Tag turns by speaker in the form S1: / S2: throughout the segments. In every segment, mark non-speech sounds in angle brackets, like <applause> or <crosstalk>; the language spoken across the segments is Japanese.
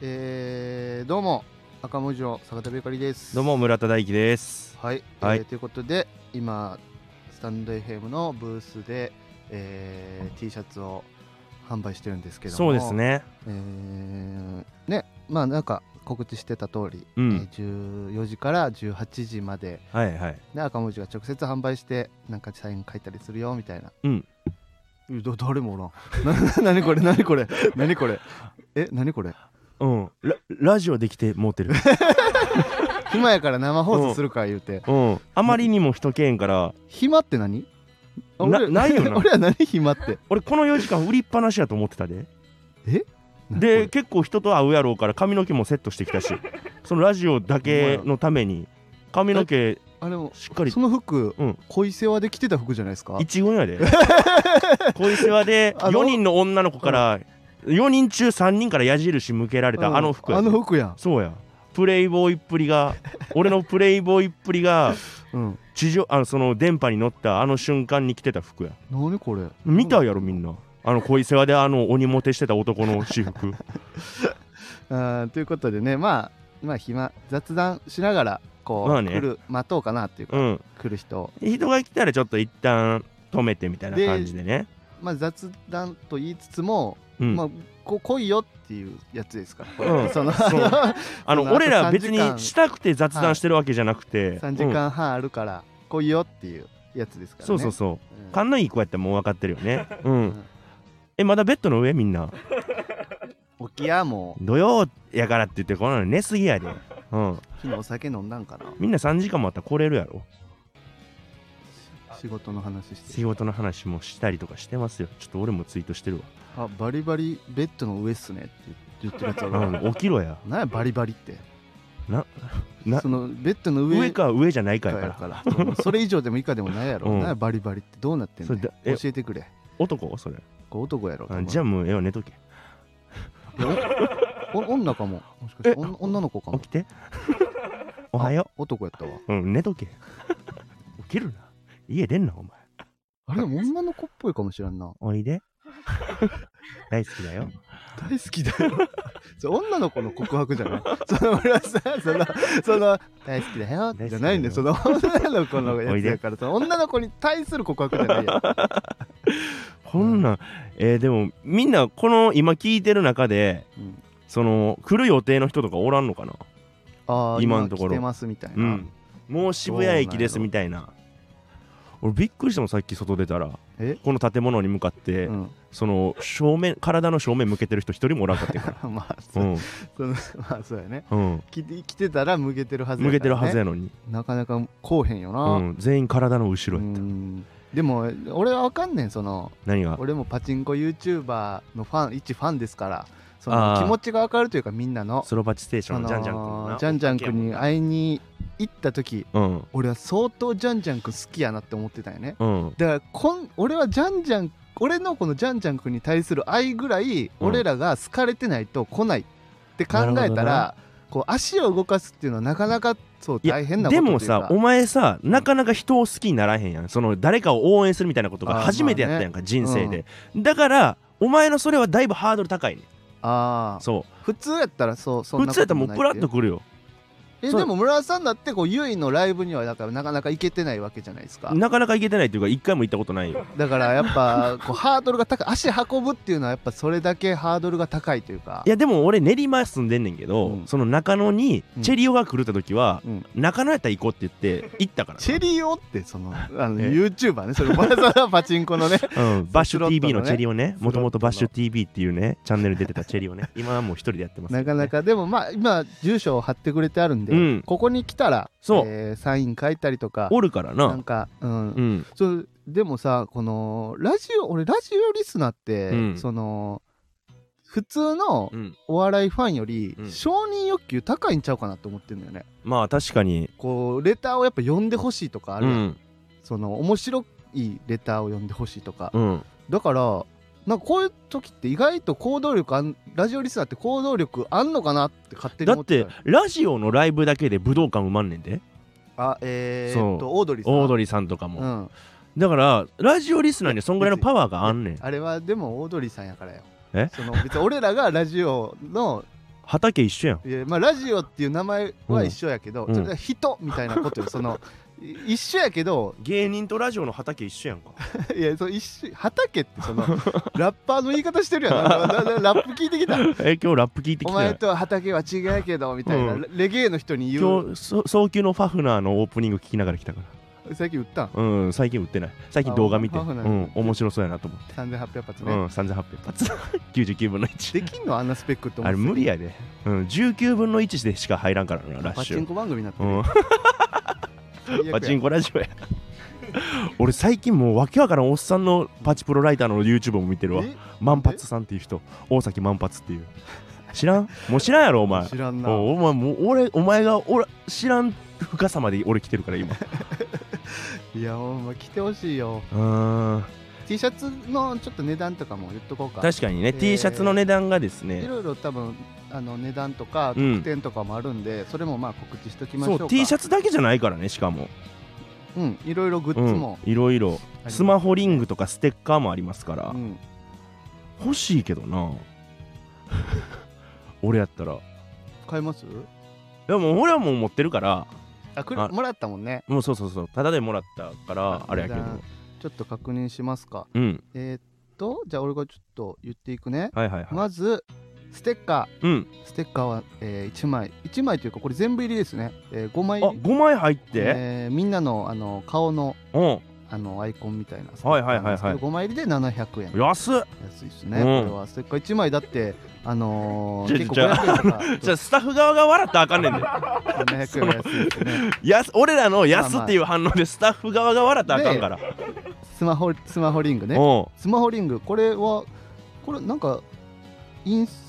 S1: えー、どうも赤文字の坂田ベーカリーです
S2: どうも村田大樹です。
S1: はい、
S2: はい
S1: えーということで今スタンド FM のブースで、えー、T シャツを販売してるんですけども
S2: そうです、ね。
S1: えーねまあなんか告知してた通り、
S2: う
S1: えー
S2: ん。
S1: 14時から18時まで
S2: はいはい。
S1: で赤文字が直接販売してなんかサイン書いたりするよみたいな
S2: うん
S1: ど誰もおらん <laughs> な何これ何これ何これえ何これ
S2: うん。ララジオできて持ってる。
S1: 暇やから生放送するか言うて、
S2: <laughs> うん。あまりにも人けえんから、
S1: 暇って何
S2: な
S1: 俺
S2: ないよな
S1: <laughs> 俺は何暇って
S2: 俺この4時間売りっぱなしやと思ってたで。で、結構人と会うやろうから髪の毛もセットしてきたし、そのラジオだけのために髪の毛
S1: あれも
S2: しっかり
S1: その服、
S2: うん
S1: 恋世話で着てた服じゃないですか
S2: 一言 <laughs> やで。恋世話で
S1: あの
S2: 4人の女の子から4人中3人から矢印向けられ
S1: うん
S2: たあの服や
S1: あ
S2: で
S1: の服やん、
S2: そうや。プレイボーイっぷりが、俺のプレイボーイっぷりが、
S1: うん、
S2: 地上あのその電波に乗ったあの瞬間に着てた服や
S1: 何これ
S2: 見たやろみんなあの恋世話であの鬼モテしてた男の私服
S1: あーということでねまあまあ暇雑談しながらこう、
S2: まあね
S1: 来る待とうかなっていうか、
S2: うん
S1: 来る人を
S2: 人が来たらちょっと一旦止めてみたいな感じでね
S1: まあ雑談と言いつつも、
S2: うん、
S1: まあこ来いよっていうやつですから、
S2: うん
S1: その
S2: そうあの
S1: その
S2: 俺
S1: あ
S2: ら
S1: と3
S2: 別にしたくて雑談してるわけじゃな
S1: <laughs>
S2: くて、
S1: 3時間半あるから来いよっていうやつですか
S2: うん
S1: らね
S2: そうそうそう
S1: うん
S2: 勘のいい子やったらもう分かってる
S1: <laughs>
S2: よねう
S1: うんん
S2: えまだベッドの上みんな
S1: 起きやもう
S2: 土曜やからって言ってこの寝すぎやでうん
S1: 昨日お酒飲んだんかな
S2: みんな3時間もあったら来れるやろ
S1: 仕事の話して
S2: 仕事の話もしたりとかしてますよちょっと俺もツイートしてるわ
S1: あバリバリベッドの上っすねって言ってるやつ
S2: う
S1: は
S2: ん起きろや
S1: 何やバリバリって
S2: なな
S1: そのベッドの上
S2: 上か上じゃないか
S1: か
S2: やから
S1: やからうん <laughs> それ以上でも以下でもないやろ、
S2: うん
S1: 何やバリバリってどうなってん
S2: そ
S1: の
S2: れだ
S1: 教
S2: え
S1: えてくれ
S2: 男それ
S1: これ男やろ
S2: あじゃあもうええわ寝とけ
S1: いやおお女かももしかして
S2: え
S1: おん女の子か
S2: 起
S1: も
S2: きて <laughs> おはよ
S1: あ男やったわ
S2: ううん寝とけ <laughs> 起きるな家出んなお前
S1: あれでも女の子っぽいかもしれんな
S2: おいで <laughs> 大好きだよ
S1: 大好きだよ <laughs> それ女の子の告白じゃない <laughs> その俺はさそのその大好きだよじゃないんでそ
S2: 大
S1: の <laughs> 女の子の
S2: お
S1: や
S2: い
S1: つ
S2: で
S1: だからその女の子に対する告白じゃないやん
S2: こんなん、えーでもみんなこの今聞いてる中で
S1: うん
S2: その来る予定の人とかおらんのかな
S1: あー
S2: <laughs> 今のところ
S1: 来てますみたいな、
S2: うんもう渋谷駅ですみたいな俺びっくりしたもんさっき外出たら
S1: え
S2: この建物に向かって、
S1: うん <laughs>
S2: その正面体の正面向けてる人一人もおらんかったよ
S1: <laughs> まあ
S2: う
S1: そ,、
S2: ん
S1: その <laughs> まあそうやね
S2: うん
S1: 来て来てたら向けてるはずやから
S2: 向
S1: ね、
S2: けてるはずやのに、
S1: なかなかこうへんよ
S2: う
S1: な、
S2: ん、全員体の
S1: う
S2: 後ろやった、
S1: ん、でも俺はわかんねんその
S2: 何が
S1: 俺もパチンコ YouTuber のファン一ファンですからその
S2: あー
S1: 気持ちがわかるというかみんなの
S2: ソロバチステーショ
S1: あ
S2: ン
S1: の
S2: の
S1: ー
S2: ジャンジャン君な
S1: ジャンジャン君に会いに行った時
S2: うん
S1: 俺は相当ジャンジャン君好きやなって思ってたよね
S2: うん
S1: だからこん俺はジャンジャン俺のこのジャンジャン君に対する愛ぐらい
S2: うん
S1: 俺らが好かれてないと来ないって考
S2: な
S1: え
S2: るほ
S1: た
S2: ど
S1: ら
S2: な
S1: こう足を動かすっていうのはなかなかそう
S2: いや
S1: 大変なこと
S2: で
S1: という
S2: も
S1: か
S2: さお前さなかなか人を好きにならへんやんその誰かを応援するみたいなこと
S1: あ
S2: が
S1: ー
S2: 初めてやったやんか、人生で、だからお前のそれはだいぶハードル高いね
S1: あー
S2: そ
S1: 普通やったらそう
S2: う
S1: そん
S2: 普
S1: な
S2: 通
S1: こ
S2: やった
S1: とも
S2: らもう
S1: ない
S2: プラッとくるよ
S1: え
S2: そう
S1: でも村田さんだってこうゆいのライブにはだからなかなか行けてないわけじゃないですか
S2: なかなか行けてないっていうか一回も行ったことないよ
S1: だからやっぱこうハードルが高い足運ぶっていうのはやっぱそれだけハードルが高いというか
S2: いやでも俺練馬住んでんねんけど、
S1: うん
S2: その中野に
S1: うん
S2: チェリオが来るって時は、
S1: うん
S2: 中野やったら行こうって言って行ったから
S1: チェリオってそのあの
S2: え
S1: YouTuber ねそれ村田さんはパチンコの
S2: <laughs>
S1: ね
S2: うん、バッシ
S1: スロッ
S2: ュ
S1: トのね
S2: TV のチェリオね
S1: スロットの
S2: もともとバッシュ TV っていうねチャンネル出てたチェリオね今はもう一人でやってますけ
S1: な
S2: ど
S1: か
S2: ね、
S1: なかでもまあ今住所を貼ってくれてあるんで、
S2: うん
S1: ここに来たら
S2: そう
S1: えーサイン書いたりとか
S2: おるからな
S1: なんか、うん
S2: うん
S1: そうでもさこのラジオ俺ラジオリスナーって、
S2: うん
S1: その普通の
S2: うん
S1: お笑いファンより、
S2: うん
S1: 承認欲求高いんちゃうかなと思ってんだよね
S2: まあ確かに
S1: こうレターをやっぱ読んでほしいとかあるやん、
S2: うん
S1: その面白いレターを読んでほしいとか、
S2: うん
S1: だからなんかこういう時って意外と行動力あんラジオリスナーって行動力あんのかなって勝手に
S2: だ
S1: 思っ
S2: ってて
S1: たよ
S2: ラジオのライブだけで武道館埋まんねんで
S1: あえ
S2: そう
S1: ー、っとオードリーさん
S2: オードリーさんとかも、
S1: うん、
S2: だからラジオリスナーにはそんぐらいのパワーがあんねん
S1: あれはでもオードリーさんやからよ
S2: え
S1: その別に俺らがラジオの
S2: 畑一緒やん
S1: いやまあラジオっていう名前は一緒やけど、
S2: うん
S1: それは人みたいなことよそのい一緒やけど
S2: 芸人とラジオの畑一緒やんか
S1: いやそう一緒畑ってそのラッパーの言い方してるやんなんかななラップ聞いてきた
S2: <laughs> え今日ラップ聞いてき
S1: お
S2: てな
S1: 前
S2: い
S1: とは畑は違うけどみたいな、
S2: うん
S1: レゲエの人に言う
S2: 今日そ早急のファフナーのオープニング聞きながら来たか
S1: 最近売ったん
S2: らうん最近売ってない最近動画見て
S1: あ
S2: う
S1: ファフナー
S2: ん面白そうやなと思って
S1: 3800発
S2: う
S1: ね、
S2: ん3800発 <laughs> 99分の1
S1: できんのあんなスペックって思
S2: あ
S1: っ
S2: れ
S1: て
S2: 無理やで、うん、19分の1でしか入らんからなラッ
S1: パ
S2: シ
S1: チン
S2: ュ、
S1: コ番組になって
S2: うん、
S1: る、
S2: パチン
S1: コ
S2: コラジオや <laughs> 俺最近もうわけわからんおっさんのパチプロライターの YouTube も見てるわ万髪さんっていう人大崎万髪っていう知らんもう知らんやろお前
S1: 知らんな
S2: おお前もう俺お前が俺知らん深さまで俺来てるから
S1: <laughs>
S2: 今
S1: いやほんま来てほしいよ
S2: うーん
S1: T シャツのちょっと値段とかも言っとこうか
S2: 確かにね、
S1: えー
S2: T シャツの値段がです
S1: い
S2: ね
S1: ろいろ多分あの値段とか
S2: うん
S1: 特典とかもあるんで、それもまあ告知しときましょう
S2: そ
S1: か
S2: う T シャツだけじゃないからねしかも
S1: うんいろいろグッズ
S2: うん
S1: も、
S2: いろいろスマホリングとかステッカーもありますから、
S1: うん
S2: 欲しいけどな <laughs> 俺やったら
S1: 買えます
S2: でも俺はもう持ってるから
S1: あく
S2: あ
S1: もらったもんね
S2: もうそうそうそうただでもらったから
S1: あ
S2: あれやけど
S1: 値段ちょっと確認しますか
S2: うん
S1: えー、っとじゃあ俺がちょっと言っていくね
S2: はいはいはい、
S1: まずステッカ
S2: うん
S1: ーステッカーは、え1枚1枚というかこれ全部入りですね、え5
S2: あ
S1: 枚入り
S2: 5枚入って、
S1: えーみんなのあの顔の
S2: う
S1: あのアイコンみたいな
S2: はいはいはいはい
S1: 5枚入りで700円
S2: ん安っ
S1: 安いですね、
S2: うん
S1: これはそれから1枚だってあの
S2: ちょ
S1: ー、結構
S2: ちょ
S1: 500円とか
S2: <laughs> じゃあスタッフ側が笑ったらあかん
S1: <laughs>
S2: ねんで
S1: 700円は安いです
S2: <laughs>
S1: ね
S2: やす俺らの
S1: まあま
S2: 安
S1: あ
S2: っていう反応でスタッフ側が笑ったらあかんから、
S1: スマホスマホリングね
S2: うん
S1: スマホリングこれはこれなんか印刷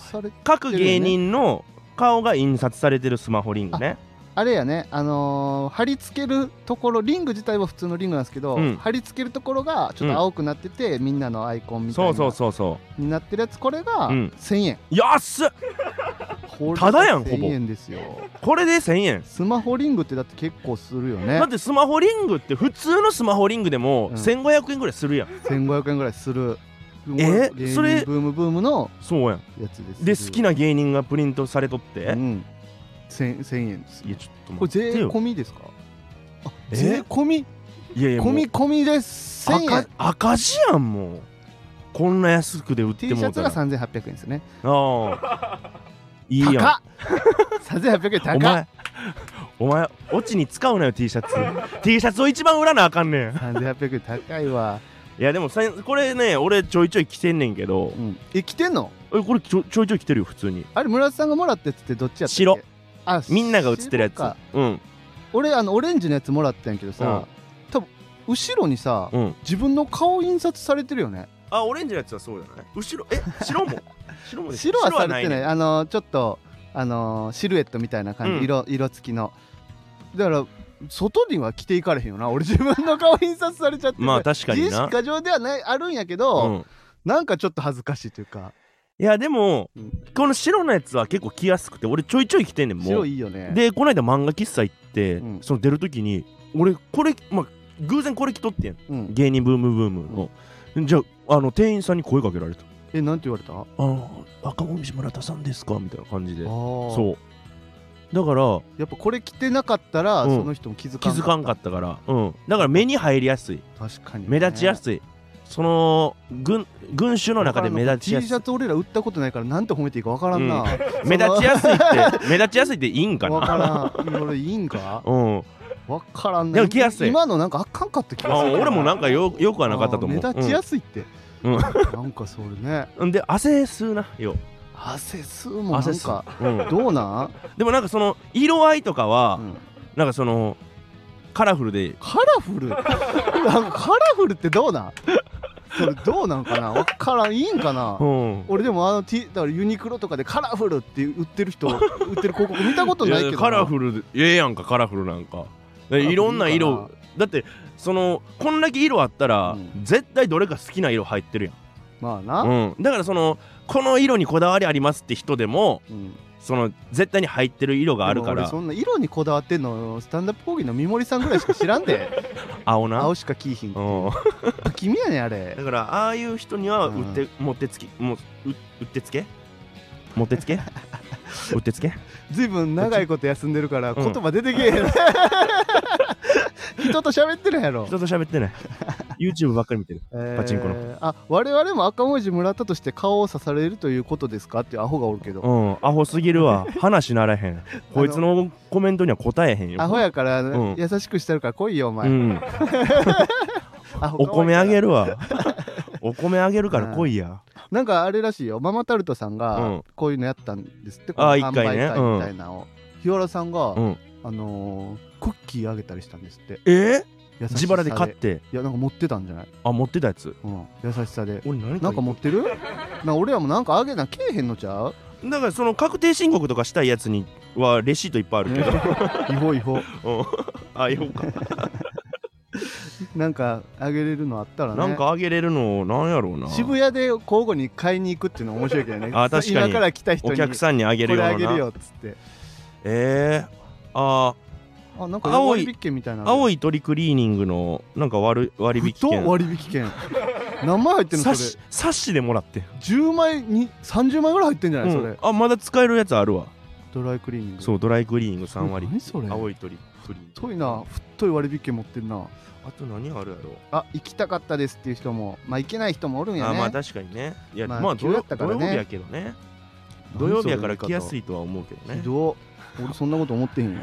S1: され
S2: 各芸人の顔が印刷されてるスマホリングね
S1: あれやねあのー貼り付けるところリング自体は普通のリングなんですけど、
S2: うん
S1: 貼り付けるところがちょっと青くなってて、みんなのアイコンみたい
S2: そ
S1: な
S2: うそうそうそ
S1: になってるやつこれが
S2: うん
S1: 1000円、
S2: う安っ
S1: これ
S2: <laughs> ただやんほぼ
S1: 1000円ですよ
S2: これで1000円
S1: スマホリングってだって結構するよね
S2: だってスマホリングって普通のスマホリングでも
S1: うん
S2: 1500円ぐらいするやん、
S1: 1500円ぐらいする芸
S2: え
S1: 人
S2: それ
S1: ブームブームの
S2: そうやん
S1: やつです
S2: で好きな芸人がプリントされとって、
S1: うん1000 1000円です
S2: いやちょっ
S1: これ
S2: と待って
S1: 税
S2: よ
S1: 込みですかあ
S2: え
S1: 税込み
S2: いやいやも
S1: 込
S2: う
S1: み込みです1000円
S2: 赤赤字やんもうこんな安くで売っ
S1: T
S2: て
S1: シ
S2: も
S1: ャ
S2: う
S1: ツ
S2: たら
S1: が3800円ですね
S2: あ
S1: <laughs>
S2: あいいやん
S1: 高っ3800円高っ
S2: お前お前オチに使うなよ T シャツ <laughs> T シャツを一番売らなあかんねん
S1: 3800円高いわ
S2: いやでもさこれね俺ちょいちょい着てんねんけど
S1: うんえ着てんの
S2: えこれちょちょいちょい着てるよ普通に
S1: あれ村田さんがもらったやつってどっちやったっけ
S2: 白
S1: あ
S2: みんなが写ってるやつ
S1: 白か
S2: うん
S1: 俺あのオレンジのやつもらったんやけどさ多分後ろにさ
S2: うん
S1: 自分の顔印刷されてるよね
S2: あオレンジのやつはそうじゃない後ろえ
S1: <laughs>
S2: 白も白もです
S1: 白はされてない
S2: ね
S1: あのちょっとあのシルエットみたいな感じ、
S2: うん
S1: 色色付きのだから外には着ていかれへんよな俺自分の顔印刷されちゃって
S2: まあ確かにな
S1: 自意識過剰ではないあるんやけど、
S2: うん
S1: なんかちょっと恥ずかしいというか
S2: いやでも
S1: うん
S2: この白のやつは結構着やすくて俺ちょいちょい着てんねんも
S1: 白
S2: う
S1: いいよね
S2: でこの間漫画喫茶行って、
S1: うん
S2: その出る時に俺これまあ偶然これ着とってん
S1: うん、
S2: 芸人ブームブームの、じゃああの店員さんに声かけられた
S1: えなんて言われたあ
S2: 「あの赤もみじ村田さんですか?」みたいな感じで
S1: そう
S2: そうだから
S1: やっぱこれ着てなかったら、
S2: うん
S1: その人も気づ
S2: 気
S1: かん
S2: づかんかったからうんだから目に入りやすい
S1: 確かにね、
S2: 目立ちやすい、その群群衆の中で目立ちや
S1: T
S2: すい
S1: シャツ俺ら売ったことないからなんて褒めていいかわからんな、
S2: うん目立ちやすいって <laughs> 目立ちやすいっていいんか
S1: わ
S2: な
S1: からん俺いいんか
S2: うん
S1: わからん
S2: でも着やすい
S1: 今のなんかあかんかった気が
S2: あ
S1: する
S2: 俺もなんかよよくはなかったと思う
S1: あー目立ちやすいって、
S2: うんうん
S1: なんかそれね
S2: うんで汗吸うなよ
S1: 汗吸うもんな
S2: 汗
S1: ん
S2: 吸
S1: か
S2: う、うん、
S1: どうなん、
S2: でもなんかその色合いとかは、
S1: うん
S2: なんかそのカラフルで
S1: カラフルなんかカラフルってどうなんそれどうなんかなわからんいいんかな
S2: うん
S1: 俺でもあの T だからユニクロとかでカラフルって売って
S2: <laughs>
S1: る人売ってる広告見たことないけど
S2: い
S1: な
S2: やカラフルでええやんかカラフルなんか
S1: ラフ
S2: で
S1: ルいいかない
S2: ろんな色だってそのこんだけ色あったら、
S1: うん
S2: 絶対どれか好きな色入ってる
S1: まあ
S2: や
S1: な、
S2: ん、うん、だからそのこの色にこだわりありますって人でも
S1: うん
S2: その絶対に入ってる色があるか
S1: でも俺
S2: ら
S1: そんな色にこだわってんのスタンダップ講義の三森さんぐらいしか知らんで
S2: 青な
S1: 青しかキーヒン
S2: うん、
S1: 不気味やねんあれ
S2: だ <laughs> からああいう人にはうって、もってつきもうううってつけもってつけうってつけ
S1: ずいぶん長いこと休んでるから言葉出てけえへん、
S2: <laughs>
S1: 人と喋ってるやろ
S2: 人と喋ってない YouTube ばっかり見てるパチンコの
S1: えーあ我々も赤文字もらったとして顔を刺されるということですかっていうアホがおるけど、
S2: うんアホすぎる <laughs> わ話ならへんこいつのコメントには答えへんよ
S1: アホやから、
S2: うん
S1: 優しくしてるから来いよお
S2: う
S1: 前、
S2: ん
S1: アホ
S2: お
S1: 可愛い
S2: 米
S1: から
S2: あげる <laughs> わお米あげるから来いや
S1: なんかあれらしいよママタルトさん
S2: う
S1: が
S2: ん
S1: こういうのやったんですって、この
S2: あー
S1: 販
S2: 一回
S1: 売
S2: ね
S1: 会みたいなのを、日原さんが、
S2: うん
S1: あのークッキーあげたりしたんですって
S2: えー
S1: 優しさ
S2: 自腹で買って
S1: いやなんか持ってたんじゃない、
S2: あ持ってたやつ
S1: うん、優しさで
S2: 俺何か
S1: なんか持ってるなんか俺らもなんかあげなけえへんのちゃう
S2: だからその確定申告とかしたいやつにはレシートいっぱいあるけど、
S1: 違法違法
S2: うん <laughs> あようか
S1: なんかあげれるのあったらね
S2: なんかあげれるのなんやろうな
S1: 渋谷で交互に買いに行くっていうの面白いけどね
S2: あ確かに
S1: 今から来た人に
S2: お客さんにあげる
S1: これあ
S2: よう
S1: げる
S2: な
S1: よっつって
S2: えー、あ
S1: あなんか
S2: 青い
S1: 割引券みたいな
S2: ー青
S1: い
S2: い鳥クリーニングのなんか割割引券
S1: 割引券何枚入ってん
S2: サ
S1: の
S2: ッ
S1: そ
S2: シサッシでもらってん、
S1: れ10枚に30枚ぐらい入ってんじゃ
S2: う
S1: ない、
S2: ん、あまだ使えるやつあるわ
S1: それドライクリーニング
S2: そうドライクリーニング3割
S1: 何それ
S2: 青い鳥クリーニング
S1: 太いな太い割引券持ってんな
S2: あと何あるやろ
S1: あ行きたかったですっていう人もまあ行けない人もおるんやね
S2: あまあ確かにねいや
S1: ま
S2: ま
S1: あ
S2: あ、
S1: 急
S2: 土
S1: だ
S2: 曜
S1: ったか
S2: 土
S1: らね
S2: 曜日やけどね土曜日やから来やす
S1: い
S2: いとは思うけど
S1: ひ
S2: ね
S1: どっ俺そんなこと思ってへんよ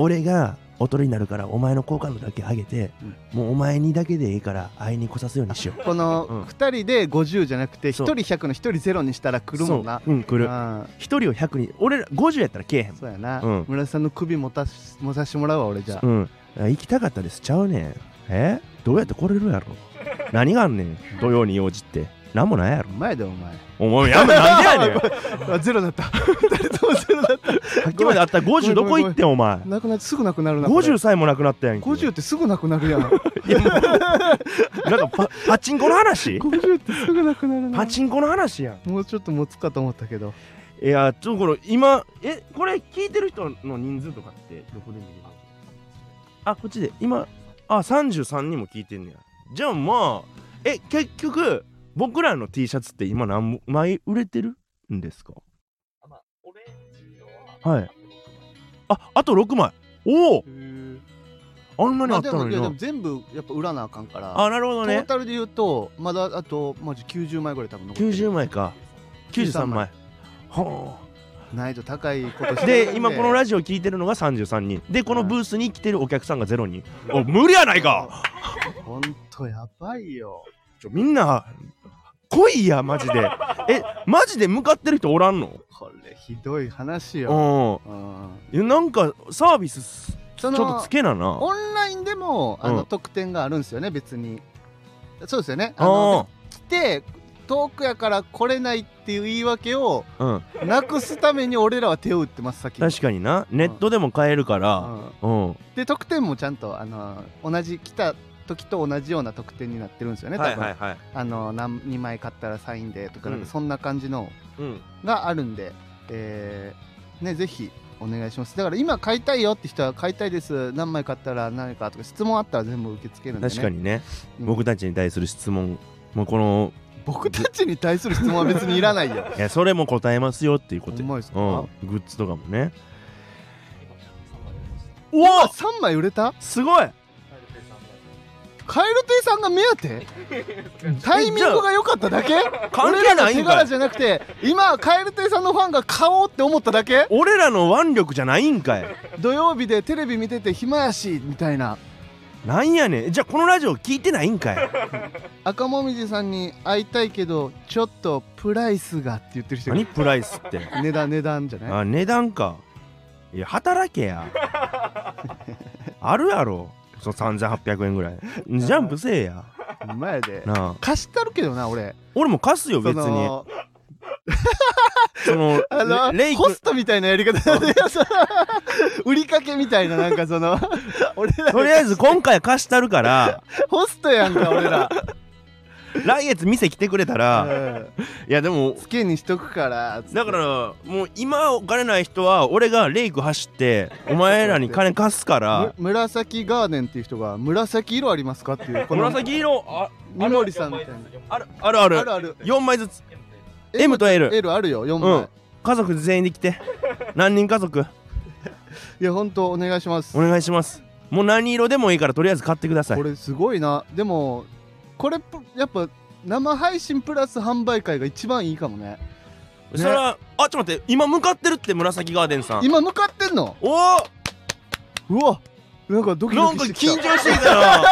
S2: 俺がおとりになるからお前の好感度だけ上げて、もうお前にだけでいいから会いに来さすようにしよう
S1: こ
S2: う
S1: の
S2: ん
S1: 2人で50じゃなくて1人
S2: そう
S1: 100の1人0にしたら来るもんな
S2: そううん来る
S1: あ
S2: 一人を100人俺ら50やったら来えへん
S1: あそうやな、
S2: うん
S1: 村瀬さんの首持たし持たしてもらうわ俺じゃあ、
S2: うん行きたかったですちゃうねんえどうやって来れるやろ何があんねん土曜に用事って何もないやろ
S1: お前だよお前
S2: お前やめなんでやねん <laughs> さ
S1: あゼロだった <laughs> 2人ともゼロだっ
S2: っきまであった50どこ行ってんお前
S1: たなくなってすぐなくなるなこれ
S2: 50さえもなくなったやんけ
S1: 50ってすぐなくなるやん
S2: いやもうなんかパパチンコの話
S1: 50ってすぐなくなるな
S2: パチンコの話やん
S1: もうちょっと持つかと思ったけど
S2: いやちょっとこれ今えこれ聞いてる人の人数とかってどこで見れるあこっちで今あ33人も聞いてんねやじゃあまあえ結局僕らの T シャツって今何枚売れてるんですかはいああと6枚おおあんなに
S1: ま
S2: あ
S1: あ
S2: った
S1: で
S2: の
S1: もい
S2: に
S1: やで
S2: な
S1: も全部やっぱ売らなあかんから
S2: あなるほ
S1: ト
S2: ど
S1: ー
S2: ね
S1: タルで言うとまだあとマジ90枚ぐらい多分残って
S2: 90
S1: る
S2: 枚か93枚はあ
S1: 難易度高いことしてるん
S2: で今このラジオ聞いてるのが33人でこのブースに来てるお客さんが0人お無理やないか
S1: ほんとやばいよ
S2: ちょみんな来いやマジ
S1: <laughs>
S2: でえマジで向かってる人おらんの
S1: これひどい話よ、
S2: う
S1: うん
S2: んいやなんかサービスち
S1: そ
S2: ょっ
S1: の
S2: とつけなな
S1: オンラインでもあの、
S2: うん
S1: 特典があるんですよね別にそうですよねあ
S2: あ
S1: の来て遠くやから来れないっていう言い訳を
S2: あうん
S1: なくすために俺らは手を打ってます先に
S2: 確かになネットでも買えるから
S1: うん
S2: うん
S1: で特典もちゃんとあの同じ来た時と同じような特典になってるんですよね多分、
S2: はい
S1: あの何2枚買ったらサインでとか,、
S2: うん
S1: なんかそんな感じの
S2: うん
S1: があるんで、えーね、ぜひお願いしますだから今買いたいよって人は買いたいです何枚買ったら何かとか質問あったら全部受け付けるんで、ね、
S2: 確かにね
S1: うん
S2: 僕たちに対する質問もうこの
S1: 僕たちに対する質問は別にいらないよ
S2: <laughs> いやそれも答えますよっていうこと
S1: ほんまですか
S2: うんグッズとかもね
S1: おお3枚売れた
S2: すごい
S1: カエル亭さんが目当
S2: <laughs>
S1: てタイミングが良かっただけ
S2: 関
S1: 俺
S2: 係
S1: らの
S2: ない
S1: 手
S2: んか
S1: 柄
S2: い
S1: じゃなくて今カエル亭さんのファンが買おうって思っただけ
S2: 俺らの腕力じゃないんかい
S1: 土曜日でテレビ見てて暇やしみたいな
S2: なんやねんじゃあこのラジオ聞いてないん
S1: <laughs>
S2: かい
S1: 赤もみじさんに会いたいけどちょっとプライスがって言ってる人が
S2: 何プライスって
S1: 値段値段じゃない
S2: あ値段かいや働け
S1: <laughs>
S2: やあるやろそう3800円ぐらいジャンプせえや
S1: 前で
S2: なあ
S1: 貸したるけどな俺
S2: 俺も貸すよ別
S1: そ <laughs>
S2: に
S1: の
S2: その
S1: あの
S2: レレイ
S1: ホ
S2: 君
S1: ストみたいなやり方でその <laughs> 売りかけみたいななんかそ
S2: <laughs>
S1: の俺ら
S2: とりあえず今回貸したるから
S1: ホストやんか俺ら
S2: 来月店来てくれたら
S1: うん
S2: いやでも
S1: つけにしとくから
S2: だかららもう今お金ない人は俺がレイク走ってお前らに金貸すから
S1: 紫ガーデンっていう人が紫色ありますかって <laughs> いうこの
S2: 紫色あ
S1: 三森さんみたいな
S2: あるあるある
S1: あるある
S2: 4枚ずつ M と L
S1: L あるよ4
S2: うん
S1: 枚
S2: 家族全員で
S1: <laughs>
S2: 来て何人家族
S1: いや本当お願いします
S2: お願いしますもう何色でもいいからとりあえず買ってください
S1: これすごいなでもこれぷやっぱ生配信プラス販売会が一番いいかもね
S2: それはあちょっと待って今向かってるって紫ガーデンさん
S1: 今向かってんの
S2: おお
S1: うわなんかドキ
S2: な
S1: ド
S2: ん
S1: キ
S2: か
S1: して
S2: 緊
S1: きた
S2: 張してき
S1: <laughs>
S2: たな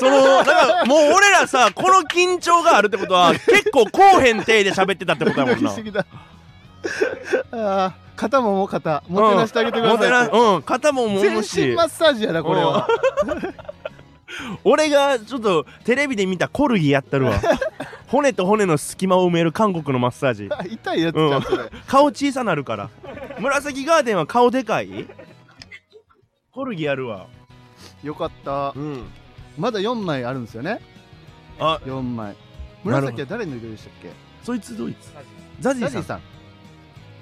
S2: そのなんかもう俺らさこの緊張があるってこ
S1: <laughs>
S2: とは結構こうへん体で喋ってたってことだもん
S1: ド
S2: な
S1: キドキしてきた <laughs> あー肩ももう肩もてなしてあげてくだ
S2: も
S1: さ
S2: て
S1: い
S2: なうん肩ももむ
S1: 全身
S2: し
S1: マッサージやなこれは
S2: 俺がちょっとテレビで見たコルギやったる
S1: <laughs>
S2: わ骨と骨の隙間を埋める韓国のマッサージ
S1: <laughs> 痛いやつじゃ
S2: う
S1: ん
S2: ん
S1: それ
S2: 顔小さなるから紫ガーデンは顔でかいコルギやるわ
S1: よかった
S2: うん
S1: まだ4枚あるんですよね
S2: あ
S1: 4枚
S2: なるほど
S1: 紫は誰の色でしたっけ
S2: そいつどいつザジ
S1: ザ
S2: ー
S1: ジ
S2: さ
S1: ー
S2: ん
S1: さん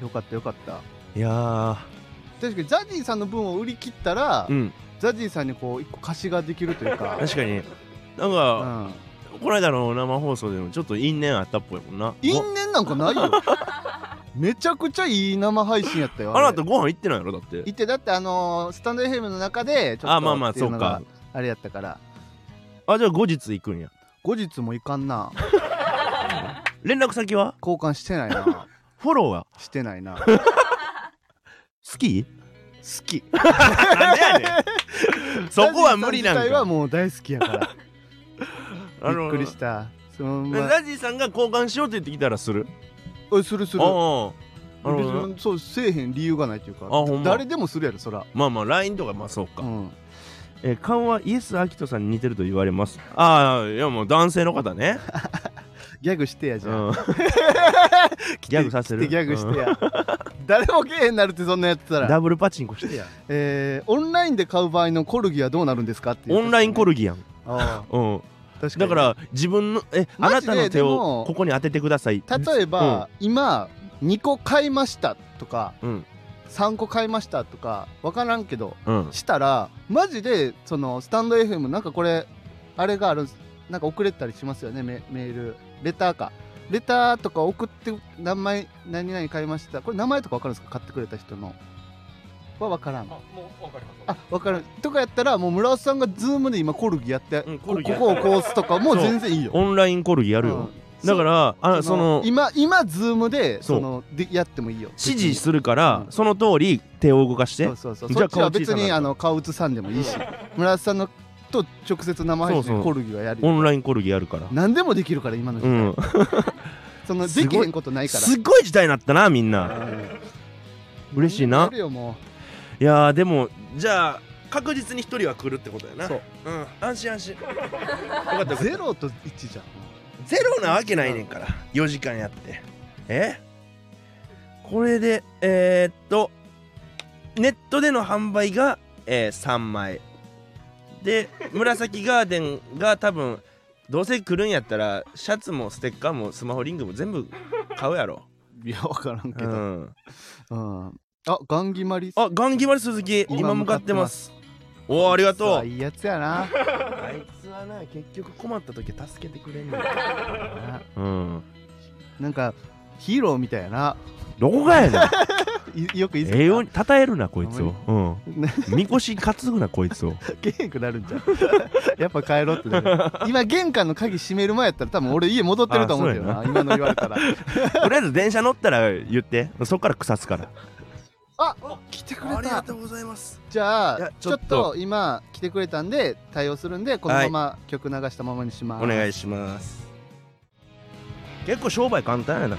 S1: よかったよかった
S2: いやー
S1: 確かにザジーさんの分を売り切ったら、
S2: うん
S1: ザジーさんにこう一個貸しができるというか、
S2: 確かになん
S1: う
S2: か、
S1: ん、
S2: この間の生放送でもちょっと因縁あったっぽいもんな
S1: 因
S2: ご
S1: 縁なんかないよめちゃくちゃいい生配信やったよ
S2: あ
S1: れ
S2: なたご飯行ってないやろだって
S1: 行ってだってあのースタンド FM の中でちょっと
S2: あまあまあ
S1: っていうのが
S2: そ
S1: あれやったから
S2: あじゃあ後日行くんや
S1: 後日もいかんな
S2: 連絡先は
S1: 交換してない
S2: <laughs>
S1: な
S2: フォローは
S1: してないな好
S2: 好き
S1: き
S2: なんでやねん <laughs> そこは無理なん
S1: ザジーさん自体は
S2: か
S1: もう大好きや
S2: <laughs>
S1: からびっくりしたたそのまま
S2: ラジーさんが交換しようって言ってきたらする
S1: おいするする
S2: ああなるほどな
S1: 別にそうせえへん理由がないというか
S2: あほんま
S1: 誰でもするやろそら
S2: まあまあ LINE とかまあそうか、
S1: うん
S2: えー顔はイエス・アキトさんに似てると言われますああいやもう男性の方ね、
S1: ギャグしてやじ
S2: う
S1: ゃ
S2: ん
S1: ん、
S2: <laughs> ギャグさせる
S1: 来てギャグしてや、誰もけえへんなるってそんなやってた
S2: うん
S1: ら、
S2: ダブルパチンコしてや
S1: えー、オンラインで買う場合のコルギはどうなるんですかっていう
S2: オンラインコ
S1: ルギ
S2: ルギやん、うん、
S1: 確か
S2: だ
S1: に
S2: から自分のえあな
S1: マジで
S2: たの手
S1: で
S2: を
S1: も
S2: ここに当ててください
S1: 例えば、今2個買いましたとか
S2: うん
S1: 3個買いましたとか分からんけど
S2: うん
S1: したらマジでそのスタンド FM なんかこれあれがあるんすなんか送れたりしますよねメメールレターかレターとか送って名前何々買いましたこれ名前とか分かるんですか買ってくれた人のは分からん
S3: あ、もうわかります。
S1: あ分かるとかやったらもう村尾さんがズームで今コルギやって、
S2: うんコ
S1: こ
S2: ルギやっ
S1: こをこう押すとかもう
S2: そう
S1: 全然いいよ
S2: オンラインコルギやるよ、
S1: うん
S2: だからあその
S1: 今今ズームで
S2: そ
S1: そ
S2: う
S1: のでやってもいいよ
S2: 指示するから、
S1: うん
S2: その通り手を動かして
S1: そうそうそう
S2: じゃ
S1: そ
S2: あ
S1: っち
S2: 顔
S1: は
S2: 小さ
S1: 別
S2: なる
S1: にあの顔写さんでもいいし村尾さんのと直接生配
S2: そうそ
S1: 信
S2: う
S1: コルギはやるよ
S2: オンラインコルギやるから
S1: 何でもできるから今の時
S2: う
S1: 代、
S2: ん
S1: その
S2: す
S1: で
S2: ごい
S1: きへんことないから
S2: すっごい時代になったなみんな嬉しいな
S1: やるよも
S2: いやーでもじゃあ確実に一人は来るってことやな
S1: そう、
S2: ん、安心安心よかっ
S1: う
S2: たよかった
S1: ゼロと1じゃん
S2: ゼロなわけないねんから4時間やってえこれでえー、っとネットでの販売が、えー3枚で紫ガーデンが多分どうせ来るんやったらシャツもステッカーもスマホリングも全部買うや <laughs> ろ、
S1: いや分からんけ
S2: う
S1: ど、うん
S2: ん、
S1: あガンギマリ
S2: あガンギマル鈴木今
S1: 今
S2: 向
S1: 向
S2: か
S1: か
S2: っ
S1: ってて
S2: ま
S1: ますす
S2: おおありがと
S1: そうういいやつやな
S2: あいつはな結局困った時は助けてくれんねんうん
S1: なんかヒーローみたいやな
S2: どこがやねん
S1: いよくいつ
S2: 栄
S1: <laughs>
S2: 養に称えるなこい
S1: い
S2: つ
S1: つ
S2: を
S1: を
S2: うん
S1: ね
S2: みこし担ぐなこいつを
S1: けへんくなるんじゃん <laughs> やっぱ帰ろうってなる今玄関の鍵閉める前やったら多分俺家戻ってると思うけどな
S2: あ
S1: 今の言われたら
S2: とりあえず電車乗ったら言ってそっから腐すから
S1: 来てくれた
S2: うございます
S1: じゃ
S2: いや
S1: あ
S2: ち
S1: ち
S2: ょ
S1: ょ
S2: っ
S1: っ
S2: と
S1: と今来てくれたんで対応するんでこのまま曲流したままにします、
S2: お願いします結構商売簡単やな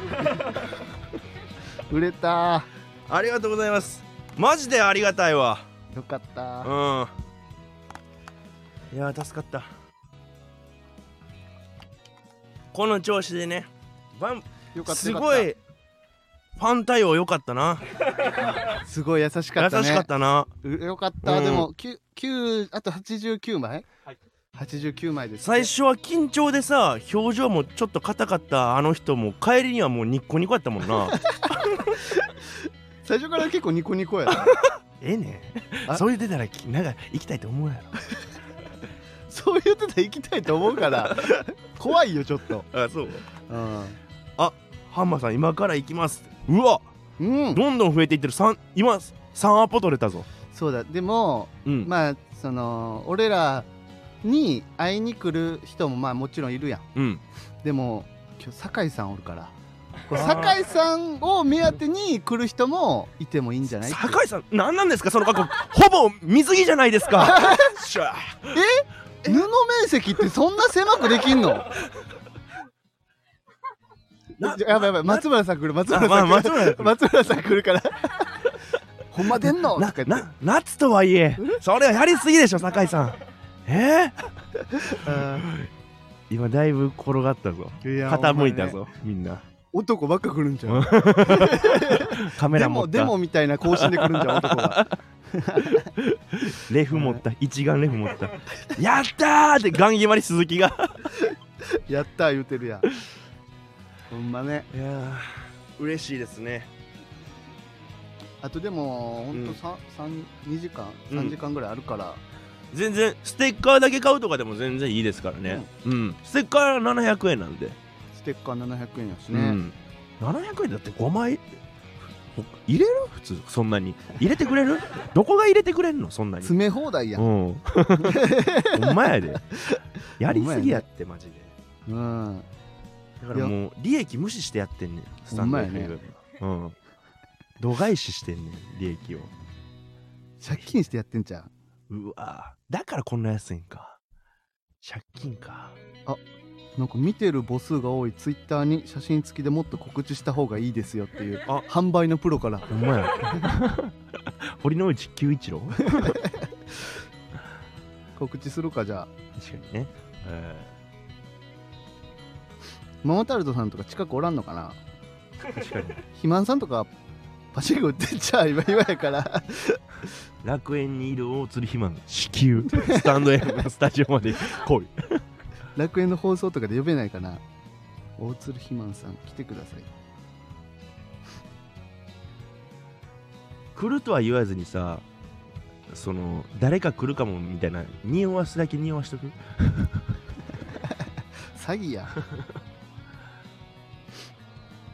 S1: 売れた
S2: ありがとうございますマジでありがたいわ
S1: よかった
S2: うんいやー助かったこの調子でねバン
S1: よかった
S2: す
S1: よかった
S2: ごいファン対応良かったな
S1: すごい優しかった
S2: 優
S1: ね
S2: しかったな
S1: うよかった、
S2: うん
S1: でもきゅ9あと89枚、
S3: はい
S1: 89枚です
S2: 最初は緊張でさ表情もちょっと硬かったあの人も帰りにはもうニッコニコやったも
S1: <laughs>
S2: んな
S1: 最初から結構ニコニコやな <laughs>
S2: ええねん
S1: あ
S2: そういう出たらきなんか行きたいと思うや
S1: そう言ってたら行きたいと思うから <laughs> 怖いよちょっと、
S2: ろあそう
S1: うん、
S2: ハンマーさん今から行きますうわ
S1: うん
S2: どんどん増えていってる三今3アポ取れたぞ
S1: そうだでも
S2: うん、
S1: まあその俺らに会いに来る人もまあもちろんいるやん
S2: うん、
S1: でも今日酒井さんおるからこう
S2: あー
S1: 酒井さんを目当てに来る人もいてもいいんじゃない
S2: 酒井さん何なんですかその格好ほぼ水着じゃないで
S1: <laughs>
S2: すかしゃあ
S1: 布面積ってそんな狭くできんの
S2: <laughs> な
S1: やばいやばい松村さん来る松村さん来る、
S2: まあ松村さ
S1: <laughs>
S2: ん来る
S1: 松村さん来るからほんま出んの
S2: な
S1: とか言って
S2: な夏とはいえそれはやりすぎでしょ酒井さんえー、
S1: うん
S2: 今だいぶ転がったぞ
S1: いや
S2: 傾いた
S1: ほんまね
S2: ぞ、みんな
S1: 男ばっか来るんじゃん
S2: カ <laughs> メ
S1: で
S2: ラ持
S1: も
S2: っ
S1: で
S2: た
S1: もみたいな更新で来るんじゃん男
S2: <laughs>
S1: は
S2: レフ持った一眼レフ持ったやったーってガン決まり鈴木が
S1: やったー言うてるやんほんまね
S2: いやー嬉しいですね
S1: あとでもほん
S2: う
S1: と
S2: ん
S1: さ三2時間
S2: うん
S1: 3時間ぐらいあるから、
S2: 全然ステッカーだけ買うとかでも全然いいですからねうん、ステッカー700円なんで、
S1: ステッカー700円やし
S2: う
S1: ね、
S2: ん700円だって5枚ほ入れる普通そんなに入れてくれるどこが入れてくれんのそんなに
S1: 詰め放題や、
S2: うん
S1: <laughs>
S2: んほんまやでやりすぎやってマジで
S1: うん、
S2: だからもう利益無視してやってんねんスタンド
S1: ほ
S2: FM
S1: んまやね
S2: うん度外視してんねん利益を
S1: 借金してやってんじゃん
S2: うわだからこんな安いんか借金か
S1: なんか見てる母数が多いツイッターに写真付きでもっと告知した方がいいですよっていう
S2: あ
S1: 販売のプロから
S2: ほんまや堀之内久一郎確か
S1: 告知するかじゃあ
S2: にね、え
S1: ママタルトさんとか近くおらんのかな
S2: ー確かに
S1: 肥満さんとかパチンコ売ってんちゃう今今やから
S2: 楽園にいる大鶴ひまの至急
S1: <laughs>
S2: スタンド F のスタジオまで来い
S1: 楽園の放送とかで呼べないかな大鶴肥満さん来てください
S2: 来るとは言わずにさその誰か来るかもみたいな匂わすだけ匂わしとく
S1: 詐欺や <laughs>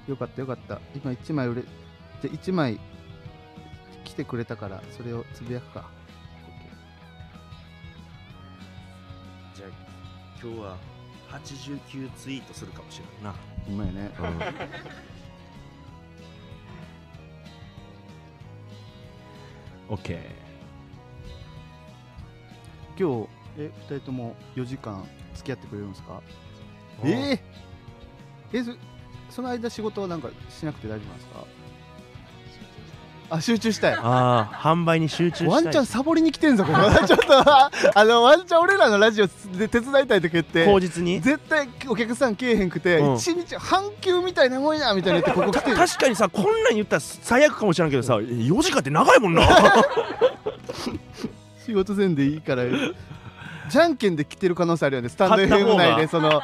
S1: よかったよかった今1枚売れじゃ1枚来てくれたからそれをつぶやくか
S2: じゃあ今日は89ツイートするかもしれないな
S1: うまいね
S2: オッケー
S1: 今日え2人とも4時間付き合ってくれるんですかえー、えそその間仕事はなんかしなくて大丈夫なんですかあ集中したい
S2: ああ販売に集中したい
S1: ワンちゃんサボりに来てんぞこれ <laughs> ちょっとあのワンちゃん俺らのラジオで手伝いたい時って
S2: 口実に
S1: 絶対お客さん来えへんくて、
S2: うん
S1: 一日半休みたいなもんやみたいなってここ来
S2: <laughs>
S1: てる
S2: 確かにさこんなん言ったら最悪かもしれんけどさ4時間って長いもんな
S1: 仕事せんでいいからじゃんけんで来てる可能性あるよねスタンド
S2: 買った方が
S1: FM 内でその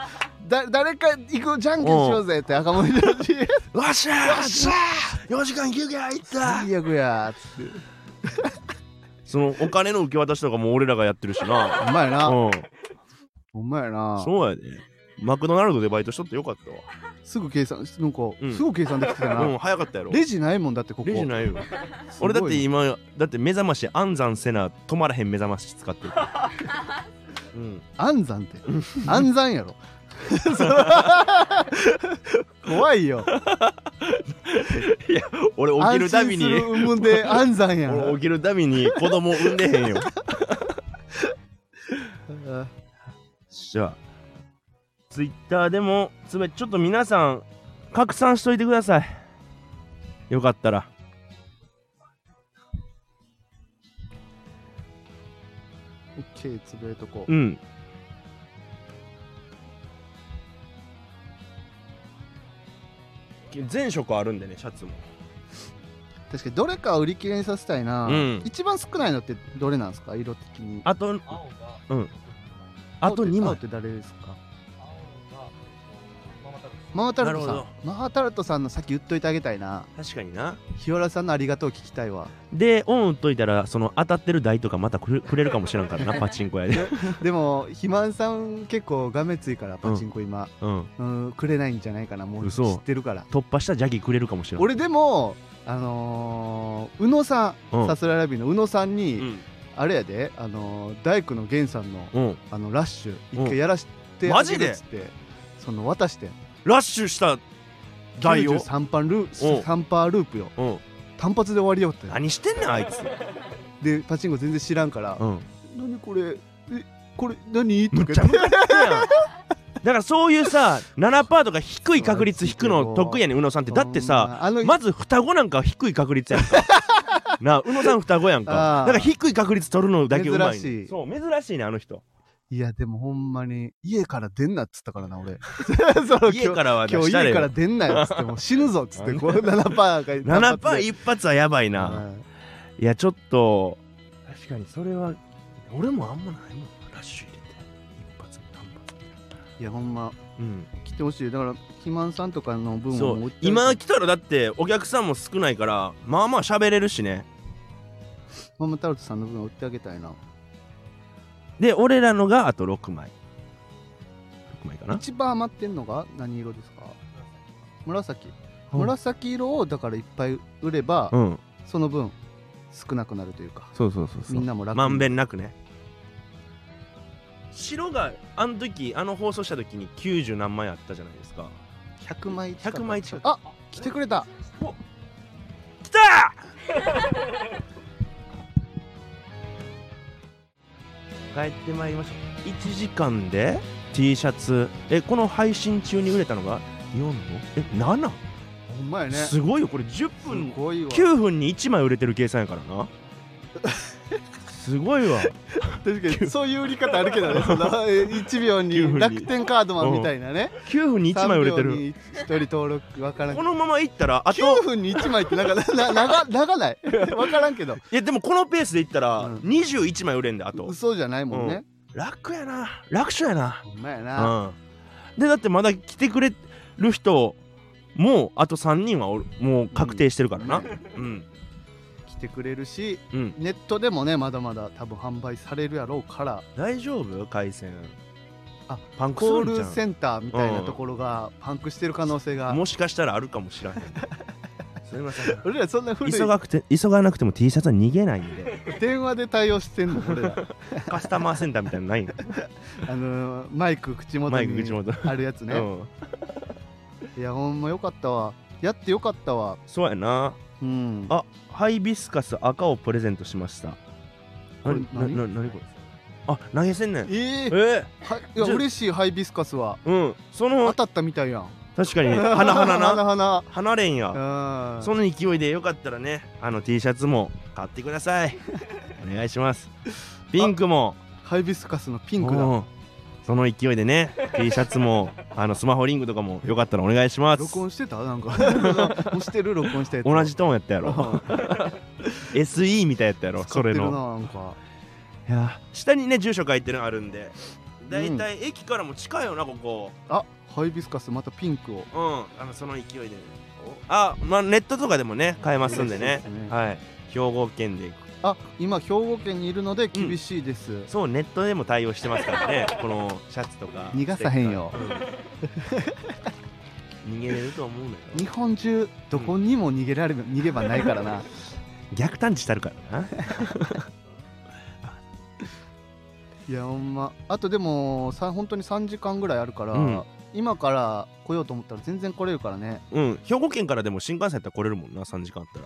S1: だ誰か行くじゃんけんしようぜって赤文字だし
S2: <laughs> わっしゃーわっしゃー4時間休憩入った
S1: 最悪やっつって
S2: そのお金の受け渡しとかも俺らがやってるしな
S1: お前な
S2: うん
S1: お前な
S2: そうやでマクドナルドでバイトしとってよかったわ
S1: すぐ計算なんか、
S2: うん
S1: すぐ計算できてたな、
S2: うん、早かったやろ。
S1: レジないもんだってここ
S2: レジないよ。
S1: すごい
S2: 俺
S1: な
S2: だって今、だって目覚まし暗算せな、止まらへん目覚まし使って
S1: <laughs>
S2: る。うん、
S1: 暗算って暗算
S2: <laughs>
S1: やろ怖いよ
S2: 俺起きるたびに
S1: 安心す、る産んで暗算
S2: <laughs>
S1: や
S2: 俺
S1: ろ
S2: 起きるたびに子供産んでへんよ。よ
S1: あ
S2: っしゃ。ツイッターでも、つめ、ちょっと皆さん、拡散しといてください。よかったら。
S1: オッケーつぶやいとこう
S2: うん。全色あるんでね、シャツも。
S1: 確かにどれかを売り切れにさせたいな、
S2: うん
S1: 一番少ないのってどれなんですか色的に
S2: あと、
S3: 青が、
S2: うんあと
S1: 青って
S2: 2
S1: 青っ
S2: 枚。
S1: て誰ですか
S3: 青が、ママタルト
S1: ママタルトさ
S2: なる
S1: ん
S2: ほ
S1: ママタルトさんのさっき言っといてあげたいな
S2: 確かにな。
S1: 日原さんのありがとう聞きたい
S2: <laughs>
S1: わ
S2: でオン打っといたらその当たってる台とかまたくれくれるかもしれんから <laughs> なパチンコ屋で
S1: でも肥満さん結構がめついからパチンコ今、
S2: うん
S1: うん、くれないんじゃないかなもう知
S2: 嘘
S1: ってるから
S2: 突破したジャギくれるかもしれん
S1: 俺でもあのー宇野さ
S2: うんん
S1: さすらいラビーの宇野さん
S2: う
S1: に、
S2: ん
S1: あれやで、あのー大工の源さんの
S2: うん
S1: あのラッシュ
S2: うん
S1: 一回やらして
S2: マジ
S1: あ
S2: で
S1: げるっつってその渡して
S2: ラッシュした台を
S1: 93パールー
S2: うん
S1: 3パーループよ
S2: うん
S1: 単発で終わりよって
S2: 何してんねんあいつ
S1: でパチンコ全然知らんから
S2: うん
S1: 「何これえこれ何?」と
S2: む
S1: か
S2: ちゃむちゃやん <laughs> だからそういうさ7%とか低い確率引くの得意やねん宇野さんってだってさ
S1: あの
S2: まず双子なんかは低い確率や
S1: <laughs>
S2: んかなあ宇野さん双子やんか
S1: あー
S2: だから低い確率取るのだけうま
S1: 珍
S2: い
S1: し
S2: ね
S1: い
S2: んそう珍しいねあの人
S1: いやでもほんまに家から出んなっつったからな
S2: <laughs>
S1: 俺その
S2: 家
S1: 今日
S2: からは出
S1: 今日
S2: したら
S1: 家
S2: よ
S1: から出んなよっつってもう死ぬぞっつってこう7パーが
S2: 7%パー
S1: い
S2: 一発はやばいな、いやちょっと確かにそれは俺もあんまないもんラッシュ入れて一発単発
S1: いやほんま
S2: うん
S1: 来てほしいだから肥満さんとかの分
S2: そ
S1: も売
S2: う
S1: ってる
S2: 今来たらだってお客さんも少ないからまあまあ喋れるしね
S1: ママタルトさんの分は売ってあげたいな
S2: で俺らのがあと6枚6枚かな
S1: 一番余ってんのが何色ですか紫紫色をだからいっぱい売れば、
S2: うん
S1: その分少なくなるというか
S2: そうそうそうそ
S1: みん
S2: う
S1: なも楽に
S2: まんべんなくね白があの時あの放送した時に90何枚あったじゃないですか
S1: 100枚近く
S2: 100枚近く
S1: あ来てくれた
S2: き <laughs> た帰ってまいりました1時間で T シャツえこの配信中に売れたのが4のえ7、
S1: ほんまやね
S2: すごいよこれ10分
S1: すごいわ
S2: 9分に1枚売れてる計算やからなすごいわ
S1: 確かにそういう売り方あるけどねその1秒
S2: 9
S1: に
S2: 分に
S1: 楽天カードマンみたいなね
S2: 9分に1枚売れて
S1: 3秒
S2: る
S1: に1人登録わからんけ
S2: こ
S1: ど
S2: のままいったらあと
S1: 9分に1枚ってなんかなな長長ない <laughs> わからんけど
S2: いやでもこのペースでいったら
S1: うん
S2: 21枚売れんだあと
S1: 嘘じゃないもんね、
S2: 楽やな楽勝やな
S1: ほんまや
S2: う
S1: な、
S2: んでだってまだ来てくれる人もうあと3人はおるもう確定してるからなうん
S1: 来てくれるし
S2: うん
S1: ネットでもねまだまだ多分販売されるやろうから
S2: 大丈夫回線
S1: あ
S2: パンクす
S1: コ
S2: るん
S1: ー
S2: じ
S1: ルセ
S2: ゃ
S1: ンターみたいなところがパンクしてる可能性が、
S2: んもしかしたらあるかもしら
S1: <laughs>
S2: んへんすいません
S1: 俺らそんな古い
S2: 急がくて急がなくても T シャツは逃げないんで
S1: 電話で対応してんの俺ら
S2: カスタマーセンターみたいなのない
S1: <laughs>
S2: の
S1: あのーマイク口元
S2: マイ
S1: に
S2: ク口元
S1: あるやつね、
S2: うん
S1: いやほんまよかったわやってよかったわ
S2: そうやな
S1: うん
S2: あハイビスカス赤をプレゼントしました
S1: これ
S2: な
S1: 何
S2: ななにこれあ投げ銭ねん
S1: え
S2: え
S1: ー、
S2: ー、
S1: はいいや
S2: じゃあ
S1: 嬉しいハイビスカスは
S2: うんそ
S1: 当
S2: の
S1: たったみたいやん
S2: 確
S1: <laughs>
S2: かに花花な
S1: 花
S2: 離れんや
S1: 花うん
S2: その勢いでよかったらねあの T シャツも買ってくだ
S1: <laughs>
S2: さいお願いしますピンクも
S1: ハイビスカスのピンク
S2: う
S1: だ
S2: んその勢いでね T シャツも <laughs> あのスマホリングとかもよかったらお願いします
S1: 録音してたなんか <laughs> 押してる録音したやつ
S2: 同じトーンやったや
S1: や <laughs>
S2: ろ SE みたいやったやろそれの
S1: なんか
S2: いや下にね住所書いてるのあるんでだいたい駅からも近いよなここ
S1: あハイビスカスまたピンクを
S2: うんあのその勢いであまあネットとかでもね買えますんでね
S1: そうですね
S2: はい兵庫県で
S1: あ今兵庫県にいるので厳しいです、
S2: そうネットでも対応してますから
S1: <laughs>
S2: ねこのシャツとか
S1: 逃がさへんよ
S2: うん逃げれると思うのよ
S1: 日本中どこにも逃げ
S2: <laughs>
S1: られる、逃げ場ないからな
S2: 逆探知したるからない
S1: やほんまあとでもさ本当に3時間ぐらいあるから、
S2: うん
S1: 今から来ようと思ったら全然来れるからね
S2: <laughs> うん兵庫県からでも新幹線やったら来れるもんな3時間あったら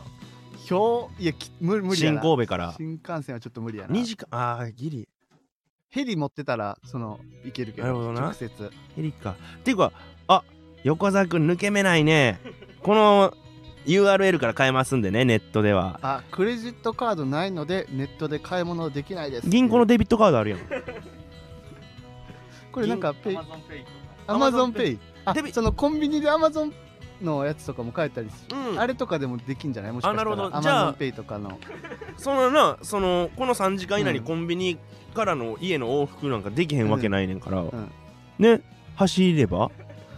S1: ひいやき無無理や
S2: 新
S1: な
S2: 神戸から
S1: 新幹線はちょっと無理やな
S2: 2時間ああギリ
S1: ヘリ持ってたらその行けるけど
S2: なるほどな
S1: 直接
S2: ヘリかっていうかあ横澤君抜け目ない <laughs> ねこの URL から買えますんでねネットでは
S1: あクレジットカードないのでネットで買い物できないです
S2: 銀行のデビットカードあるやん
S1: これなんかペイ
S3: アマゾンペイとか
S1: アマゾンペイあ
S2: デビ
S1: そのコンビニでアマゾンのやつとかも買えたりする、
S2: うん
S1: あれとかでもできんじゃないもしかしたら
S2: あなるほど
S1: ア
S2: じゃあ
S1: マゾンペイとかの
S2: そのなそのこの3時間以内に
S1: うん
S2: コンビニからの家の往復なんかできへんわけないねんから、
S1: ん
S2: ね走れば <laughs>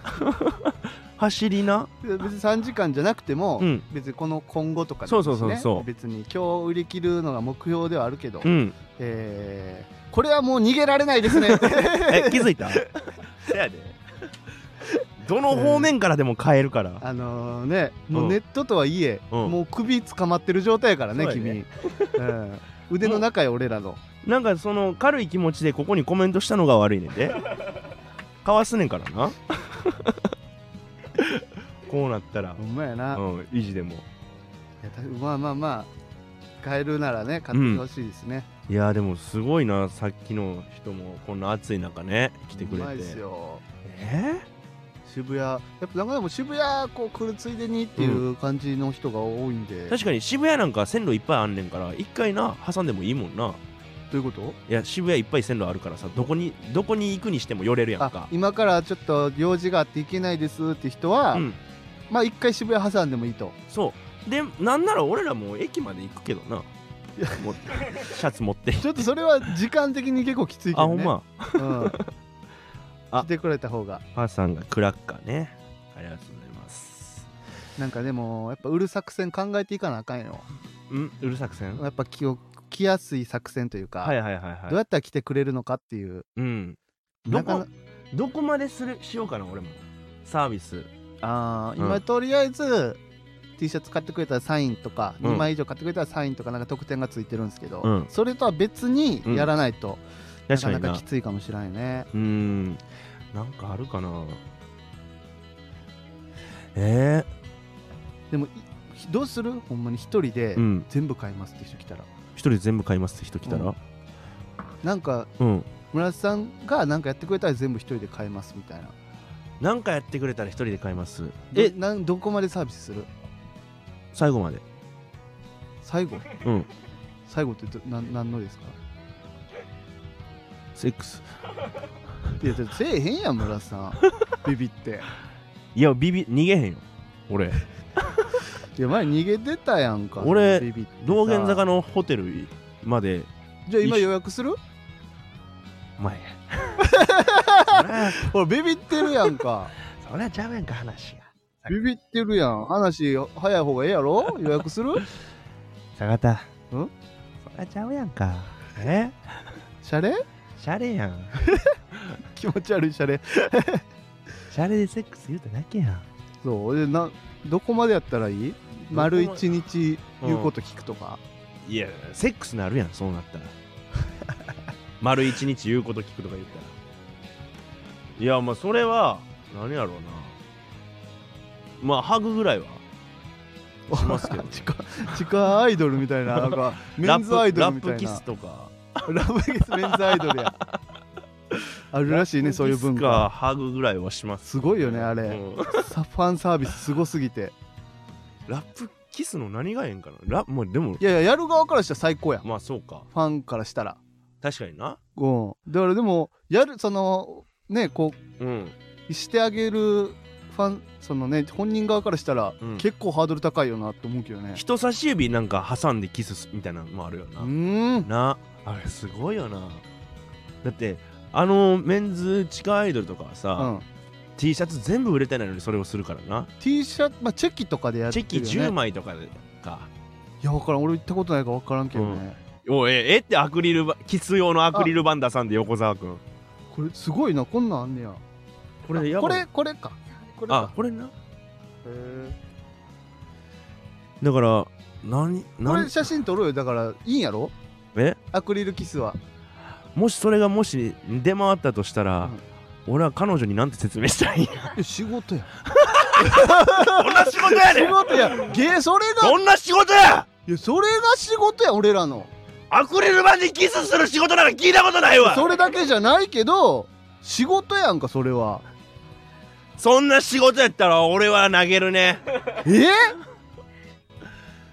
S2: 走りな
S1: 別に3時間じゃなくても、
S2: うん
S1: 別にこの今後とかで
S2: そ
S1: も
S2: うそうそうそう
S1: ね別に今日売り切るのが目標ではあるけど、
S2: うん
S1: え
S2: <laughs>
S1: ーこれはもう逃げられないですね
S2: え気づいたせやでどの方面からでも買えるから、
S1: あのねもうんうネットとはいえ、
S2: うん
S1: もう首捕まってる状態やからね
S2: そうや
S1: 君
S2: ね <laughs>
S1: うん、腕の中や俺らの
S2: なんかその軽い気持ちでここにコメントしたのが悪いねん
S1: <laughs>
S2: でかわすねんからなこうなったら
S1: ほ、んまやな、
S2: う
S1: い
S2: ん、維持でも
S1: やたまあまあまあ買えるならね買ってほしいですね、
S2: いやーでもすごいなさっきの人もこんな暑い中ね来てくれ
S1: うまいです
S2: て
S1: よ
S2: え
S1: 渋谷やっぱなんかでも渋谷こう来るついでにっていう感じの人が多いんで、
S2: ー
S1: ど
S2: 確かに渋谷なんか線路いっぱいあんねんから一回な挟んでもいいもんな
S1: ういうこと
S2: いや渋谷いっぱい線路あるからさどこにどこに行くにしても寄れるやん
S1: あ
S2: か
S1: 今からちょっと用事があって行けないですって人は、
S2: うん
S1: まあ一回渋谷挟んでもいいと
S2: そうでなんなら俺らもう駅まで行くけどなもうシャツ持って
S1: <laughs> ちょっとそれは時間的に結構きついけ
S2: あ
S1: ど
S2: ほん
S1: ね
S2: ま
S1: うん、
S2: <laughs> あ
S1: 来てくれた方が
S2: パンさんがクラッカーねありがとうございます
S1: なんかでもやっぱ売る作戦考えていかなあかんよ
S2: んうるさくせん
S1: やっぱ気を来やすい作戦というか、
S2: はいはいはい
S1: どう
S2: は
S1: やったら来てくれるのかっていう
S2: いうん
S1: な
S2: ど
S1: かな
S2: こどこまでするしようかな俺もサービス
S1: あー今、
S2: うん
S1: とりあえず T シャツ買ってくれたらサインとか、
S2: うん
S1: 2枚以上買ってくれたらサインとかなんか特典がついてるんですけど、
S2: うん
S1: それとは別にやらないと、な
S2: 確
S1: か
S2: かに
S1: な
S2: な
S1: かきついかもしれないね
S2: うーんなんかあるかなえ
S1: でもいどうするほんまに一人で
S2: ー、うん
S1: 全部買いますって人来たら、
S2: 一人全部買いますって人来たら
S1: なんか
S2: うん、
S1: 村瀬さんがなんかやってくれたら全部一人で買いますみたいな
S2: なんかやってくれたら一人で買います
S1: え
S2: え
S1: なんどこまでサービスする
S2: 最後まで
S1: 最後
S2: うん
S1: 最後ってどなん何のですか
S2: セックス
S1: いやせえへんやん村瀬さんビビって
S2: いやビビ逃げへんよ俺 <laughs>
S1: いや前逃げてたやんか
S2: 俺
S1: ビビってさ
S2: 道玄坂のホテルまで
S1: じゃあ今予約する
S2: <laughs> 前
S1: 俺ビビってるやん
S2: <laughs>
S1: か
S2: そりゃちゃうやんか話が
S1: ビビってるやん話早い方がええや
S2: <laughs>
S1: ろ予約する
S2: 坂田
S1: ん
S2: そりゃちゃうやんかえ
S1: シャレ
S2: シャレやん
S1: 気持ち悪いシャレ
S2: シャレでセックス言うただけやん
S1: そうでなどこまでやったらいい丸一日
S2: うん
S1: 言うこと聞くとか、
S2: いやセックスなるやんそうな <laughs> ったら丸一日言うこと聞くとか言ったらいやまあそれは何やろうなまあハグぐらいはします <laughs> けど
S1: 地下地下アイドルみたいななんかメ
S2: ラッ
S1: ン
S2: プ
S1: ズアイドルみたい
S2: ラッ
S1: な
S2: プキスとか
S1: <laughs> ラブキスメンズアイドルやあるらしいねそういう文
S2: ラップ
S1: 化
S2: キスかハグぐらいはします
S1: すごいよねあれ
S2: うん
S1: サファンサービスすごすぎて
S2: ラップキスの何がええんかなラもうでも
S1: いやいややる側からしたら最高やんフ
S2: まあそうか
S1: ァンからしたら
S2: 確かにな
S1: うんだからでもやるそのねこ
S2: うん
S1: うしてあげるファンそのね本人側からしたら、
S2: うん
S1: 結構ハードル高いよなって思うけどね
S2: 人差し指なんか挟んでキスすみたいなのもあるよな、
S1: うーん
S2: なあれすごいよなだってあのメンズ地下アイドルとかは
S1: う
S2: さ、
S1: ん、
S2: T シャツ全部売れてないのにそれをするからな、
S1: T シャツ、まあ、チェキとかでやって
S2: チ
S1: る
S2: ェ
S1: よ、ね、
S2: キ10枚とかでか
S1: いや分からん俺行ったことないから分からんけどね、
S2: おいええってアクリルばキス用のアクリル板出さんで横澤君
S1: これすごいなこんなんあんねや
S2: これ
S1: あ
S2: や
S1: こ
S2: ばい
S1: れこれかこれ
S2: あ
S1: か
S2: これな
S1: へー
S2: だから何
S1: こ
S2: 何
S1: れ写真撮ろうよだからいいんやろ
S2: え
S1: アクリルキスは
S2: もしそれがもし出回ったとしたら、俺は彼女になんて説明した
S1: <laughs>
S2: らいいんや
S1: いや仕事や
S2: どんな仕事やね
S1: 仕
S2: ん <laughs>
S1: 事やゲーそれが
S2: どんな仕事や
S1: いやそれが仕事や俺らの
S2: アクリル板にキスする仕事なんか聞いたことないわ
S1: それだけじゃないけど仕事やんかそれは
S2: そんな仕事やったら俺は投げるね
S1: えー、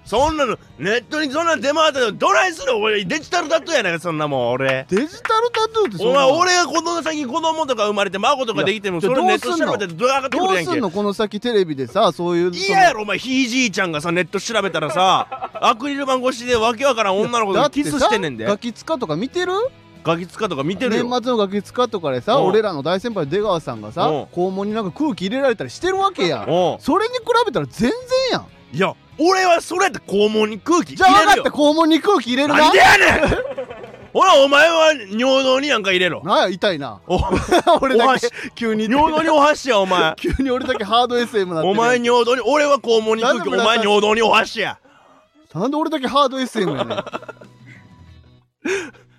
S2: そんなのネットにそんなん出回ったのどないする俺デジタルタトゥーやないかそんなもん俺
S1: デジタルタトゥーってそ
S2: お
S1: んな
S2: 前俺が子供先に子供とか生まれて孫とかできても
S1: いや
S2: それ
S1: じゃあ
S2: ネット調べてどうやってく
S1: どう
S2: るやん
S1: す
S2: け
S1: んのこの先テレビでさそういうその
S2: 嫌やろお前ひいじいちゃんがさネット調べたらさアクリル板越しでわけわからん女の子
S1: だ
S2: と
S1: って
S2: キ
S1: さ
S2: スしてんねんで
S1: ガキ使とか見てる
S2: ガキツカとか見てるよ
S1: 年末のガキ使とかでさ
S2: うん
S1: 俺らの大先輩の出川さんがさ
S2: うん
S1: 肛門になんか空気入れられたりしてるわけやん
S2: おう
S1: それに比べたら全然やん
S2: いや俺はそれやって肛門に空気
S1: じゃあ
S2: 入
S1: 分
S2: れ
S1: か
S2: る
S1: った
S2: よ
S1: 肛門に空気入れるな
S2: なんでやねんほらお前は尿道になんか入れろ
S1: なあ痛いな <laughs>
S2: お
S1: 俺だけ
S2: お
S1: 急に
S2: 尿道にお箸やお前
S1: 急に俺だけハード SM なってる
S2: お前尿道に俺は肛門に行くけどお前尿道にお箸や
S1: なんで俺だけハード SM <laughs> やねん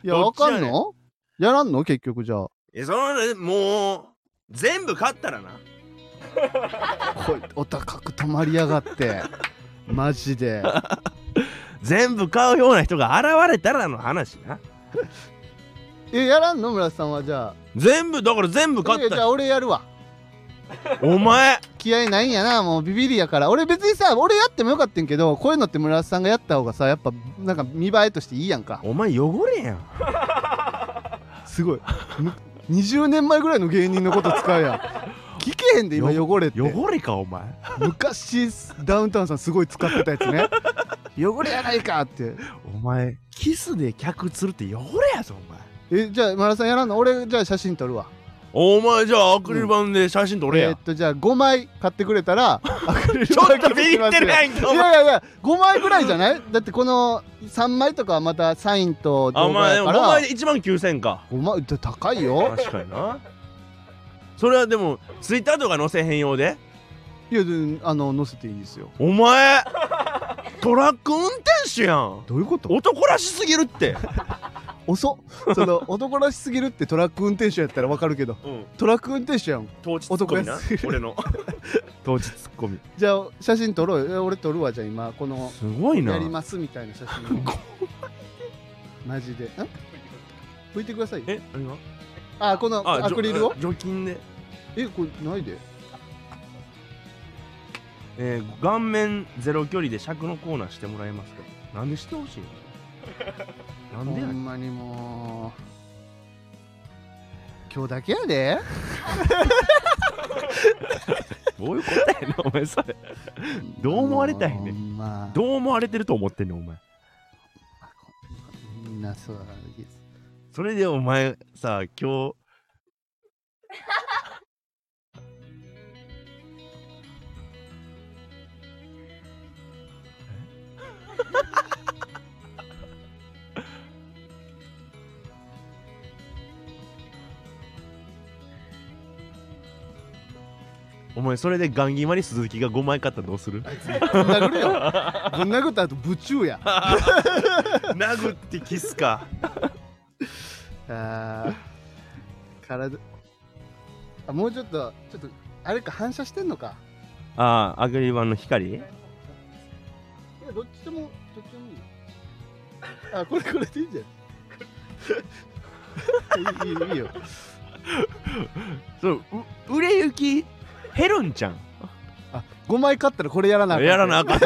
S1: いや
S2: ど
S1: わ
S2: っちや
S1: かん
S2: ねん
S1: のやらんの結局じゃあ
S2: えそのねもう全部買ったらな
S1: こいお高く止まりやが <laughs> ってマジで
S2: 全部買うような人が現れたらの話な
S1: えやらんの村瀬さんはじゃ
S2: 全部だから全部
S1: あ
S2: 買
S1: えじ
S2: った
S1: ゃあ
S2: よ
S1: 俺やるわ
S2: お前
S1: 気合いないんやなもうビビりやから俺別にさ俺やってもよかったんけどこういうのって村瀬さんがやった方がさやっぱなんか見栄えとしていいやんか
S2: お前汚れやん
S1: す <laughs> ごいむ20年前ぐらいの芸人のこと使うやん聞けへんで今
S2: よ
S1: 汚れって
S2: 汚れかお前
S1: 昔ダウンタウンさんすごい使ってたやつね汚れやないかって
S2: お前キスで客釣るって汚れやぞお前
S1: えじゃあ村瀬さんやらんの俺じゃあ写真撮るわ
S2: お前じゃあアクリル板で写真撮れや、
S1: えーっとじゃあ5枚買ってくれた
S2: <laughs>
S1: らアクリル
S2: ちょっ
S1: 板
S2: とビビってるやんけお
S1: い
S2: 前
S1: やいやいや5枚ぐらいじゃないだってこの3枚とかはまたサインと
S2: あ
S1: 動
S2: お前
S1: 画
S2: で
S1: やか
S2: も
S1: ら
S2: 5枚で1万9000か
S1: 5枚って高いよ
S2: 確かになそれはでもツイッターとか載せへんようで
S1: いやであの載せていいですよ
S2: お前トラック運転手やん
S1: どういうこと
S2: 男らしすぎるって、
S1: 遅っ <laughs> その男らしすぎるってトラック運転手やったらわかるけど
S2: うん、
S1: トラック運転手やん
S2: 当日ツッコミ
S1: 男
S2: な
S1: らしすぎる <laughs>
S2: 俺の当日ツッコミ
S1: じゃあ写真撮ろうよいや俺撮るわじゃあ今この
S2: すごいな
S1: やりますみたいな写
S2: <laughs>
S1: 真をマジでん拭いてください
S2: え何が
S1: あこのア
S2: じょ
S1: クリルを
S2: 除菌で、
S1: えこれないで
S2: えー、顔面ゼロ距離で尺のコーナーしてもらえますかなんでしてほしいのなんで
S1: ほ
S2: やねん
S1: んまにもう今日だけやで
S2: どういうことやねんお前それどう思われたいねん
S1: ほんま
S2: どう思われてると思ってんねんお前
S1: みんなそうです
S2: それでお前さ今日 <laughs> お前それでガンギマに鈴木が5枚買ったらどうする
S1: ぶん殴れよぶん殴った後ぶちゅう
S2: <laughs>
S1: や
S2: 殴ってキスか
S1: あー体あもうちょっとちょっとあれか反射してんのか
S2: ああアグリバンの光
S1: いやどっちでもどっちでもいいよあこれこれでいいんじゃないいいいいよいいよ
S2: そうう売れ行き減るんちゃん
S1: 5枚買ったらこれやらなあかん
S2: やらな <laughs> あかん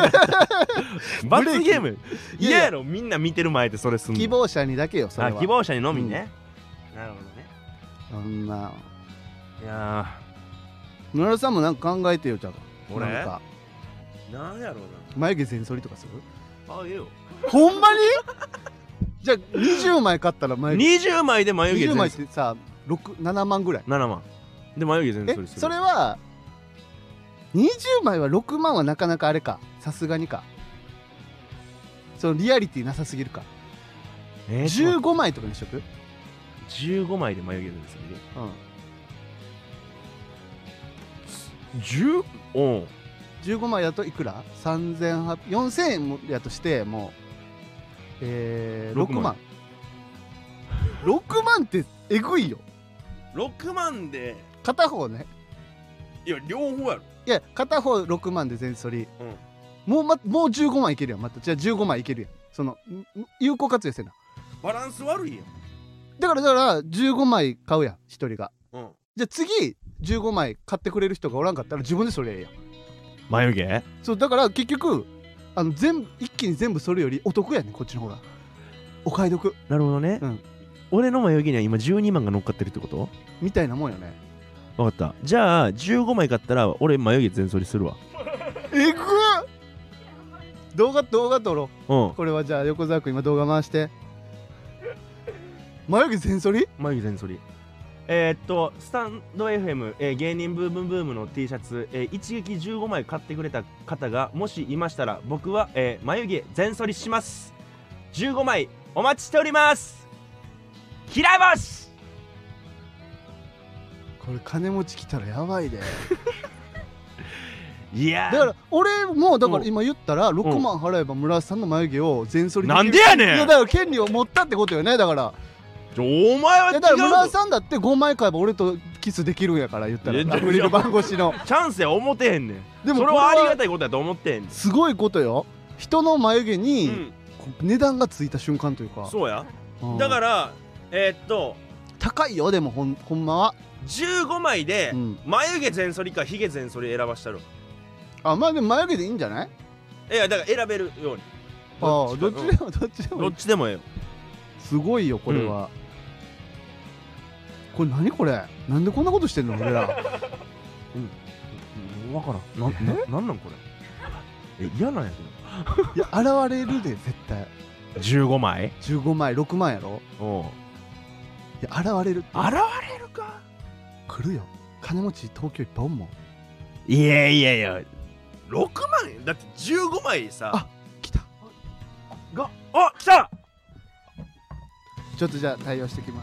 S2: 罰ゲーム
S1: いやいや
S2: 嫌やろみんな見てる前でそれすんの
S1: 希望者にだけよそれ
S2: あ
S1: は
S2: 希望者にのみね、なるほどね
S1: そんない
S2: や
S1: 野良さんもなんか考えてよちゃんと
S2: ー俺
S1: なん
S2: な
S1: か
S2: んやろ
S1: 眉毛全剃りとかする
S2: うなあええよ
S1: ほんまにじゃあ20枚買ったら眉毛
S2: 20枚で眉毛全
S1: 20枚ってさ6 7万ぐらい
S2: 7万で眉毛全
S1: え
S2: 剃りする
S1: それは20枚は6万はなかなかあれかさすがにかそのリアリティなさすぎるか
S2: えーちょっと
S1: 15枚とかにしとく、うん、
S2: 15枚で眉毛全剃り10おう
S1: 15枚だといくら3800 4000円もやとしてもう、えー、
S2: 6
S1: 6
S2: 万
S1: 万6万ってえぐいよ
S2: 6万で
S1: 片方ね
S2: いや両方やろ
S1: いや片方6万で全剃り、
S2: うん
S1: もうまもう15万いけるやんまたじゃあ15万いけるやんそのんん有効活用せな
S2: バランス悪いやん
S1: だからだから15枚買うやん1人が
S2: うん
S1: じゃあ次15枚買ってくれる人がおらんかったら自分でそれええやん
S2: 眉毛
S1: そうだから結局あの全部一気に全部それよりお得やねんこっちの方がお買い得
S2: なるほどね、
S1: うん
S2: 俺の眉毛には今12万が乗っかってるってこと
S1: みたいなもんよね
S2: 分かったじゃあ15枚買ったら俺眉毛全剃りするわ
S1: えぐっ動画動画撮ろ
S2: うん
S1: うこれはじゃあ横澤君今動画回して眉毛全剃り
S2: 眉毛全剃りえーっとスタンド FM、えー芸人ブームブームの T シャツ、えー一撃15枚買ってくれた方がもしいましたら僕は、えー眉毛全剃りします15枚お待ちしております嫌います
S1: これ金持ち来たらやばいで
S2: いや
S1: だ
S2: ー
S1: から俺もだか
S2: う
S1: ら
S2: ん
S1: 今言ったら6万払えば村瀬さんの眉毛を全剃りきる
S2: なんでやねん
S1: いやだから権利を持ったってことよねだから
S2: ちょお前はい違
S1: やだから
S2: う
S1: 村
S2: ぞ
S1: 瀬さんだって5枚買えば俺とキスできるんやから言ったら
S2: いや
S1: アクリル板越しの
S2: チャンスや思てへんねん
S1: で
S2: そ
S1: こ
S2: れはありがたいことやと思ってんねん
S1: すごいことよ人の眉毛
S2: う
S1: に、
S2: ん
S1: こう値段がついた瞬間というか
S2: そうや
S1: うん
S2: だからえーっと
S1: 高いよでもほんほんまは、
S2: 15枚で
S1: うん、
S2: 眉毛全剃りかひげ全剃り選ばしたろ
S1: あまあでも眉毛でいいんじゃない
S2: いやだから選べるように
S1: ああど
S2: ど
S1: っ
S2: っ
S1: ち
S2: ち
S1: で
S2: か
S1: もどっちでもい
S2: ど
S1: い
S2: っちでもええよ
S1: すごいよこれは、これ何これなんでこんなことしてんの俺ら
S2: 分からんなななんなんこれえ嫌なんやけ
S1: いや現れるで絶対
S2: ど15枚
S1: 15枚6万やろ
S2: おう
S1: いや現れるって
S2: 現れるか
S1: 来るよ金持ち東京いっぱいおんもん
S2: いやいやいや6万だって15枚さ
S1: あ来た
S2: があ来た
S1: ちょっとじゃあ対応してきま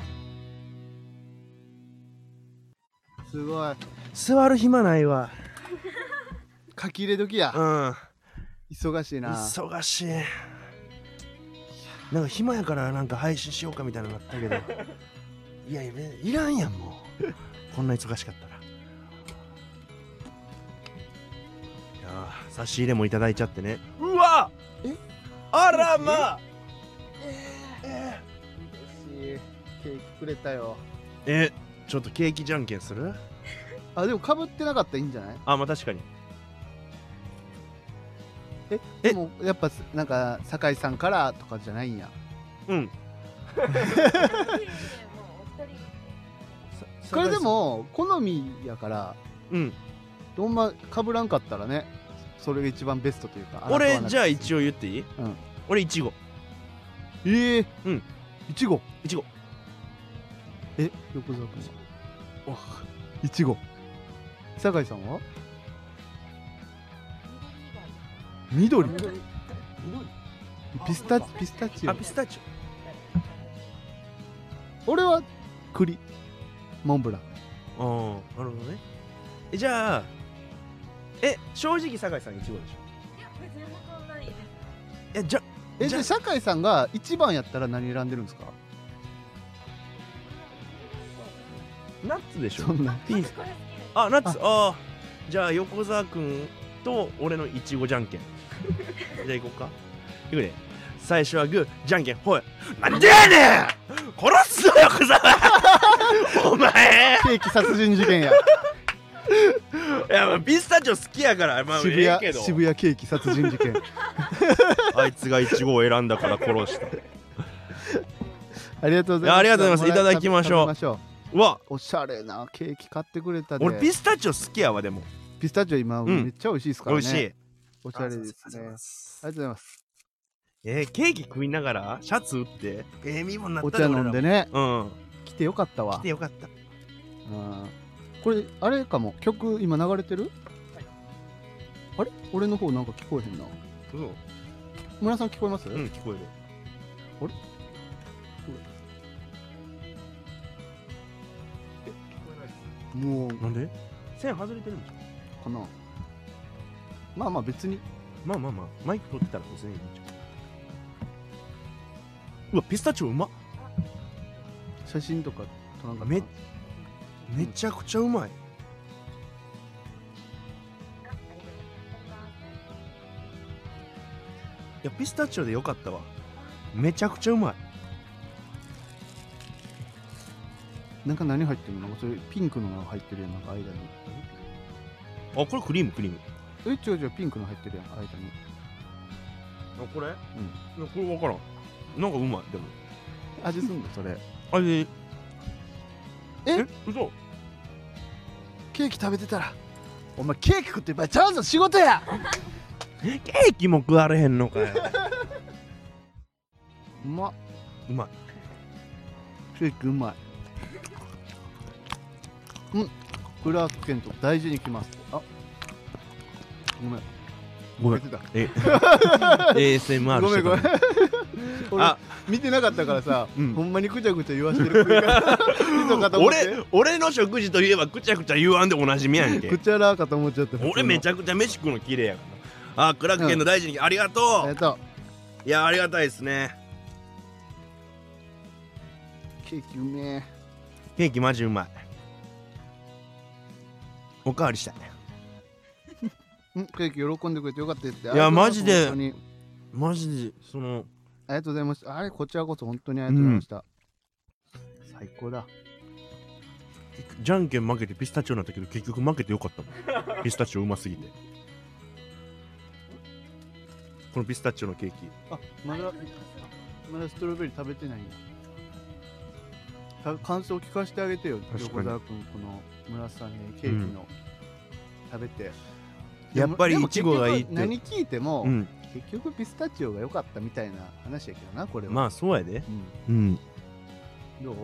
S1: すすごい
S2: 座る暇ないわ
S1: 書き入れ時や
S2: うん
S1: 忙しいな
S2: 忙しいなんか暇やからなんか配信しようかみたいなのなったけど <laughs> いやいやいらんやんもうこんな忙しかったらいやー差し入れもいただいちゃってねうわ
S1: え
S2: あらまあ
S1: 嬉しいケーキくれたよ
S2: えちょっとケーキじゃんけんする
S1: あでもかぶってなかったらいいんじゃない
S2: あまあ確かにえ
S1: でもやっぱなんか酒井さんからとかじゃないんや
S2: うん
S1: これでも好みやから
S2: うん
S1: どんまかぶらんかったらねそれが一番ベストというか
S2: 俺じゃあ
S1: 応
S2: 一応言っていい、
S1: うん
S2: 俺いちご
S1: ええー、
S2: うん
S1: いちご
S2: いちご
S1: え横澤君はいちご酒井さんは緑ピスタピスタチオ
S2: あピスタチ
S1: 俺は栗モンブラン
S2: オああなるほどねえじゃあえ正直酒井さんいちごでしょえじゃ
S1: えじ
S2: じ
S1: ゃあ
S2: ゃあ
S1: 酒井さんが一番やったら何選んでるんですか
S2: ナッツでし
S1: そ
S2: ょ
S1: んな
S2: ピースあナッツああじゃあ横澤君と俺のいちごじゃ <laughs> んけんじゃあ行こうか行くね最初はグーじゃんけんほいなんでやねん殺すぞ横 <laughs> 澤お前
S1: ケーキ殺人事件や
S2: いや、まあ、ピスタチオ好きやから、 <laughs> まあ、
S1: 渋
S2: ええ
S1: 谷
S2: けど
S1: 渋谷ケーキ殺人事
S2: <laughs>
S1: 件
S2: あいつがイチゴを選んだから殺した。
S1: ありがとうございます
S2: いやありがとうございます
S1: れ
S2: いただきましょ
S1: 食
S2: う
S1: べましょう
S2: うわ、
S1: おしゃれなケーキ買ってくれたで
S2: 俺ピスタチオ好きやわ、でも。
S1: ピスタチオ今、
S2: うん
S1: めっちゃ美味しいですから
S2: 美
S1: ね
S2: 味しい。
S1: おしゃれですねありがとうございます
S2: えー、ケーキ食いながらシャツ売って、ええ身分にな
S1: お
S2: った
S1: 茶
S2: で
S1: 飲んで。ね
S2: 俺らも
S1: 来てよかった
S2: うん。
S1: わ
S2: 来てよかった。
S1: うんこれあれかも曲今流れてるあれ俺の方なんか聞こえへんな
S2: うん、
S1: 村さん聞こえます、
S2: うん、聞こえる。
S1: もうか
S2: なんで線外れてるんでしょ
S1: なまあまあ別に
S2: まあまあまあ、マイク取ってたら別にいいんちゃううわ、ピスタチオうまっ
S1: 写真とか撮らんかった
S2: めめちゃくちゃうまい。いや、ピスタチオでよかったわ。めちゃくちゃうまい。
S1: なんか何入ってるのそれピンクのが入ってるやんなんか間に
S2: あ、これクリームクリーム。
S1: え違う違うピンクの入ってるやん間に
S2: あ、これうん。これ分からん。なんかうまい、でも。
S1: 味すんのそれ
S2: あれ
S1: え
S2: 嘘
S1: ケーキ食べてたらお前ケーキ食ってばチャンス仕事や
S2: ケーキも食われへんのかよ
S1: うまっ
S2: <laughs> うまい
S1: ケーキうまいうんクラークケント大事にきますあごめん
S2: ごめん
S1: 出てた <laughs>
S2: ASMR <laughs>
S1: ごめんごめん
S2: してた
S1: 俺
S2: あ
S1: 見てなかったからさ、
S2: うん
S1: ほんまにぐちゃぐちゃ言わしてる人かと思 <laughs> って
S2: 俺俺の食事といえばくちゃくちゃ言わんでおなじみやんけ
S1: くちゃらーかと思っちゃった
S2: 俺めち
S1: ゃ
S2: ゃくちゃ飯食うの綺麗やからなあクラッケンの大臣にありがと
S1: え
S2: う
S1: っと
S2: いやありがたいですね
S1: ケーキうめえ
S2: ケーキマジうまいおかわりしたい
S1: うんケーキ喜んでくれてよかったってい
S2: いやマジで
S1: 本当に
S2: マジでその
S1: ありがとうございましたあれこちらこそ本当にありがとうございました、最高だ
S2: じゃんけん負けてピスタチオなんだけど結局負けてよかったも <laughs> んピスタチオうますぎてこのピスタチオのケーキ
S1: あまだまだストロベリー食べてないんだた感想聞かせてあげてよ
S2: 確かに
S1: 横澤君この村瀬さんにケーキの、食べて
S2: やっぱり
S1: でも
S2: イチゴがいいって
S1: でも結局何聞いても、
S2: うん
S1: 結局ピスタチオが良かったみたいな話やけどなこれは、
S2: まあそうやで
S1: うん、
S2: うん
S1: どう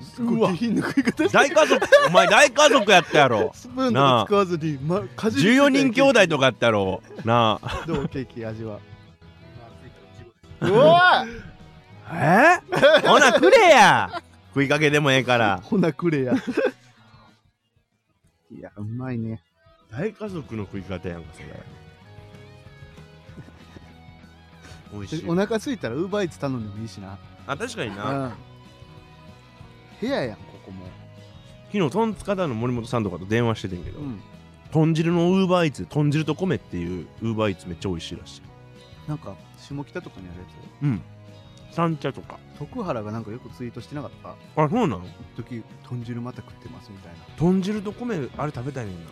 S1: 味す
S2: う
S1: ご
S2: わ
S1: い下品な食い方して
S2: 大家族お前大家族やったやろ
S1: スプーンとか使わずに、ま、かじりついて
S2: 14人兄弟とかやったやろなあ
S1: どうケーキ味は
S3: あ
S1: うわ
S2: えー、ほなくれや食いかけでもええから
S1: ほなくれや <laughs> いやうまいね
S2: 大家族の食い方やんかそれ美味しい
S1: お腹空いたらウーバーイーツ頼んでもいいしな
S2: あ確かに
S1: う
S2: なん
S1: 部屋やんここも
S2: 昨日トンツカタンの森本さんとかと電話しててんけど、
S1: うん
S2: 豚汁のウーバーイーツ豚汁と米っていうウーバーイーツめっちゃ美味しいらしい
S1: なんか下北とかにあるや
S2: うん三茶とか
S1: つ徳原がなんかよくツイートしてなかった
S2: あそうなの
S1: 一時豚汁また食ってますみたいな
S2: 豚汁と米あれ食べたいねんな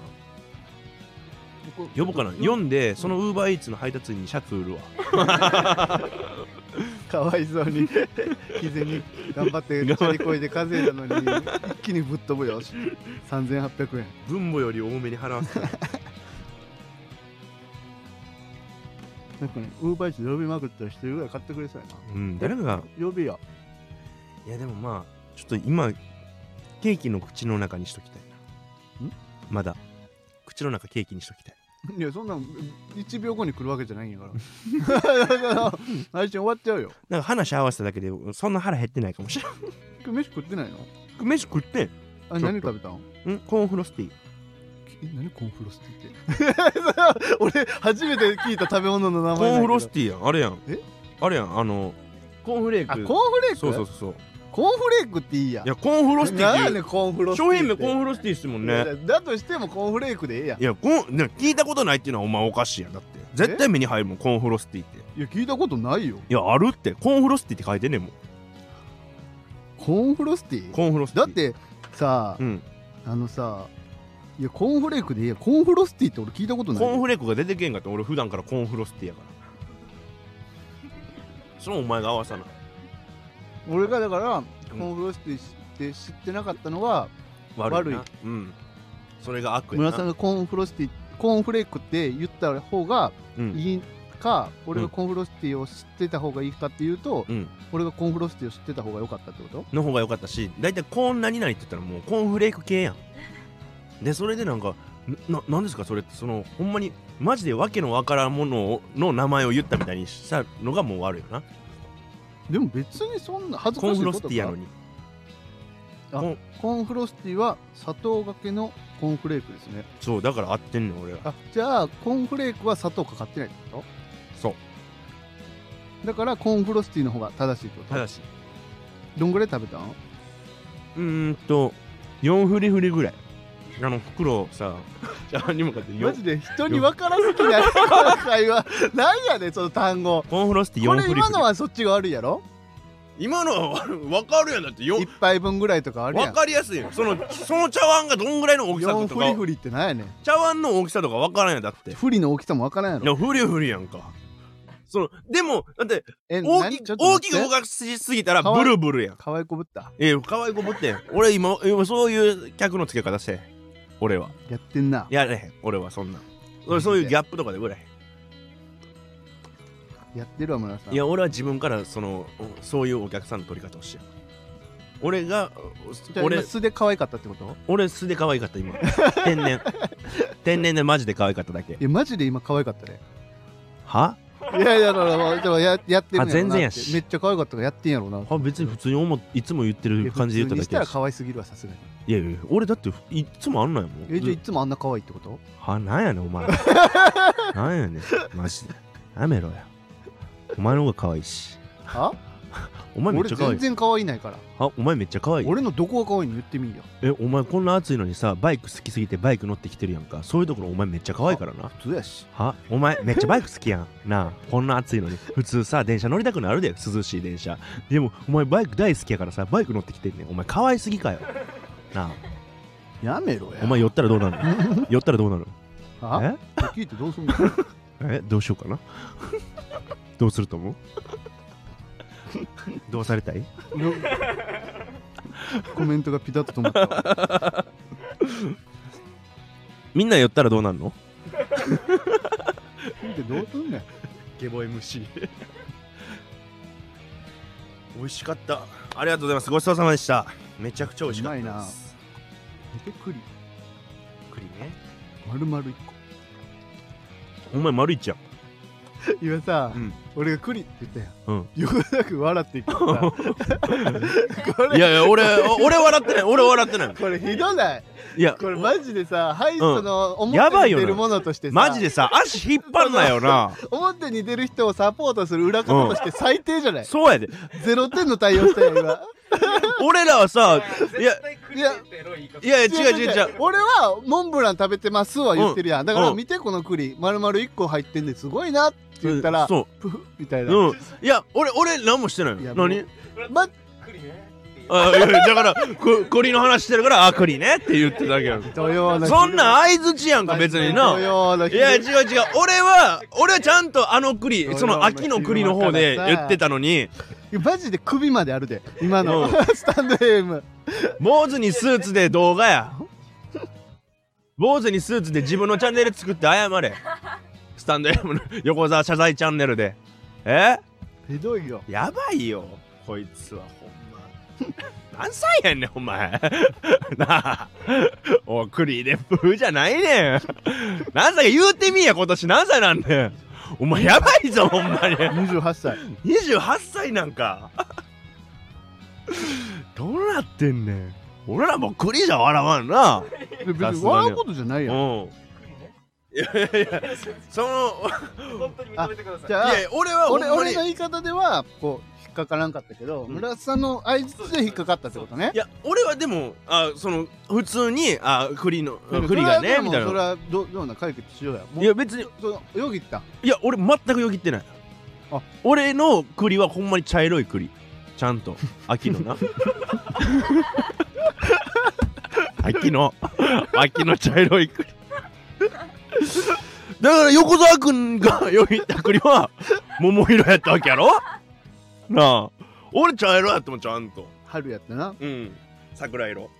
S1: ここ
S2: 呼ぼうかな読んでそのウーバーイーツの配達員にシャツ売るわ
S1: <laughs> かわいそうに日前に頑張ってチャリこいで稼いだのに一気にぶっ飛ぶよ3800円
S2: 分母より多めに払わせて
S1: なんかねウーバーイーツ呼びまくったら一人ぐらい買ってくれそうやな
S2: <laughs> うん誰かが
S1: 呼びよ
S2: いやでもまあちょっと今ケーキの口の中にしときたいなんまだ口の中ケーキにしときたい
S1: <laughs> いやそんなん1秒後に来るわけじゃないんやからだから配信終わっちゃうよ
S2: なんか話合わせただけでそんな腹減ってないかもしれ
S1: 今日飯食ってないの
S2: <laughs> ん飯食ってん
S1: あれ何食べたの
S2: んコーンフロスティー
S1: え何コーンフロスティって <laughs> 俺初めて聞いた食べ物の名前
S2: コーンフロス
S1: テ
S2: ティーやんあれやん
S1: え
S2: あれやんあのコーンフレー
S1: あコーン
S2: ク
S1: フレーク
S2: そうそうそうそう
S1: コーンフレークっていいやん
S2: いやコーンフロスティー
S1: なん
S2: っ
S1: や
S2: てい
S1: ね
S2: うん
S1: コーンフロスティ
S2: 商品名コーン
S1: フ
S2: フロスティーですもんね
S1: だとしてもコーンフレークでええやん
S2: いやコーンね聞いたことないっていうのはお前おかしいやんだって絶対目に入るもんコーンフロスティーってい
S1: いや聞いたことないよ
S2: やあるってコーンフロスティーって書いてんねんもん
S1: コーンフロスティー
S2: コーンフロスティ
S1: だ
S2: ー
S1: ってさ
S2: う、ん
S1: あのさいやコーンフレークでいいやコーンフロスティーって俺聞いたことない
S2: コーン
S1: よ
S2: フレークが出てけんかって俺普段からコーンフロスティーやからそのお前が合わさない
S1: 俺がだからコーンフロスティーって知ってなかったのは
S2: 悪い
S1: 悪い
S2: なうんそれが悪や
S1: 村さん
S2: な
S1: がコーンフロスティーコーンフレークって言った方が
S2: うん
S1: いいか、俺
S2: う
S1: が
S2: ん
S1: コーンフロスティーを知ってた方がいいかっていうと、
S2: うん
S1: 俺がコーンフロスティーを知ってた方が良かったってこと
S2: の方が良かったし大体コーン何々って言ったらもうコーンフレーク系やんでそれでなんかななんですかそれってそのほんまにマジでわけのわからんものをの名前を言ったみたいにしたのがもう悪いよな
S1: でも別にそんな恥ず
S2: コー
S1: か
S2: ン
S1: しい
S2: フ
S1: こ
S2: ロステ
S1: と
S2: ィーやの
S1: か
S2: に
S1: コーンフロスティーは砂糖がけのコーンフレークですね
S2: そうだから合ってんねん俺ら
S1: あじゃあコーンフレークは砂糖かかってないってこ
S2: そう
S1: とだからコーンフロスティーの方が正しいってこと
S2: ただし
S1: どんぐらい食べたん
S2: うーんと4フリフリぐらいあの袋を <laughs> さ茶碗にもかって
S1: マ
S2: 4
S1: ジで人に分からすぎない <laughs> この会話なんやねんその単語
S2: コーンフロスティー
S1: こ
S2: 4フ
S1: れ
S2: リフリ
S1: 今のはそっちが悪いやろ
S2: 今のは分かるやんだってよ
S1: 一杯分ぐらいとかあるや
S2: 分
S1: ん
S2: かりやすいよそのその茶碗がどんぐらいの大きさ
S1: 4
S2: かと
S1: フリ
S2: か
S1: フリってなんやねん
S2: 茶碗の大きさとか分からんやんだってい
S1: フリの大きさも分からんやろ
S2: やフリフリやんかそのでもだって
S1: え
S2: 大
S1: 何
S2: き
S1: ちょっと
S2: 大
S1: 待
S2: き
S1: っ
S2: く
S1: て
S2: 動かしすぎたら
S1: かわ
S2: ブ
S1: い
S2: ルブルやん
S1: かわいこぶった
S2: ええ可愛い子ぶってん俺今今そういう客の付け方してん俺は
S1: やってんなや
S2: やれへん俺はそんな俺そういうギャップとかで売れへん
S1: ってるわ村さん
S2: いや俺は自分からそのうんそういうお客さんの取り方をしてる俺が
S1: じゃあ
S2: 俺
S1: 今素で可愛かったってこと
S2: 俺素で可愛かった今天然天然でマジで可愛かっただけ
S1: いやマジで今可愛かったね
S2: は
S1: いやいやだからまあでもややってるんやろうなって
S2: あ全然やし
S1: めっちゃ可愛かったからやってんやろうな
S2: あ別に普通に思っいつも言ってる感じで
S1: いや普
S2: 言
S1: 通に
S2: っ
S1: したた
S2: だ
S1: ら
S2: けや
S1: 可愛すぎるわさすがに
S2: しいやいやいや俺だっていつもあんなんやもん
S1: えじゃあいつもあんな可愛いってこと
S2: はなんやねんお前なんやねんマジでやめろやお前の方が可愛いし
S1: あ
S2: お前めっ
S1: 俺
S2: ちゃ可愛
S1: 全
S2: い
S1: 然可愛いないから
S2: あお前めっちゃ可愛い
S1: 俺のどこが可愛いの言ってみいや
S2: えお前こんな暑いのにさバイク好きすぎてバイク乗ってきてるやんかそういうところお前めっちゃ可愛いからな
S1: 普通やし
S2: はお前めっちゃバイク好きやんなあこんな暑いのに普通さ電車乗りたくなるで涼しい電車でもお前バイク大好きやからさバイク乗ってきてんねんお前可愛すぎかよな
S1: やめろ
S2: あ
S1: や
S2: お前寄ったらどうなるの寄ったらどうなる
S1: あ聞いてどうすんの
S2: ええどうしようかなどうすると思うどうされたい
S1: よ <laughs> コメントがピタッと止まったわ
S2: みんな寄ったらどうなるの
S1: 聞いてどうすんねん
S2: ゲボ MC <laughs> 美味しかったありがとうございますごちそうさまでしためちゃくちゃ美味しかった
S1: うまい
S2: で
S1: な
S2: す
S1: え栗
S2: 栗ね
S1: 丸々一個
S2: お前丸いっちゃん
S1: 今さ、
S2: うん
S1: 俺が栗って言ったやん、
S2: うん
S1: よくなく笑っていくからさ <laughs> こ
S2: い
S1: れ
S2: やいや俺俺笑ってない俺笑ってない
S1: これひどない
S2: いや
S1: これマジでさハイソの
S2: やば
S1: 表
S2: い
S1: に
S2: よな
S1: 出るものとしてさ、
S2: マジでさ足引っ張んなよな
S1: 表に出る人をサポートする裏方と
S2: <laughs>
S1: して最低じゃない、
S2: そうやで
S1: ゼロ点の対応したよ
S2: <laughs>
S1: 今
S2: 俺らはさいや
S3: 絶対クリアってエロい言い方
S2: いやいや違う違う違う
S1: 俺はモンブラン食べてますは言ってるやんだか
S2: う
S1: ら
S2: ん
S1: 見てこの栗丸々1個入ってんですごいなって言ったら
S2: そ
S1: プフみたいうな、
S2: うんいや俺俺何もしてない
S1: いや
S2: よ
S1: もう
S2: 何
S1: まひ
S3: クリねっていう
S2: あいやいやだからこ栗の話してるからあ栗ねって言ってただけやん
S1: どような
S2: そんなん相づちやんか別にな
S1: ひどようなひ
S2: い
S1: ど
S2: や違う違う俺は俺はちゃんとあの栗その秋の栗の方で
S1: いや
S2: 言ってたのに
S1: マジで首まであるで今の
S2: うん
S1: スタンド AM
S2: 坊主にスーツで動画や坊主にスーツで自分のチャンネル作って謝れスタンド M の横澤謝罪チャンネルでえ
S1: ひどいよ
S2: やばいよこいつはほんま何歳やねんお前なあおいクリーデブーじゃないねん何歳か言うてみいや今年何歳なんねんお前やばいぞほんまに
S1: 28歳
S2: 28歳な
S1: <laughs>
S2: んかどうなってんねん俺らもう栗じゃ笑わんな
S1: 別
S2: さす
S1: に
S2: がに
S1: 笑うことじゃないやん
S2: うん
S3: クリね
S2: いやいやいやその
S3: 本当に認めてください
S1: じ
S2: い
S1: ゃあ
S2: や俺は
S1: 俺
S2: ほんまに
S1: 俺の言い方ではこう引っかからんかったけど、
S2: うん
S1: 村田さんの相槌で引っかかったってことね
S2: いや俺はでもあその普通にあ栗の
S1: でも
S2: 栗がね
S1: それはでも
S2: みたい
S1: それ
S2: な
S1: はどどうなん解決しようやもう
S2: いや別に
S1: そのよぎった
S2: いや俺全くよぎってない
S1: あ
S2: 俺の栗はほんまに茶色い栗ちゃんと秋のな秋の秋の茶色い栗だから横澤君がよぎった栗は桃色やったわけやろなあ俺茶色やってもちゃんと
S1: 春やったな
S2: うん桜色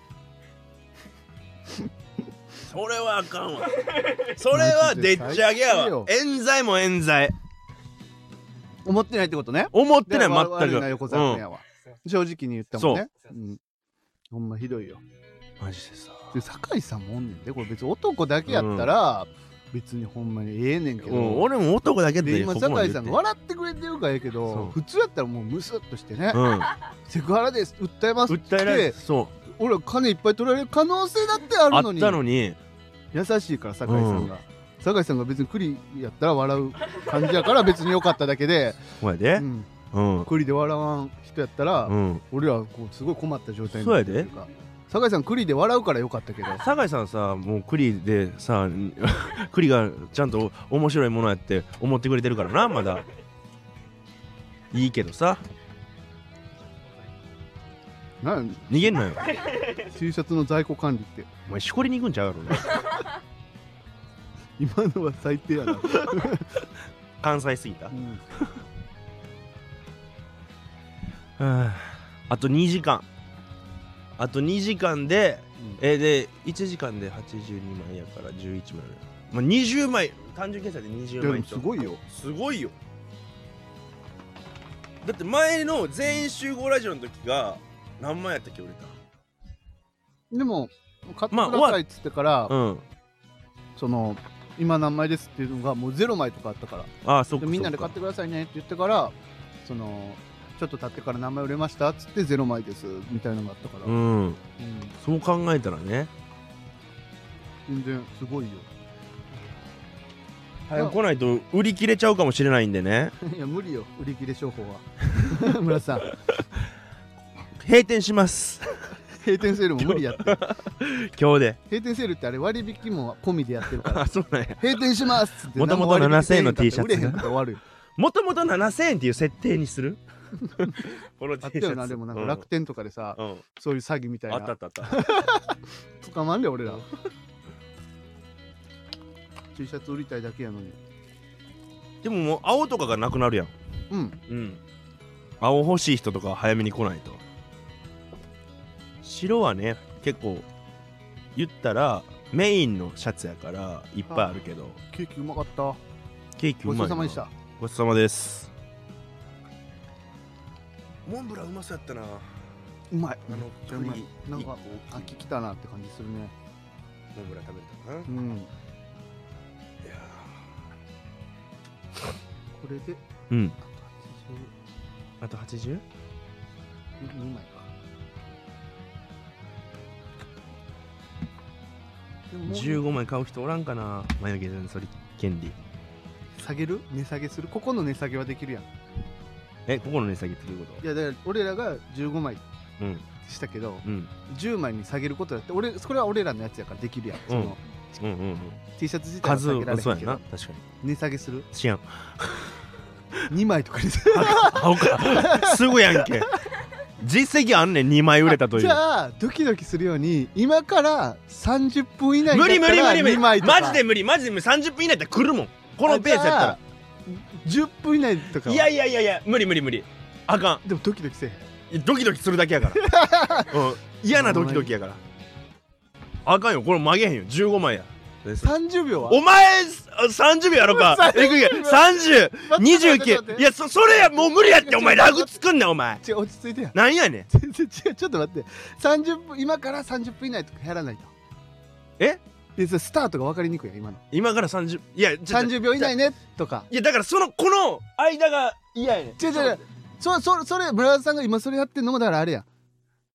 S2: それはあかんわそれはでっち上げやわ冤罪も冤罪
S1: 思ってないってことね
S2: 思ってない
S1: でわ
S2: 全
S1: 悪
S2: く
S1: いな横澤
S2: う
S1: 君
S2: ん
S1: やわ、正直に言ったもんねうんほんまひどいよ
S2: マジでさ
S1: で酒井さんもおんねんでこれ別に男だけやったら、別にほんまにええねんけど、
S2: うん俺も男だけ
S1: で
S2: で
S1: 今
S2: ここま
S1: 酒
S2: で
S1: 井
S2: 言
S1: さ
S2: っ
S1: ん
S2: て
S1: が笑ってくれてるからええけ
S2: そ
S1: ど
S2: う
S1: 普通やったらもうムスッとしてね、
S2: うん
S1: セクハラです訴えますって
S2: 訴えられてそう
S1: 俺は金いっぱい取られる可能性だってあ
S2: あ
S1: る
S2: っ
S1: のに
S2: たのに
S1: 優しいから酒井さんが、酒井さんが別に栗やったら笑う感じやから別に良かっただけで、
S2: お前
S1: う
S2: で
S1: ん、
S2: うん
S1: 栗で笑わん人やったら、
S2: うん
S1: 俺らはこうすごい困った状態になってるっていうか酒井さん栗で笑うから良かったけど
S2: 酒井さんさもう栗でさ <laughs> 栗がちゃんと面白いものやって思ってくれてるからなまだいいけどさ
S1: なん
S2: 逃げんなよ
S1: T シャツの在庫管理って
S2: お前しこりに行くんちゃうやろな
S1: 今のは最低や
S2: <laughs>
S1: な、
S2: 関西すぎた
S1: うん
S2: あと2時間あと2時間で、
S1: うん
S2: えーで1時間で82万やから11万や、まあ、20枚単純計算で
S1: い
S2: 20
S1: やで
S2: 枚
S1: も
S2: と
S1: すごいよ
S2: すごいよだって前の全員集合ラジオの時が何万やったっけ俺か
S1: でも買って
S2: まあ
S1: くださいっつってから、
S2: うん
S1: その今何枚ですっていうのがもう0枚とかあったから
S2: ああそっ
S1: で
S2: か
S1: みんなで買っ
S2: そ
S1: てくださいねって言ってからそのちょっと経ってから何枚売れましたっつって0枚ですみたいなのがあったから、
S2: う
S1: うん
S2: んそう考えたらね
S1: 全然すごいよ
S2: 早く来ないと売り切れちゃうかもしれないんでね
S1: <laughs> いや無理よ売り切れ商法は <laughs> 村さん
S2: 閉店します
S1: <laughs> 閉店セールも無理やって
S2: <laughs> 今日で
S1: 閉店セールってあれ割引も込みでやってるから
S2: あそうなんや
S1: 閉店しますっつって
S2: 元々7000円の T シャツ
S1: 売れへんかったら終わるよ
S2: もともと7000円っていう設定にする <laughs> この T
S1: あった
S2: シャツ
S1: よなでもなんか楽天とかでさ、
S2: うん、うん
S1: そういう詐欺みたい
S2: あったあ
S1: な
S2: ったあった
S1: 捕まんで俺ら T シャツ売りたいだけやのに
S2: でももう青とかがなくなるやん
S1: うん
S2: うん青欲しい人とかは早めに来ないと白はね結構言ったらメインのシャツやからいっぱいあるけど
S1: ケーキうまかった
S2: ケーキ
S1: ご
S2: うまい
S1: ち
S2: な
S1: そうさまでした
S2: ごちそうさまですモンブランうまそうやったな
S1: うまい
S2: あの
S1: めっちゃうまい
S2: 栗
S1: なんか
S2: 一個大き
S1: 秋
S2: い
S1: 来たなって感じするね
S2: モンブラン食べたな、
S1: うん
S2: いや
S1: これで
S2: ーうん
S1: あと
S2: あと 80?
S1: 80うんうまいかでももう
S2: 15枚買う人おらんかな眉毛のそり権利
S1: 下げる値下げするここの値下げはできるやんい
S2: えここの値下げってどういうこ
S1: やだから俺らが15枚
S2: とうん
S1: したけど
S2: うん
S1: 10枚に下げることだって俺これは俺らのやつやからできるやん、その
S2: うんうんうん
S1: T シャツ自体は
S2: 数
S1: 下げられへ
S2: そうんや
S1: け
S2: な
S1: ど
S2: 確かに
S1: 値下げする
S2: 知らん
S1: 2枚とかにする
S2: あおか <laughs> すぐやんけ実績あんねん2枚売れたとい
S1: じ
S2: う
S1: ゃあドキドキするように今から30分以内だ
S2: 無
S1: ったら
S2: 理無理無
S1: 2
S2: 理無
S1: 枚
S2: 理
S1: とか
S2: マジで無理マジで無理30分以内だったら来るもんこのペースやったら
S1: あじゃあ10分以内とかはい
S2: やいやいやいや無理無理無理あかん
S1: でもドキドキせえへん
S2: ドキドキするだけ
S1: <laughs>
S2: やから、うん、嫌なドキドキやからあかんよこれ曲げへんよ15枚や
S1: 30秒は
S2: お前あ30秒やろかえぐい3029い
S1: や
S2: やそそれやもう無理やってお前ラグ作んなお前
S1: 違う落ち着いてや
S2: なんやねん
S1: 全然違うちょっと待って30分今から30分以内とかやらないと
S2: え
S1: いやそれスタートが分かりにくいやん今の
S2: 今から30いやちょ
S1: 30秒以内ねとか
S2: いやだからそのこの間が嫌やねん
S1: 違う違う違うそそそれ村田さんが今それやってんのもだからあれやん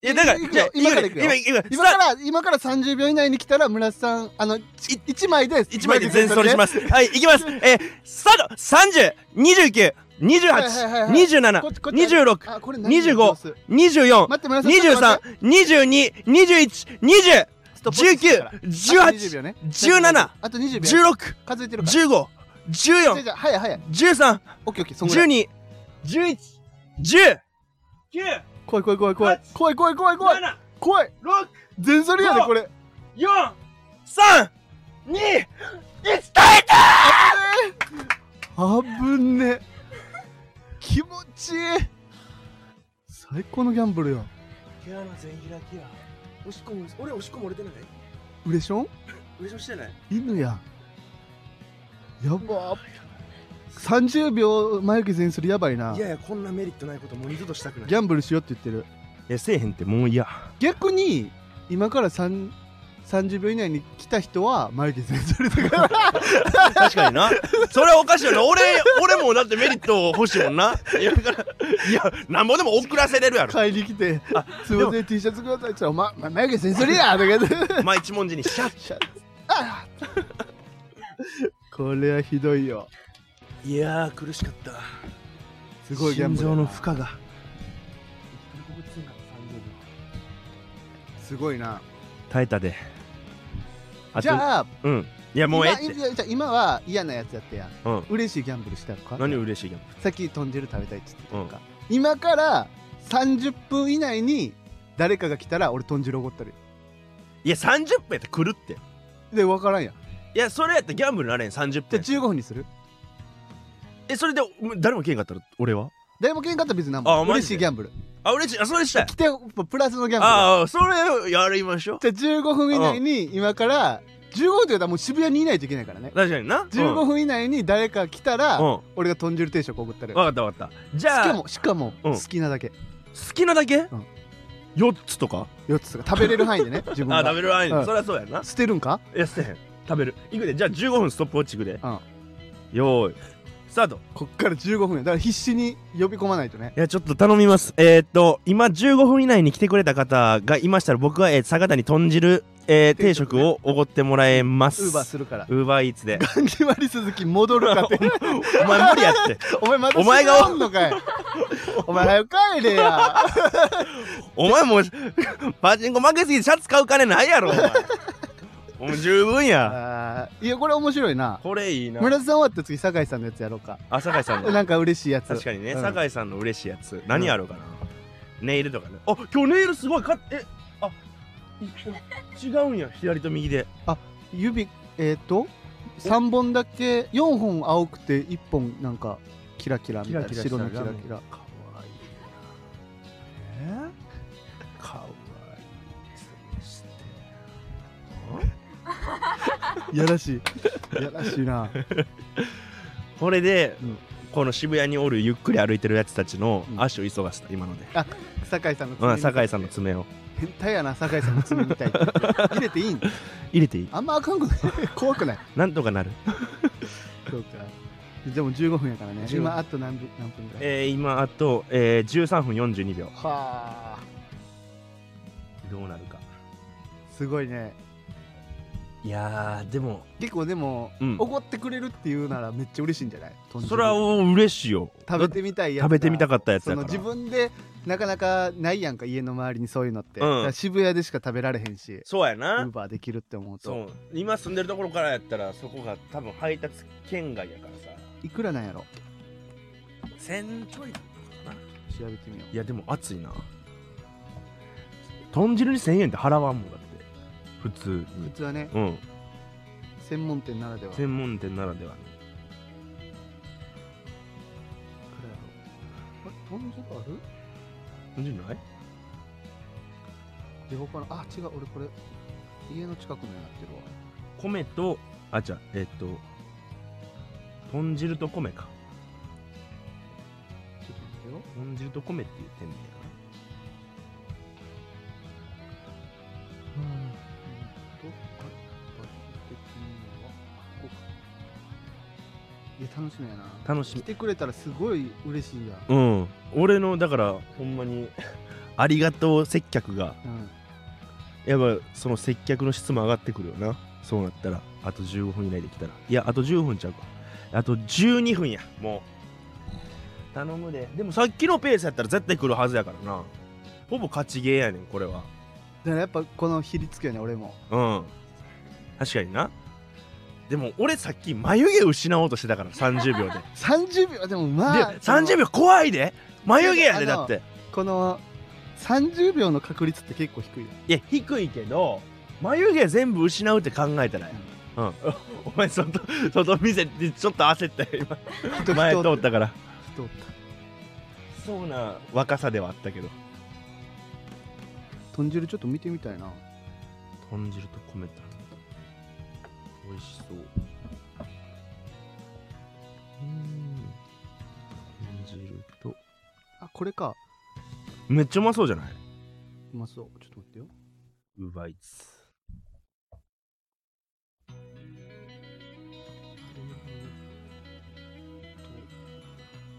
S2: いやだから
S1: いいよ
S2: じゃあ
S1: 今から
S2: い
S1: 行
S2: い
S1: く
S2: よ
S1: よ
S2: 今今
S1: 今から今から30秒以内に来たら村田さんあの1枚で
S2: 一枚で全総にしますす。はい、行きます。えー、スタート !30、29、
S1: はいはいはい
S2: 28、
S1: はい
S2: 27、26、
S1: あこれ
S2: 25
S1: どうする
S2: 24、
S1: 待って村田さん
S2: 23、22、21、20、19、18、
S1: 18
S2: 17
S1: あと20秒
S2: 16、
S1: 数えてるから
S2: 15、14、
S1: じゃあ早い早い
S2: 13、
S1: オッケーオッケーそんぐらい
S2: 12、11、10、9、
S1: 怖い怖い怖い怖い怖い怖い怖い怖い
S2: 7、
S1: 怖い
S2: 6、
S1: 全それやでこれ
S2: 4、3、2、1、耐えた
S1: あぶんね気持ちいい最高のギャンブルや
S2: 毛穴全開きや。押し込む、俺押し込まれてない
S1: ウレション
S2: 上昇してない
S1: 犬ややば30秒眉毛全するやばいない
S2: やいやこんなメリットないこともう二度としたくない
S1: ギャンブルしようって言ってる
S2: えせえへんってもう嫌
S1: 逆に今から3 30秒以内に来た人は眉毛全剃りだから
S2: 確かにな <laughs> それはおかしいよな俺俺もだってメリット欲しいもんないやだからいやなんぼでも遅らせれるやろ
S1: 買いに来て「すいません T シャツください」って言ったら「お前お前眉毛全剃りや!」とか言って
S2: <laughs> まあ一文字にシャッ
S1: シャッあこれはひどいよ
S2: いやー苦しかった
S1: すごいギャンブルやな
S2: 荷が
S1: すごいな
S2: 耐えたであと
S1: じゃあ
S2: うんいやもうええっ
S1: 今
S2: て
S1: いやじゃあ今は嫌なやつやってや
S2: うん
S1: 嬉しいギャンブルしたのか
S2: 何嬉しいやん
S1: さっき豚汁食べたいっつってたのか、今から30分以内に誰かが来たら俺豚汁おごったり
S2: いや30分やったら来るって
S1: で分からんやん
S2: いやそれやったらギャンブルなれん
S1: じ
S2: 30分
S1: ゃあ15分にする
S2: えそれで誰も来へんかったら俺は
S1: 誰もけんかったら別に何
S2: あ
S1: も
S2: マジで
S1: 嬉しいギャンブル
S2: あ嬉しいあそれしたい
S1: 来てプラスのギャンブル
S2: ああそれをやりましょう
S1: じゃあ15分以内に今から15分というともう渋谷にいないといけないからね
S2: 確かにな
S1: 15分以内に誰か来たら、
S2: うん、うん、
S1: 俺が豚汁定食おごったり
S2: 分かった分かったじ
S1: し
S2: ゃ
S1: か
S2: あ
S1: もしかも、
S2: うん
S1: 好きなだけ
S2: 好きなだけ、
S1: ん
S2: 四4つとか
S1: 4つとか食べれる範囲でね自分
S2: あ
S1: が
S2: <laughs> 食べる範囲で、
S1: うん
S2: そりゃそうやな
S1: 捨てるんか
S2: いや捨てへん食べるいくでじゃあ15分ストップウォッチいくで、
S1: うん
S2: よーいスタート
S1: こっから15分やだから必死に呼び込まないとね
S2: いやちょっと頼みますえー、っと今15分以内に来てくれた方がいましたら僕は、えー、坂谷豚汁、えー、定食をおごってもらえます
S1: ウーバーするから
S2: ウーバーイーツで
S1: <laughs> ガン決まり鈴木戻る
S2: <laughs>
S1: かって
S2: お前無理やって
S1: お前まだ
S2: お前が
S1: 知らんのか
S2: <laughs>
S1: いお前早く帰れや
S2: お前もうパチンコ負けすぎてシャツ買う金ないやろお <laughs> 前もう十分や
S1: あーいやこれ面白いな
S2: これいいな
S1: 村田さん終わった次酒井さんのやつやろうか
S2: あ酒井さんの
S1: なんか嬉しいやつ
S2: 確かにね、
S1: うん
S2: 酒井さんの嬉しいやつ何やろうかな、ネイルとかねあ今日ネイルすごいかえあい違うんや左と右で
S1: 指えっ、と3本だけ4本青くて1本なんかキラキラみたいな白のキラキラ
S2: かわいいなえかわいいですね
S1: やらしいやらしいな
S2: これで、
S1: うん
S2: この渋谷におるゆっくり歩いてるやつたちの
S1: うん
S2: 足を急がせた今ので、
S1: 酒井さんの
S2: うん、酒井さんの爪を
S1: 変態やな酒井さんの爪みたいに入れていいん
S2: 入れていい
S1: あんまあかんくない怖くない
S2: なんとかなる
S1: そうかでも15分やからね
S2: 15
S1: 今あと何分何分ぐらい、
S2: えー、今あと、えー、13分42秒
S1: はあ
S2: どうなるか
S1: すごいね
S2: いやーでも、
S1: 結構でも
S2: うん
S1: おご、ってくれるっていうならめっちゃ嬉しいんじゃない
S2: それは嬉しいよ
S1: 食べてみたいやつ
S2: 食べてみたかったやつ
S1: そ
S2: や
S1: の
S2: から
S1: 自分でなかなかないやんか家の周りにそういうのって、
S2: うん
S1: だから渋谷でしか食べられへんし
S2: そうや
S1: ウ
S2: な
S1: ーバーできるって思う
S2: そ
S1: と
S2: う今住んでるところからやったらそこが多分配達圏外やからさ
S1: いくらなんやろ
S2: 1000ちょいなのかな
S1: 調べてみよ
S2: いやでも暑いな豚汁に1000円って払わんもんだって普通
S1: う普
S2: に
S1: 通はね
S2: うん
S1: 専門店ならではいくらや
S2: 専門店ならではね
S1: ろあれ豚汁ある
S2: 豚汁ない
S1: で他のあ違う俺これ家の近くのやってるわ
S2: 米とあじゃあえっと豚汁と米か
S1: ちょっと待ってよ
S2: 豚汁と米っていう店名
S1: うんとあ場所的に
S2: かなうん
S1: はここかいや楽しみやな
S2: 楽し
S1: 来
S2: み
S1: てくれたらすごい嬉しいやん
S2: うん俺のだからほん
S1: <laughs>
S2: まにありがとう接客が
S1: うん
S2: やっぱその接客の質も上がってくるよなそうなったらあと15分以内できたらいやあと15分ちゃうかあと12分やもう頼むででもさっきのペースやったら絶対来るはずやからなほぼ勝ちゲーやねんこれは
S1: だからやっぱこの比率くよね俺も
S2: うん確かになでも俺さっき眉毛失おうとしてたから30秒で
S1: 30秒でも
S2: で
S1: <laughs> まあその
S2: 30秒怖いで眉毛やで
S1: あの
S2: だって
S1: この30秒の確率って結構低いよ
S2: いや低いけど眉毛全部失うって考えたらやうん、 <laughs> お前外外見せてちょっと焦ったよ
S1: 人
S2: 今前通ったから
S1: 人
S2: そうな若さではあったけど
S1: 豚汁ちょっと見てみたいな
S2: 豚汁と米と美味しそううん豚汁と
S1: あこれか
S2: めっちゃうまそうじゃないう
S1: まそうちょっと待ってよ
S2: うばいつ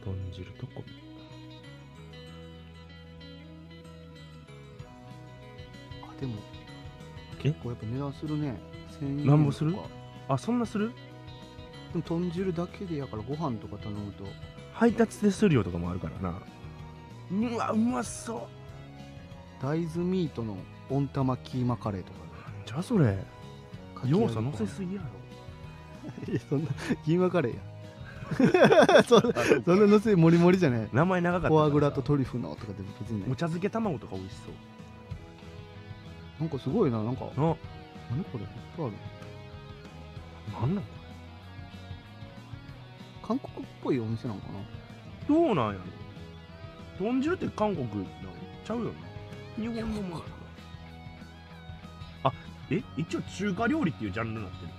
S2: 豚汁と米
S1: あでも
S2: え
S1: 結構やっぱ値段するね1000円
S2: なんぼする
S1: とか
S2: あそんなする
S1: でも豚汁だけでやからご飯とか頼むと
S2: 配達でするよとかもあるからなうわうまそう
S1: 大豆ミートの温玉キーマカレーとか
S2: じゃあそれ
S1: かき揚げ
S2: 要
S1: とか
S2: 素乗せすぎやろ
S1: いやそんなキーマカレーや <laughs> そんなそんなのせもりもりじゃない
S2: 名前長かった
S1: フォアグラとトリュフのとかでも別に
S2: お
S1: ね
S2: 茶漬け卵とか美味し
S1: なんかすごいななんか
S2: そう
S1: 何これいっぱいある
S2: ななんなんこ
S1: 韓国っぽいお店なのかな
S2: れどうなんやろ豚汁って韓国なのちゃうよな日本のものあえ一応中華料理っていうジャンルになってる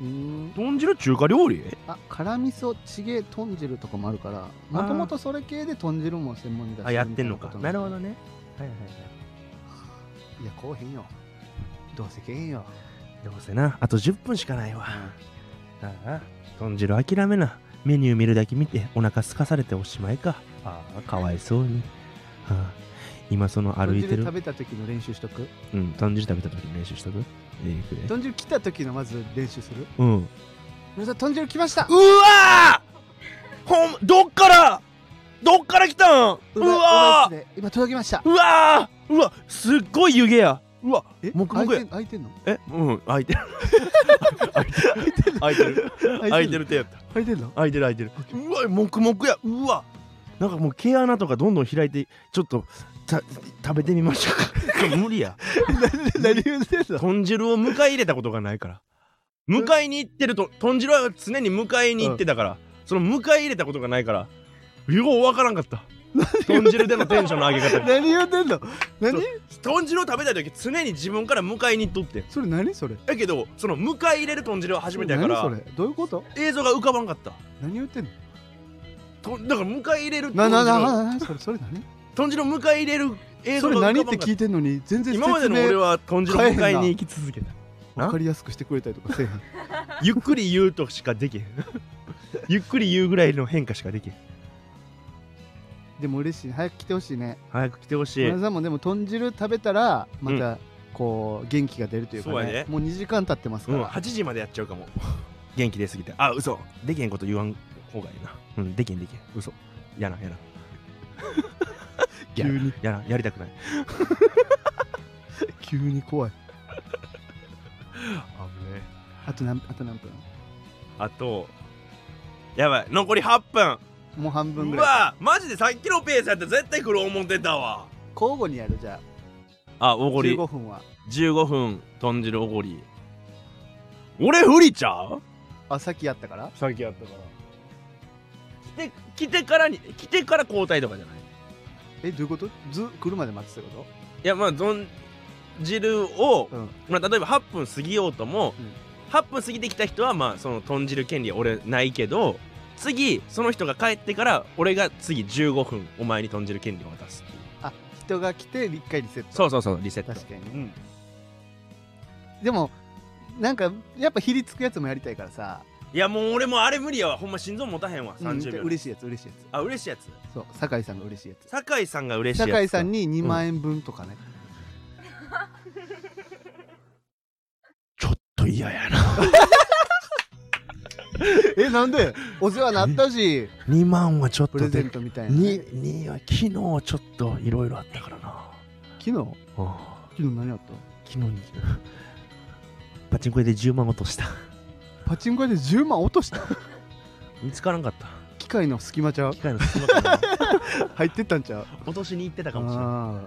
S1: うーん
S2: 豚汁中華料理
S1: あ辛味噌チゲ豚汁とかもあるから
S2: ー
S1: もともとそれ系で豚汁も専門に出して
S2: あやってんのか
S1: みた
S2: ないる
S1: こ
S2: ほどねはいはいはい
S1: といやこうへんよどうせけえへんよ
S2: どうせなあと10分しかないわだな豚汁諦めなメニュー見るだけ見てお腹すかされておしまいかああかわいそうに、はあ、今その歩いて
S1: 豚汁
S2: る
S1: 食べた時の練習しとく
S2: うん豚汁食べた時に練習しとくえーいくで
S1: 豚汁来た時のまず練習する
S2: うん
S1: 皆さん豚汁来ました
S2: うわーほんどっからどっから来たんう
S1: うわ
S2: わ
S1: っ
S2: ー
S1: 今届きました
S2: うわーうわすっごい湯気やうわ
S1: え
S2: もくもくや
S1: 開いてん開いてんの
S2: えうん開い <laughs> てる開いてる開いてる開いてる手やった
S1: 開いてんの
S2: 開いてる開いてるうわもくもくやうわなんかもう毛穴とかどんどん開いてちょっとた食べてみましょうかで <laughs> も無理や
S1: 何言ってんの
S2: <laughs> 豚汁を迎え入れたことがないから迎えに行ってると豚汁は常に迎えに行ってたから、その迎え入れたことがないからようわからんかった豚汁でのテンションの上げ方
S1: 何言ってんの何
S2: 豚汁を食べたい時常に自分から迎えに行っとって
S1: それ何それ
S2: だけどその迎え入れる豚汁は初めてやか
S1: 何そ
S2: ら
S1: れどういうこと
S2: 映像が浮かばんかった
S1: 何言ってんの
S2: とだから迎え入れる
S1: ななな
S2: 豚汁を
S1: ななそれそれ何
S2: 豚汁を迎え入れる映
S1: そ
S2: 像が
S1: れ
S2: 浮
S1: 何
S2: かばんか
S1: っ
S2: った
S1: て聞いてんのに全然説
S2: 今までの俺
S1: 明
S2: は豚汁を迎えに行き続けた
S1: わかりやすくしてくれたりとかせえへん
S2: ゆっくり言うとしかできへん <laughs> ゆっくり言うぐらいの変化しかできへん
S1: でも嬉しい早く来てほしいね
S2: 早く来てほしい
S1: 皆さんもでも豚汁食べたらまたこう元気が出るというか
S2: そうや
S1: ね
S2: ね
S1: もう2時間経ってます
S2: う
S1: か
S2: ん、
S1: ら
S2: 8時までやっちゃうかも元気出すぎてあ嘘できへんこと言わん方がいいなうんできへんできへん嘘やなやな
S1: 急に
S2: やなやりたくない
S1: 急に怖い
S2: あぶね
S1: あと何あと何分
S2: あとやばい残り8分
S1: もう半分ぐ
S2: う
S1: らい
S2: わマジでさっきのペースやったら絶対来る思ってたわ
S1: 交互にやるじゃ
S2: あ
S1: あ
S2: おごり
S1: 15分は
S2: 15分豚汁おごり俺不利ちゃう
S1: あさっきやったから
S2: さっきやったから来て来てからに来てから交代とかじゃない
S1: えどういうことず来るまで待つってこ
S2: いやまあ豚汁を、
S1: とうん
S2: まあ、例えば8分過ぎようとも、
S1: うん
S2: 8分過ぎてきた人はまあその豚汁権利は俺ないけど次その人が帰ってから俺が次15分お前に豚汁権利を渡すっていう
S1: あ人が来て一回リセット
S2: そうそうそうリセット
S1: 確かにね
S2: うん
S1: でもなんかやっぱひりつくやつもやりたいからさ
S2: いやもう俺もうあれ無理やわほんま心臓持たへんわ
S1: うん
S2: 30秒、
S1: 嬉しいやつ嬉しいや
S2: あ嬉しいやつ
S1: つそう酒井さんが嬉しいやつ
S2: 酒井さんが嬉しいやつ
S1: 酒井さんに2万円分とかね、
S2: ちょっと嫌やな
S1: えなんでお世話なったし
S2: 2万はちょっ
S1: プ
S2: と
S1: レゼ
S2: で
S1: ントみたいな、ね、
S2: 2, 2は昨日ちょっといろいろあったからな
S1: 昨日昨日何あった
S2: 昨日にパチンコ屋で10万落とした
S1: パチンコ屋で10万落とした
S2: 見つからんかった
S1: 機械の隙間ちゃう
S2: 機械の隙間から
S1: 入ってったんちゃう
S2: 落としに行ってたかもしれない
S1: あ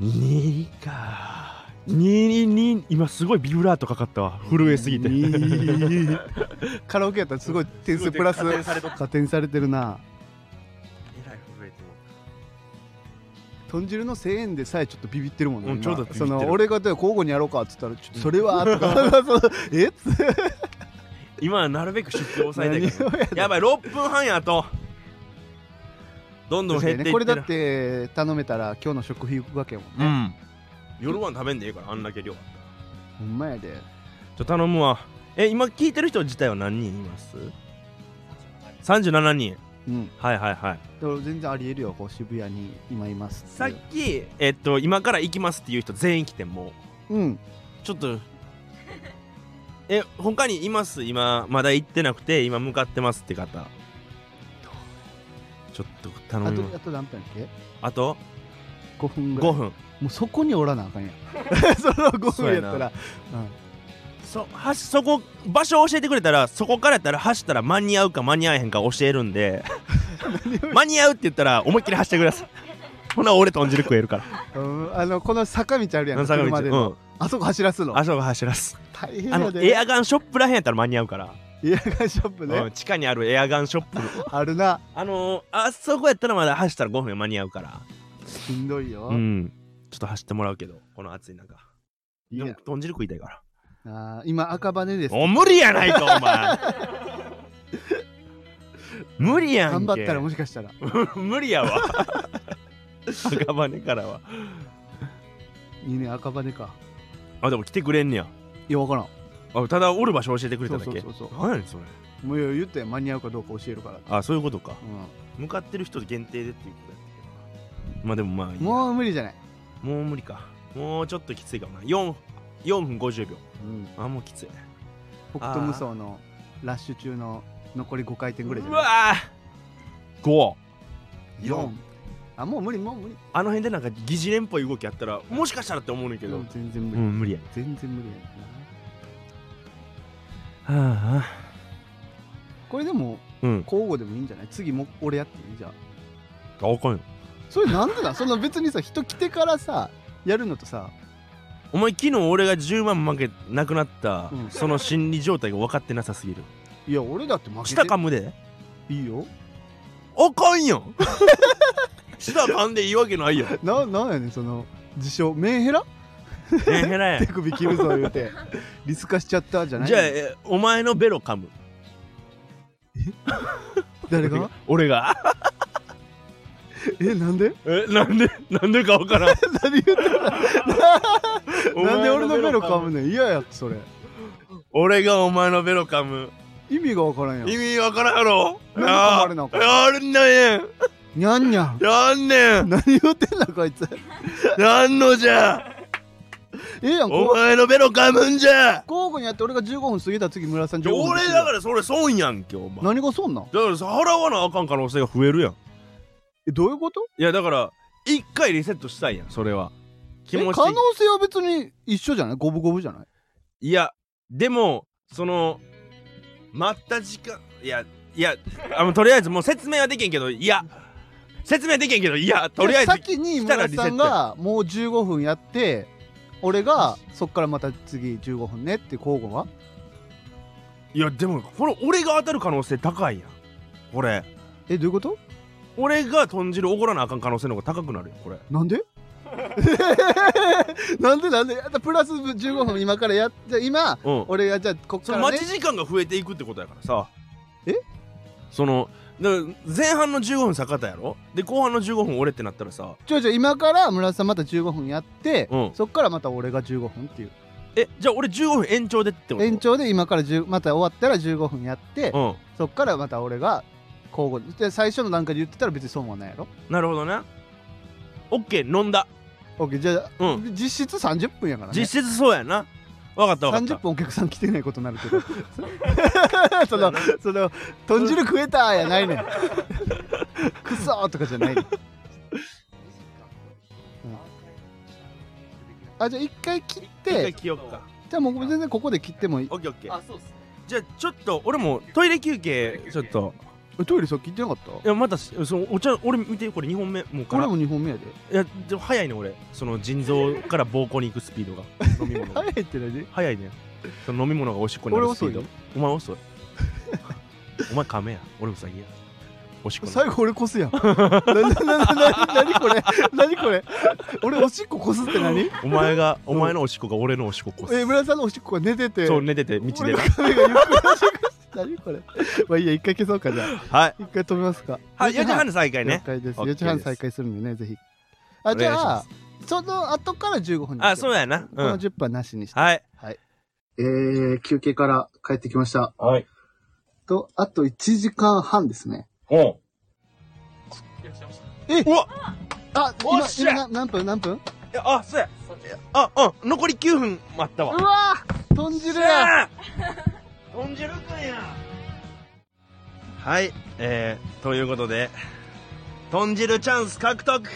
S2: 2か222今すごいビブラートかかったわ
S1: ー
S2: 震えすぎて
S1: いいカラオケやったらすごい点数プラス
S2: 加点されとった
S1: 加点されてるな
S2: えらい震えて
S1: 豚汁の1000円でさえちょっとビビってるもんね、
S2: うん
S1: 今
S2: ちょうどビビって
S1: そ
S2: る
S1: の俺がで交互にやろうかっつった
S2: <laughs>
S1: らちょっとそれはとかそうえっつって
S2: <laughs> 今はなるべく出費を抑え
S1: 何
S2: たいから
S1: をや
S2: やばい6分半やとどんどん減っていってる
S1: これだって頼めたら今日の食費いくわけやもん
S2: う
S1: ね、
S2: ん夜ご飯食べんでいいからあんだけ量ちょ
S1: ほんまやで
S2: っと頼むわえ今聞いてる人自体は何人います37人
S1: うん
S2: はいはいはい
S1: でも全然ありえるよこう渋谷に今います
S2: さっきえっと今から行きますっていう人全員来てもう
S1: うん
S2: ちょっとえ他にいます今まだ行ってなくて今向かってますって方ちょっと頼
S1: あ
S2: み
S1: と
S2: ます
S1: あと何分だっけ
S2: あと
S1: 5分ぐらい
S2: 5分
S1: もうそこにおらなあかんやんその5
S2: <laughs> そう
S1: 分や
S2: や
S1: っ
S2: な
S1: たら
S2: そはそこ場所を教えてくれたらそこからやったら走ったら間に合うか間に合えへんか教える
S1: <laughs>
S2: んで間に合うって言ったら思いっきり走ってくださいほな俺豚汁食え
S1: <laughs>
S2: るから
S1: うん、うんあのこの坂道あるやん
S2: 坂道
S1: 車での、
S2: うん
S1: あそこ走らすの
S2: あそこ走らす
S1: 大変
S2: あ
S1: や
S2: の
S1: で
S2: エアガンショップらへんやったら間に合うから、
S1: エアガンショップね、
S2: うん地下にあるエアガンショップ
S1: あるな
S2: あのー、あそこやったらまだ走ったら5分間に合うから
S1: しんどいよ、
S2: うん。ちょっと走ってもらうけど、この暑い中。
S1: いや
S2: でも豚汁食いたいから。
S1: あー今赤羽です
S2: お無理やないか、
S1: <laughs>
S2: お前。無理やん
S1: 頑
S2: け。
S1: 張ったらもしかしたら
S2: <laughs> 無理やわ。赤羽からは。
S1: 2年赤羽か
S2: あでも来てくれんねや
S1: いや分からん
S2: あただおる場所教えてくれただけ
S1: そうそうそうそ
S2: 何やねんそれ
S1: もういや言ったやん間に合うかどうか教えるからって
S2: あそういうことか
S1: う
S2: 向かってる人限定でっていうことやったけどなまあでもまあいい
S1: ん
S2: や
S1: もう無理じゃない
S2: もう無理かもうちょっときついかもな 4, 4分50秒
S1: うん
S2: あもうきつい
S1: 北斗無双のラッシュ中の残り5回転ぐらいじゃ
S2: う
S1: ない
S2: わー5
S1: 4あもう無理もう無理
S2: あの辺でなんか疑似連っぽい動きあったらもしかしたらって思うねんけど
S1: うん全然無
S2: う
S1: 理
S2: ん無理やね
S1: 全然無理やな
S2: はあ
S1: これでも
S2: うん
S1: 交互でもいいんじゃない次も俺やっていいじゃあ
S2: あわかんよ
S1: それなんで <laughs> なんその別にさ人来てからさやるのとさ
S2: お前昨日俺が10万負けなくなった、
S1: うん
S2: その心理状態が分かってなさすぎる
S1: いや俺だって負けて
S2: 下噛むで
S1: いいよ
S2: あかんや
S1: <laughs>
S2: ん下噛んでいいわけないやん
S1: ななんやねんその自称メンヘラ
S2: メンヘラやん
S1: 手首切るぞ言うてリス化しちゃったじゃない
S2: じゃあえお前のベロ噛む
S1: 誰が
S2: 俺が
S1: えなん
S2: <laughs>
S1: で
S2: えなんでなんでか分から <laughs> ん
S1: 何言ってるなんで俺のベロ噛む
S2: む
S1: ねん嫌やそれ
S2: 俺がお前のベロ噛む
S1: 意味がわからんやん
S2: 意味分からんやろ
S1: なんで噛まれなあ
S2: やるんだねん
S1: にゃんにゃん
S2: やんね <laughs> ん
S1: 何言ってんだこいつ
S2: やんのじゃ
S1: ええやんこう
S2: お前のベロ噛むんじゃ
S1: 交互にやって俺が15分過ぎたら次村さん15分
S2: 俺だかららそれ損やんけお前
S1: 何がそんなん
S2: だからさ払わなあかん可能性が増えるやん
S1: えどういうこと
S2: いやだから一回リセットしたいやんそれは気
S1: え
S2: 持ち
S1: 可能性は別に一緒じゃない五分五分じゃない
S2: いやでもその待った時間いやいやあのとりあえずもう説明はできんけどいや説明はできんけどいやとりあえず
S1: 先に村さんがもう15分やって俺がそっからまた次15分ねって交互はい
S2: やでもこれ俺が当たる可能性高いやんこれ
S1: えどういうこと
S2: 俺が豚汁おごらなあかん可能性の方が高くなるよこれ
S1: なんで <laughs> なんでなんであとプラス15分今からやじゃあ今
S2: うん
S1: 俺がじゃあこっ
S2: そ
S1: か
S2: の
S1: らね
S2: 待ち時間が増えていくってことやからさ
S1: え
S2: そのだから前半の15分坂田やろで後半の15分俺ってなったらさ
S1: ちょいちょい今から村さんまた15分やって、
S2: うん
S1: そっからまた俺が15分っていう
S2: えじゃあ俺15分延長でってこと
S1: 延長で今から10また終わったら15分やって、
S2: うん
S1: そっからまた俺が交互にで最初の段階で言ってたら別に損はないやろ
S2: なるほどねオッケー飲んだ
S1: OK じゃあ、
S2: うん
S1: 実質30分やからね
S2: 実質そうやなわかったわかった
S1: 30分お客さん来てないことになるけ
S2: <laughs>
S1: ど <laughs> そのその「豚汁食えた!」やないねん <laughs> くそーとかじゃないねんあじゃあ一回切っ
S2: 一
S1: て
S2: 回切よっか
S1: じゃあもう全然ここで切ってもいい
S2: オッケーオッケー
S3: あ、そうっすね。
S2: じゃあちょっと俺もトイレ休憩ちょっと
S1: えトイレさっき行ってなかった
S2: いやまたそのお茶俺見てこれ2本目もうか
S1: 俺
S2: ら
S1: も2本目やで
S2: いやでも早いね俺その腎臓から膀胱に行くスピードが飲み
S1: <laughs>
S2: 物が
S1: 早いって何
S2: 早いねその飲み物がおしっこにな
S1: 俺
S2: るス
S1: 遅
S2: ピー
S1: い
S2: ド
S1: よ
S2: お前遅い <laughs> お前亀や俺ウサギやおしっこな
S1: 最後俺こすやんななななな何これ何これ俺おしっここすって何
S2: お前がお前のおしっこが俺のおしっここす
S1: え村井さんのおしっこが寝てて
S2: そう寝てて道
S1: 俺
S2: で
S1: の髪がゆっくりおしっこして何これまあいいや一回消そうかじゃあ
S2: はい
S1: 一回止めますか
S2: はい4時半の再開
S1: 了
S2: ね
S1: 解です。
S2: OK で
S1: 4
S2: す
S1: 時半再開するんでね、ぜひ。
S2: お
S1: あ、じ
S2: 願いし
S1: ゃ
S2: ま
S1: あ
S2: す、
S1: その後から15分に。
S2: あそう
S1: う。
S2: やな
S1: こ
S2: う
S1: の
S2: ん
S1: 10分はなしにして。
S2: はい
S1: えー、休憩から帰ってきました。
S2: はい
S1: と、あと1時間半ですね。
S2: おう
S3: いらっしゃいました。
S2: うわ
S1: あ、
S2: おっ
S1: 今、
S2: しゃ
S1: 今な何分何分
S2: いやあそうや
S3: さっき
S2: あうん残り9分待ったわ
S1: わぁ豚汁や
S2: 豚汁くんやはいえー、ということで豚汁チャンス獲得
S1: く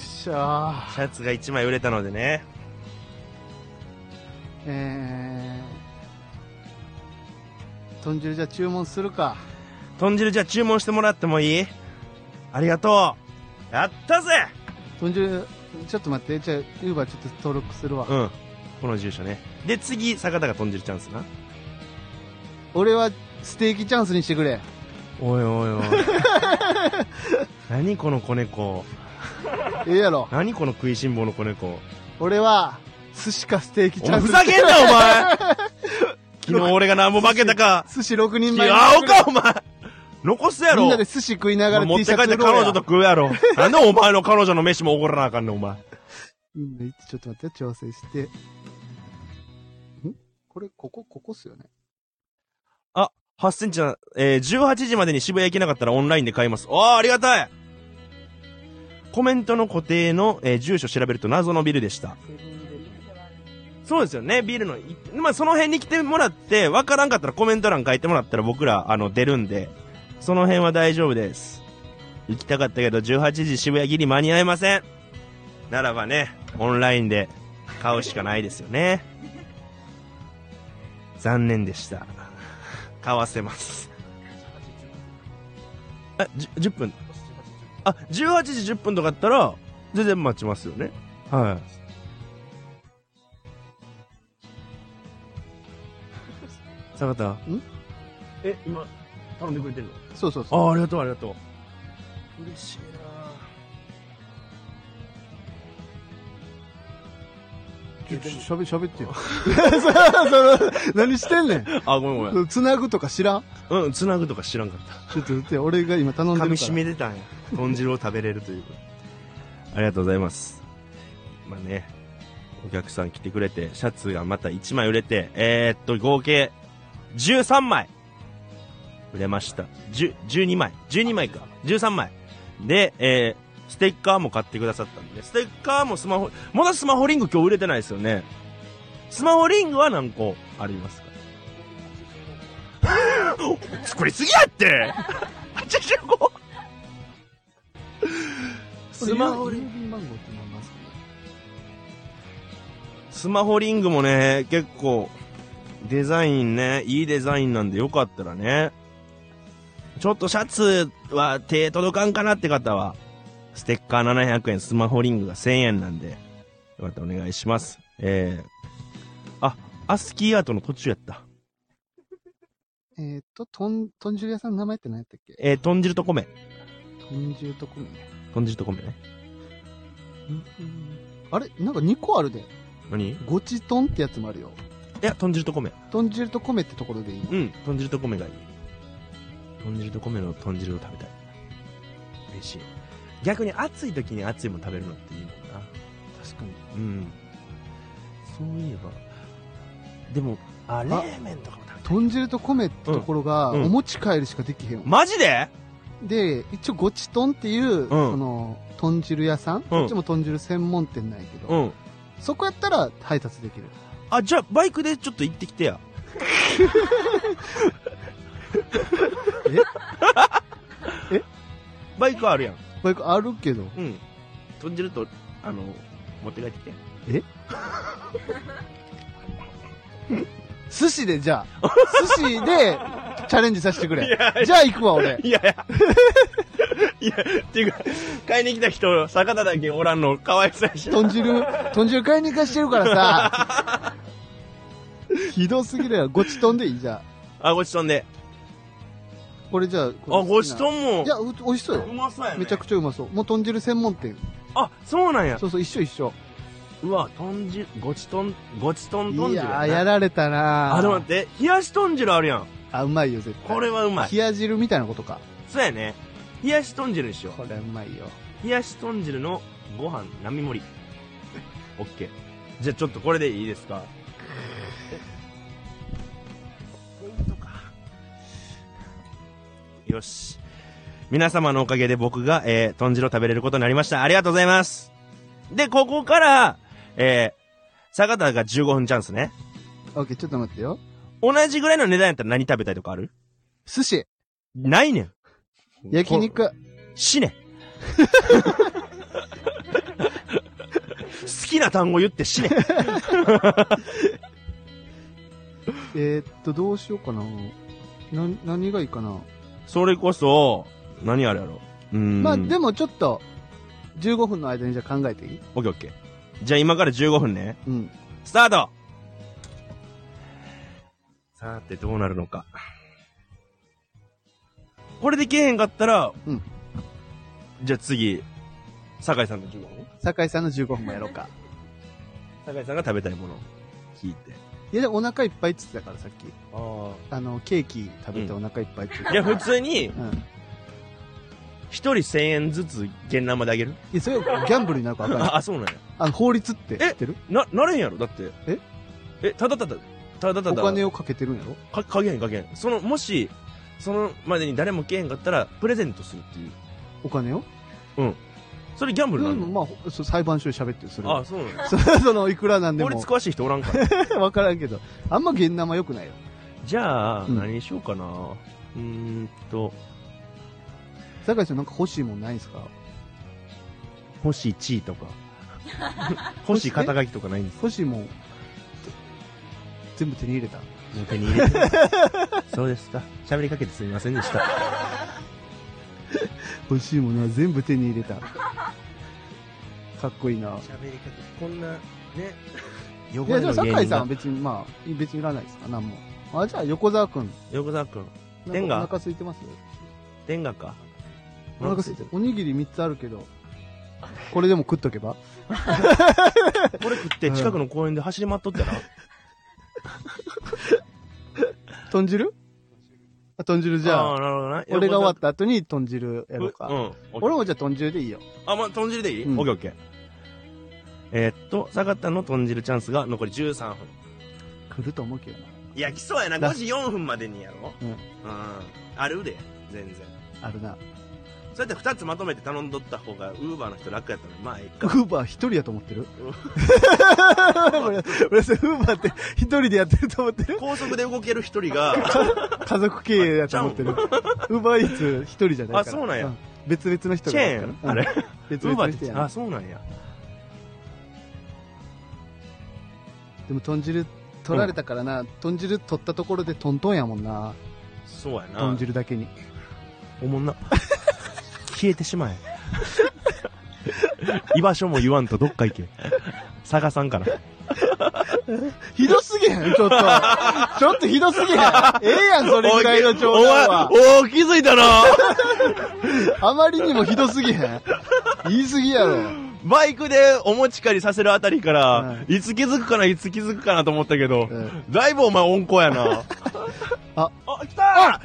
S1: しゃ
S2: シャツが1枚売れたのでね
S1: ー。えー。豚汁じゃあ注文するか。
S2: 豚汁じゃあ注文してもらってもいいありがとうやったぜ
S1: 豚汁、ちょっと待って。じゃあ、ウーバーちょっと登録するわ。
S2: うんこの住所ねで次坂田が豚汁チャンスな
S1: 俺はステーキチャンスにしてくれ。
S2: おいおい
S1: <laughs>
S2: おい何この子猫
S1: ええやろ。
S2: 何この食いしん坊の子猫
S1: 俺は、寿司かステーキ
S2: お
S1: チャ
S2: 前
S1: ンス。
S2: ふざけんなお
S1: <laughs>
S2: 前昨日俺が何も負けたか
S1: 寿司6人前。
S2: あおかお前残すやろ
S1: みんなで寿司食いな
S2: お
S1: が
S2: 前
S1: ら
S2: 持っ
S1: T
S2: て
S1: シ
S2: 帰
S1: ャ
S2: っ
S1: ツ
S2: て
S1: 売
S2: 彼
S1: ろうや
S2: 女と食うやろなんでお前の彼女の飯もおごらなあかんねんお前
S1: うんちょっと待って、調整して。んこれ、ここ、ここっすよね。
S2: 8センチな、えー、18時までに渋谷行けなかったらオンラインで買います。おー、ありがたいコメントの固定の、えー住所調べると謎のビルでした。そうですよね、ビルのい、まあ、その辺に来てもらって、わからんかったらコメント欄書いてもらったら僕ら、あの、出るんで、その辺は大丈夫です。行きたかったけど、18時渋谷ギリ間に合いません。ならばね、オンラインで買うしかないですよね。残念でした。買わせます。え、じ10分あ、18時10分とかだったら、全然待ちますよね。はい。 <laughs> 坂田
S1: ん
S2: え今頼んでくれてる
S1: そうそうそう。
S2: のあありがとうありがとう嬉しい
S1: ちょちょしゃべ、しゃべってよ。 <laughs> その何してんねん
S2: なあごめんごめん
S1: つなぐとか知らん
S2: うんつなぐとか知らんかった
S1: ちょっと待って、俺が今頼んで
S2: 噛
S1: る
S2: み
S1: か
S2: 締
S1: ら。
S2: めてたんや豚汁を食べれるというありがとうございますまあねお客さん来てくれてシャツがまた1枚売れてえー、っと合計13枚売れました10 12枚12枚か13枚で、えー、ステッカーも買ってくださったんでステッカーもスマホまだスマホリング今日売れてないですよねスマホリングは何個ありますか <laughs> 作りすぎやって85
S1: これ
S2: スマホリング
S1: 郵便番号って何なんですか
S2: スマホリングもね、結構、デザインね、いいデザインなんでよかったらね、ちょっとシャツは手届かんかなって方は、ステッカー700円、スマホリングが1000円なんで、よかったらお願いします。えー、あ、アスキーアートの途中やった。
S1: えーっと、とん、豚汁屋さんの名前って何やったっけ
S2: えー、豚汁と米。
S1: 豚汁とこね。
S2: 豚汁と米ね。
S1: あれなんか2個あるで。
S2: 何い
S1: ごちとんってやつもあるよ。
S2: や、豚汁と米。
S1: 豚汁と米ってところでいいの
S2: うん、豚汁と米がいい。豚汁と米の豚汁を食べたい。嬉しい。逆に暑い時に暑いもん食べるのっていいもんな。
S1: 確かに。
S2: うん。そういえば。でも、あ、冷麺とかも食べたい。
S1: 豚汁と米ってところが、
S2: うんうん
S1: お持ち帰りしかできへんわ、
S2: マジで
S1: で一応ごちとんっていう、その豚汁屋さん、こっちも豚汁専門店なんやけど、
S2: うん。
S1: そこやったら配達できる
S2: あ、じゃあ、バイクでちょっと行ってき <laughs> てや。
S1: ええ
S2: バイクあるやん。
S1: これあるけど
S2: うん。豚汁と、あの、持って帰ってきて。
S1: 寿司でじゃあ寿司でチャレンジさせてくれじゃあ行くわ俺
S2: いやいや。いや、っていうか、買いに来た人、坂田だけおらんの、かわいそうやし。
S1: 豚汁豚汁買いに行かしてるからさひどすぎるよごちとんでいいじゃあ
S2: あ、ごちそうで。
S1: これじゃああ
S2: あ、ごちそ
S1: ん
S2: うも
S1: い。やう美味しそうよ
S2: うまそうやね。
S1: めちゃくちゃうまそうもう豚汁専門店
S2: あ、そうなんや。
S1: そうそう一緒一緒
S2: うわ、豚汁、ごちとん、ごちとん豚
S1: い
S2: 汁
S1: や
S2: な。
S1: ーやられたなー
S2: あ、でも待って、冷やし豚汁あるやん。
S1: あうまいよ絶対
S2: これはうまい。
S1: 冷や汁みたいなことか
S2: そうやね。冷やし豚汁にしよ
S1: これうまいよ
S2: う。冷やし豚汁のご飯、並盛り。 <laughs> オッケー。じゃあちょっとこれでいいですか。えポイントかよし。皆様のおかげで僕が、えー、豚汁を食べれることになりました。ありがとうございます。で、ここから、えー、坂田が15分チャンスね。
S1: オッケーちょっと待ってよ
S2: 同じぐらいの値段やったら何食べたいとかある
S1: 寿司
S2: ないねん。
S1: 焼肉
S2: 死 <laughs> ね。好きな単語言って死ね。
S1: えー、っとどうしようかなな何がいいかな、
S2: それこそ、何あれやろ。うーん。
S1: まあで
S2: も。
S1: もちょっと15分の間にじゃあ考えていい
S2: オッケーオッケー。じゃあ今から15分ね。
S1: うん
S2: スタートさてどうなるのか。これでけえへんかったら、
S1: うん
S2: じゃあ次、酒井さんの15分ね。
S1: 酒井さんの15分もやろうか
S2: 酒井さんが食べたいものを聞いて。
S1: いやでもお腹いっぱいっつってたからさっき
S2: あ
S1: あのケーキ食べてお腹いっぱいっつってた
S2: あ。いや、普通に、
S1: うん
S2: 一人千円ずつ現ンまであげる
S1: いや、それギャンブルになるからあか
S2: <laughs>
S1: んよ
S2: ああそうなんや
S1: あの、法律って知ってる
S2: ななれんやろだって
S1: え
S2: えただただただた
S1: お
S2: だ
S1: 金をかけてるんやろ
S2: かかけへんかけへんそのもしそのまでに誰もけへんかったらプレゼントするっていう
S1: お金を
S2: それギャンブルな
S1: う
S2: の、
S1: ん、まあ、そう裁判所で喋ってる、それ
S2: あ
S1: は。
S2: そうなん
S1: <laughs>
S2: や
S1: それはその、いくらなんで
S2: 法
S1: も。
S2: 律詳しい人おらんか
S1: <laughs>
S2: ら <laughs>
S1: わからんけど。あんま現生良くないよ。
S2: じゃあ、
S1: うん
S2: 何にしようかなうーんと
S1: 坂井さんなんか欲しいもんないんすか
S2: 星地位と <laughs> か星肩書きとかないんです
S1: 欲しいもん、全部手に入れた。
S2: もう手に入 <laughs> れてますそうですか喋りかけてすみませんでした
S1: 欲しいものは全部手に入れ <laughs> た。かっこいいな。
S2: 喋りかけてこんなね
S1: い
S2: 横
S1: や、じゃあ
S2: の芸
S1: 坂井
S2: 人
S1: さん
S2: が
S1: は別に、まあ、別にいらないですか、なんも。あ、じゃあ横澤くん。
S2: 横澤君
S1: な
S2: 天
S1: ん
S2: が
S1: かお腹空いてます
S2: 天下か
S1: お腹空いてる。おにぎり3つあるけど、これでも食っとけば
S2: これ食って近くの公園で走り回っとったら、
S1: 豚汁あ、豚汁じゃ
S2: あ
S1: あ、
S2: ーなるほどね
S1: 俺が終わった後に豚汁やろうか。
S2: うん。
S1: 俺もじゃあ豚汁でいいよ。
S2: あ、まあ、豚汁でいい、
S1: うん
S2: オッケーオッケー。えーっと、坂田の豚汁チャンスが残り13分。
S1: 来ると思うけどな。
S2: いや、来そうやな。
S1: だ
S2: 5時4分までにやろ
S1: うん
S2: うん。あるで、全然。
S1: あるな。
S2: そうやって2つまとめて頼んどった方が、ウーバーの人楽やったのに、まあ、ええ
S1: ウ
S2: か。
S1: <laughs> ーバー一人やと思ってる
S2: うん
S1: <laughs> 俺、俺それウーバーって一人でやってると思ってる
S2: 高速で動ける一
S1: <laughs>
S2: 人が、
S1: 家族経営やと思ってる。ウーバーイーツ一人じゃないから。
S2: あそうなんや
S1: 別々の人
S2: チ
S1: がや
S2: ェ
S1: る
S2: ーン
S1: から。
S2: あれ
S1: うん別
S2: ウー
S1: 々
S2: バ
S1: の
S2: ーっ
S1: 人
S2: て、
S1: や
S2: あ、
S1: な
S2: そうなんや。
S1: でも豚汁取られたからな、豚汁取ったところでトントンやもんな。
S2: そうやな。
S1: 豚汁だけに。
S2: おもんな。消えてし
S1: <laughs>
S2: まえ。居場所も言わんとどっか行け。探さんから。
S1: ひどすぎへんちょっ
S2: <laughs>
S1: と。ちょっとひどすぎへんええやん、それぐらいの冗談は。
S2: おお気づいたな
S1: あまりにもひどすぎへん言いすぎやろ。
S2: <laughs> バイクでお持ち帰りさせるあたりから、、
S1: はい
S2: つ気づくかな、いつ気づくかなと思ったけど、
S1: うん
S2: だいぶお前温厚やな。
S1: あ、
S2: あ、来た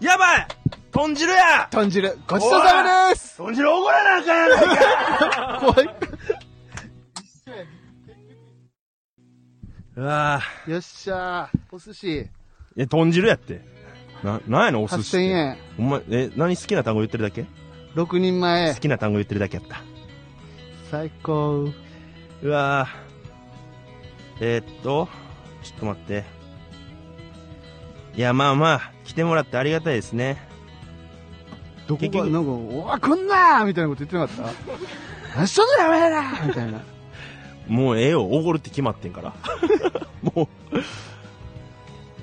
S2: やばい豚汁や
S1: 豚汁、ごちそうさまです
S2: 豚汁おごらなあかんやないか
S1: 怖い。
S2: <laughs> うわぁ。
S1: よっしゃー。お寿司、
S2: いや、豚汁やって。な、なんやのお寿司
S1: 8000
S2: っ
S1: 円。
S2: て。お前、え、何好きな単語言ってるだけ
S1: 6人
S2: 好
S1: 前。
S2: きな単語言ってるだけやった。
S1: 最高。
S2: うわぁ。えーっと、ちょっと待って。いや、まあまあ、来てもらってありがたいですね。
S1: どこ
S2: 結
S1: が、
S2: 局
S1: なんか、おわ、こんなーみたいなこと言ってなかった何しとんのやめなーみたいな。
S2: もうええよ、おごるって決まってんから。 <laughs> もう。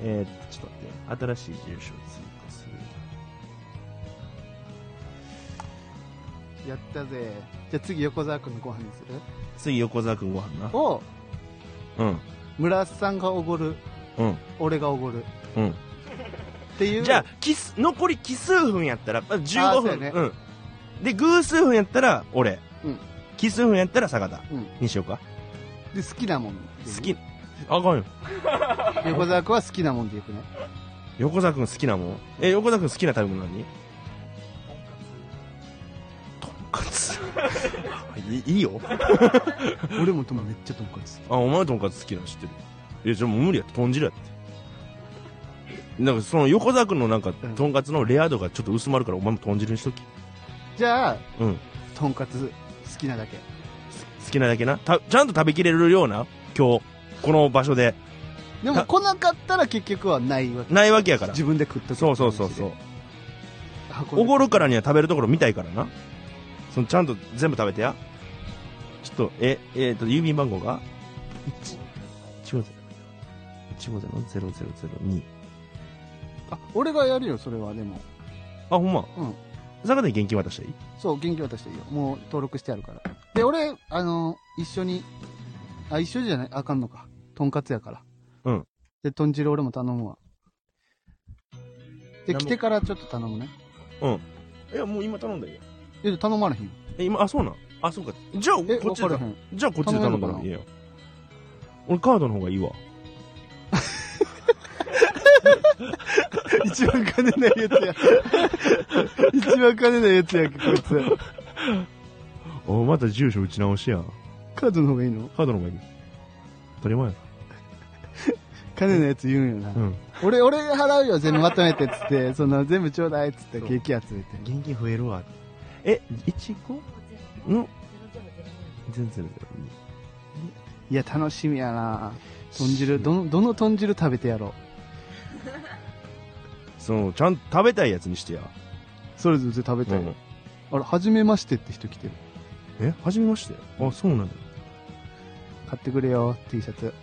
S2: えー、ちょっと待って、新しい住所を追加する。
S1: やったぜ。じゃあ次、横澤くんのご飯にする
S2: 次、横澤くんご飯な。
S1: を、
S2: うん、
S1: 村瀬さんがおごる。
S2: うん、
S1: 俺がおごる。
S2: うん。
S1: っていう。
S2: じゃあ、奇数残り奇数分やったら、まあ
S1: あー
S2: 15
S1: そうや
S2: 分。
S1: ね
S2: うん。で、偶数分やったら、俺。
S1: うん
S2: 奇数分やったら、坂田。
S1: うん
S2: にしようか。
S1: で、好きなもん。
S2: 好。き。あかんよ。
S1: 横澤くんは好きなもんでいくね。
S2: 横澤くん好きなもん。え、横澤くん好きな食べ物何とんかつ。 <laughs> いいいよ。
S1: 俺もともめっちゃとんかつ好き。
S2: あ、お前とんかつ好きなの知ってる。いや、じゃあもう無理やって、豚汁やって。なんかその横澤君のなんか、
S1: うん
S2: とんかつのレア度がちょっと薄まるから、お前も豚汁にしとき。
S1: じゃあ、
S2: うん。
S1: とんかつ好きなだけ。
S2: 好きなだけな。た、ちゃんと食べきれるような、今日、この場所で。
S1: でも
S2: た
S1: 来なかったら結局はないわけ。
S2: ないわけやから。
S1: 自分で食っとけ
S2: そうそうそうそう。
S1: 運んで
S2: おごるからには食べるところ見たいからな。その、ちゃんと全部食べてや。ちょっと、え、えっ、と、郵便番号が ?150。150-0002。
S1: あ俺がやるよそれはでも
S2: あ、ほんま。
S1: うん。
S2: 坂田に現金渡したらいい
S1: そう現金渡していいよもう登録してあるからで俺あの一緒にあ一緒じゃないあかんのかとんかつやから
S2: うん
S1: で豚汁俺も頼むわで
S2: なん
S1: 来
S2: も
S1: てからちょっと頼むね
S2: うん。いや、もう今頼んだよ。
S1: え頼まれへんよ
S2: え、今、あ、そうなんあ、そうか。じゃあ、
S1: え
S2: こ
S1: 分
S2: っち
S1: かれ
S2: で
S1: へ
S2: 頼、
S1: ん <laughs>
S2: じゃあこっちで頼ん
S1: 頼める
S2: だ
S1: の
S2: ら
S1: か
S2: い
S1: ない
S2: よ。俺カードの方がいいわ。
S1: 一番金ないやつ
S2: <laughs>
S1: や。一番金ないやつやんけ、こいつ。
S2: おまた住所打ち直しや
S1: カードの方がいいの
S2: カードの方がいい当たり前や
S1: 金のやつ言うんよな。
S2: うん
S1: 俺、俺払うよ、全部まとめてっつって、その、全部ちょうだいっつって、
S2: そう
S1: ケーキ集めて。
S2: 現金増えるわえいちごの全然
S1: いや、楽しみやな豚
S2: う
S1: 汁、
S2: ん
S1: どの、どの豚汁食べてやろう。
S2: そのちゃんと食べたいやつにしてや、
S1: それぞれ食べたい。
S2: うん
S1: あれ、初めましてって人来てる。
S2: え初めましてあそうなんだ
S1: 買ってくれよ、T シャツ。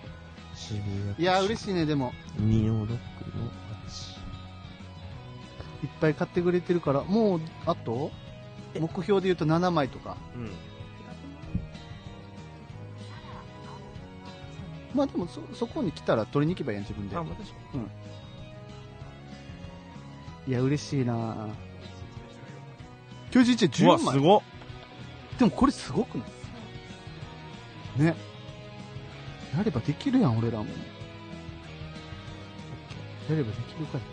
S1: いや、嬉
S2: しい
S1: しいね、でも。
S2: 二葉ロックの
S1: いっぱい買ってくれてるから、もう、あと目標で言うと7枚とか。
S2: うん
S1: まあでもそ、そこに来たら取りに行けばいいやん、自分で
S2: あ。またし
S1: いや、嬉しいな91
S2: う
S1: は
S2: わ
S1: 10
S2: す
S1: 枚。
S2: ごっ
S1: でもこれすごくないね。やればできるやん、俺らも。やればできるかやっ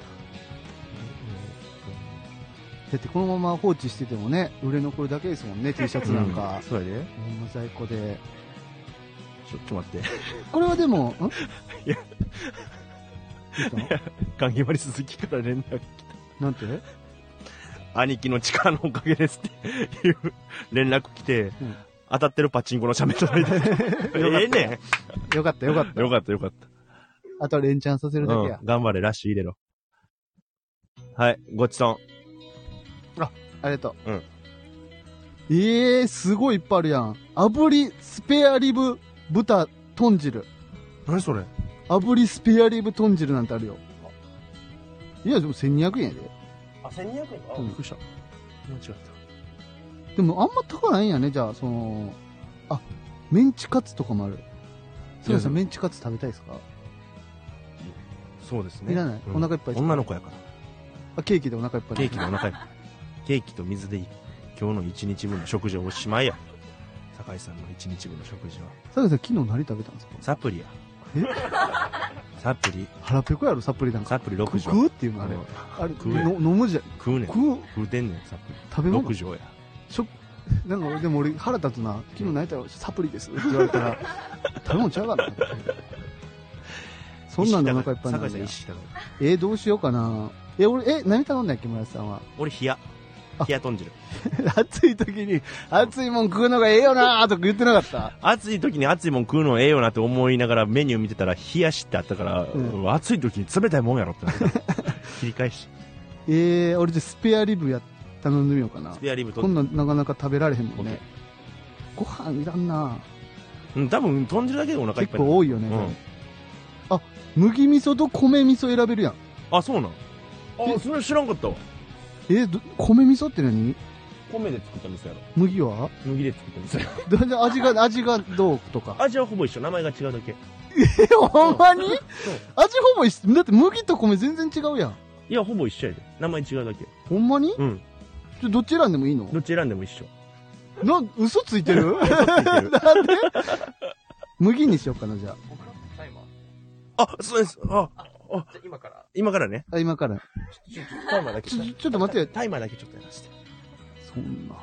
S1: た。だってこのまま放置しててもね、売れ残るだけですもん <laughs> ね、T シャツなんか
S2: う。そうやで
S1: ほんま在庫で。
S2: ちょちょっと待って <laughs>
S1: これはでも、ん
S2: いや
S1: どうしたの
S2: 関係割り鈴木から連絡
S1: なんてうん。
S2: 兄貴の力のおかげですっていう連絡来て当たってるパチンコの写メ届いて <laughs> ええね
S1: よかったよかっ
S2: ん
S1: た。
S2: よかったよかった
S1: あとは連チャンさせるだけや。
S2: うん、頑張れ、ラッシュ入れろ。はい、ごちそう
S1: ありがとう。
S2: うん
S1: ええー、すごいいっぱいあるやん。炙りスペアリブ豚豚汁。
S2: 何それ
S1: 炙りスペアリブ豚汁なんてあるよ。いや、でも1200円やで。
S2: あ、1200円か
S1: うん
S2: びっくりした。間違え
S1: でもあんま高ないんやね、じゃあ、その、あ、メンチカツとかもある。それさん、
S2: い
S1: メンチカツ食べたいですか
S2: た。そうですね。
S1: いらない
S2: うん
S1: お腹いっぱい
S2: 女の子やから。
S1: あ、ケーキでお腹いっぱい
S2: ケ
S1: に
S2: ーキのお腹いっぱい。ケーキと水でいい。今日の一日分の食事はおしまいや。酒井さんの一日分の食事は。
S1: さくさん、昨日何食べたんですか
S2: サ
S1: <laughs>
S2: プリや。
S1: え
S2: サプリ、
S1: 腹ペコやろ、サプリなんか。
S2: サプリ6
S1: 食
S2: 錠。
S1: うっていうのあれ
S2: う。ん
S1: あれ、
S2: 食うね
S1: の飲むじゃ、
S2: 食うねん。
S1: 食う
S2: 食うてんねん、サプ
S1: 食べ
S2: リ。
S1: 物
S2: 6錠や。
S1: 食なんか俺でも俺腹立つな昨日泣いたらサプリですって言われた
S2: <laughs>
S1: ら食べ物ちゃうからそんなんでお腹いっぱいになるん
S2: 酒井さん
S1: や
S2: 意識高い。
S1: えーどうしようかなえ俺え何頼んだっけ村瀬さんは <laughs>
S2: 俺、冷や。
S1: あ
S2: 冷や豚汁。
S1: 暑い時に暑いもん食うのがええよなーとか言ってなかった
S2: 暑い時に暑いもん食うのええよなって思いながらメニュー見てたら冷やしってあったから、
S1: うん
S2: 暑い時に冷たいもんやろってなった <laughs> 切り返し
S1: えー、俺じゃあスペアリブや頼んでみようかな
S2: スペアリブと
S1: こんなんなかなか食べられへんもんね
S2: OK
S1: ご飯いらんな
S2: うん多分豚汁だけでお腹いっぱ
S1: 結
S2: いになる
S1: 構多いよね、あ麦味噌と米味噌選べるやん
S2: うん、あそうなん
S1: え
S2: あそれ知らんかったわ
S1: えーど米味噌って何
S2: 米で作った店やろ
S1: 麦は
S2: 麦で作った店や <laughs> ろ
S1: だじゃあ味が、 <laughs> 味がどうとか。
S2: 味はほぼ一緒名前が違うだけ
S1: <laughs> え、ほんまに
S2: そう
S1: 味ほぼ一緒。だって麦と米全然違うやん。
S2: いやほぼ一緒やで名前違うだけ
S1: ほんまに
S2: うん
S1: ちょどっち選んでもいいの
S2: どっち選んでも一緒
S1: な、 <laughs> 嘘ついてる
S2: 嘘ついてる
S1: なんで麦にしようかな、じゃあ。
S3: 僕のタイマー。
S2: あそうですあ
S3: じゃあ今から。
S2: 今からね
S1: あ、今から。
S2: ちょっとタイマーだけ
S1: ちょ、ちょちょっと待ってよ。
S2: タイマーだけちょっとやらせて
S1: そんな。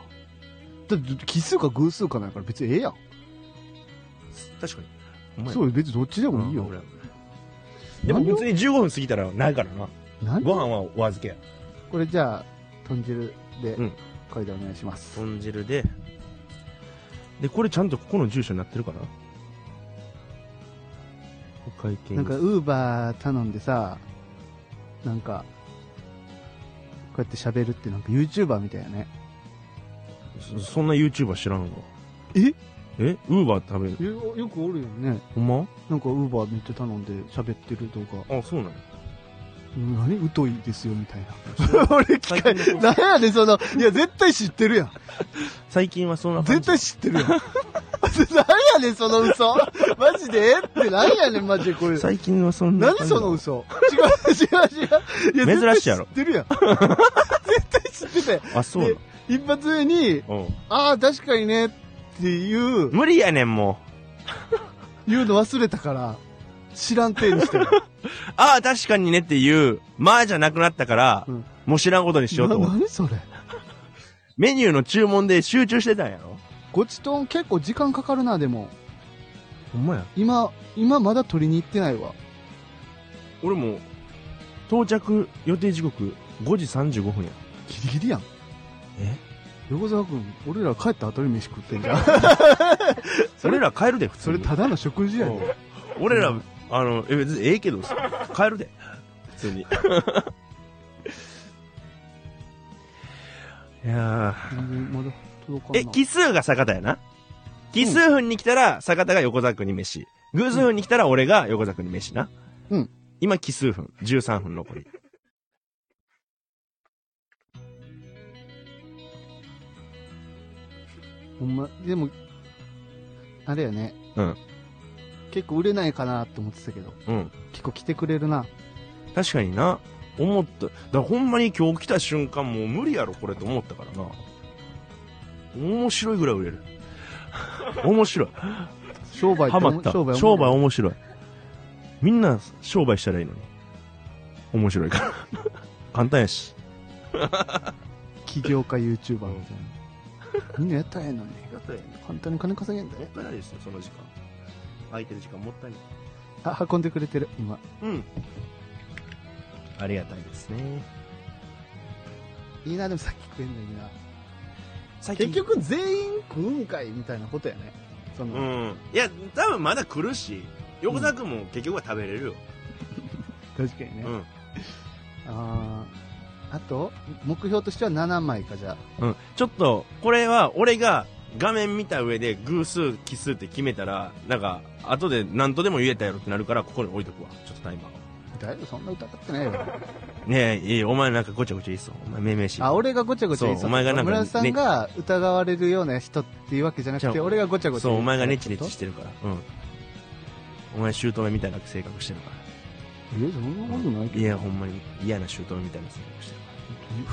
S1: だって、奇数か偶数かなんやから別にええやん。
S2: 確かにお前
S1: そう、別にどっちでもいいよ。
S2: でも
S1: 何を
S2: 別に15分過ぎたらないからな。
S1: 何
S2: ご飯はお預けや。
S1: これじゃあ、豚汁で
S2: うん、
S1: これでお願いします。
S2: 豚汁で。で、これちゃんとここの住所になってるかなお会計に
S1: なんか、ウーバー頼んでさ、なんか、こうやって喋るってなんか YouTuber みたいやね。
S2: そそんな YouTuber 知らんわ。
S1: え
S2: えウーバー食べる。
S1: よよくおるよね。
S2: ほんま
S1: なんかウーバーめっちゃ頼んで喋ってる動画。
S2: あ、そうなの
S1: うん何疎いですよみたいな。 <laughs> 俺聞か
S2: 最近
S1: なんやねんその、いや絶対知ってるやん。
S2: 最近はそんな感
S1: 絶
S2: じ。
S1: 対知ってるやん。 <laughs> なんやねんその嘘。マジでえってなんやねんマジでこれ。
S2: 最近はそんな
S1: 何
S2: 感じ。
S1: その嘘。違う違う違う。や
S2: 珍しいやろ
S1: 絶対知ってるやん。 <laughs> 絶対知ってて。
S2: あ、そうな
S1: で一発目に、
S2: のうん
S1: ああ、確かにねっていう、
S2: 無理やねん、も
S1: 言うの忘れたから、知らん体にしてる。
S2: ああ、確かにねっていう、まあじゃなくなったから、
S1: うん
S2: もう知らんことにしようと思
S1: な
S2: う。
S1: 何それ
S2: メニューの注文で集中してたんやろ
S1: ごちとん結構時間かかるな、でも。
S2: ほんまや。
S1: 今、今まだ取りに行ってないわ。
S2: 俺も、到着予定時刻5時35分や。
S1: ギリギリやん。
S2: え
S1: 横澤君、俺ら帰った後に飯食ってんじゃん。 <laughs> それ
S2: 俺ら帰るで、普通
S1: それ
S2: に。
S1: ただの食事や
S2: うん
S1: ね
S2: 俺ら、あの、え、別にええけどさ、帰るで。普通に。いやー
S1: 全然まだ届かんな
S2: え、奇数が坂田やな奇数分に来たら坂田が横沢君に飯。偶数分に来たら俺が横沢君に飯な。
S1: うん。
S2: 今奇数分、13分残り。
S1: ほんま、でも、あれやね。
S2: うん。
S1: 結構売れないかなって思ってたけど、
S2: うん。
S1: 結構来てくれるな。
S2: 確かにな。思った。だからほんまに今日来た瞬間もう無理やろこれと思ったからな。面白いぐらい売れる。面白い。
S1: 商売って
S2: ハマった。
S1: 商売
S2: 商
S1: 思
S2: 売
S1: う
S2: 面白い。みんな商売したらいいのに。面白いから。 <laughs> 簡単やし。
S1: 起業家 YouTuber みたいな。みんなやったらええのに。簡単に金稼げんだよ。
S2: ったいないですよ、その時間。空いてる時間もったいない。
S1: あ、運んでくれてる、今。
S2: うん。ありがたいですね。
S1: いいな、でもさっき食えんのいいな。
S2: 最
S1: 結、局全員食うんかいみたいなことやね。その、
S2: うん。いや、多分まだ来るし、横澤君も結局は食べれるよ。
S1: 確かにね。
S2: うん。
S1: あーあと、目標としては7枚か、じゃあ。
S2: うん。ちょっと、これは俺が画面見た上で偶数、奇数って決めたら、なんか、後で何とでも言えたやろってなるから、ここに置いとくわ。ちょっとタイマーを。
S1: だいぶそんな疑って
S2: <laughs>
S1: ないよ。
S2: ねえ、いいお前なんかごちゃごちゃいいっすよ。お前命名し。
S1: あ、俺がごちゃごちゃ言い
S2: そう
S1: そう。
S2: お前がなんか
S1: 村田さんが疑われるような人っていうわけじゃなく
S2: じ
S1: て、
S2: ゃあ
S1: 俺がごちゃごちゃ
S2: そう、お前がネ
S1: ね
S2: チネチしてるから。うん。お前、姑みたいな性格してるか
S1: え、そんなことない
S2: ら。い
S1: け
S2: や、ほんまに嫌な姑みたいな性格してるか
S1: ど。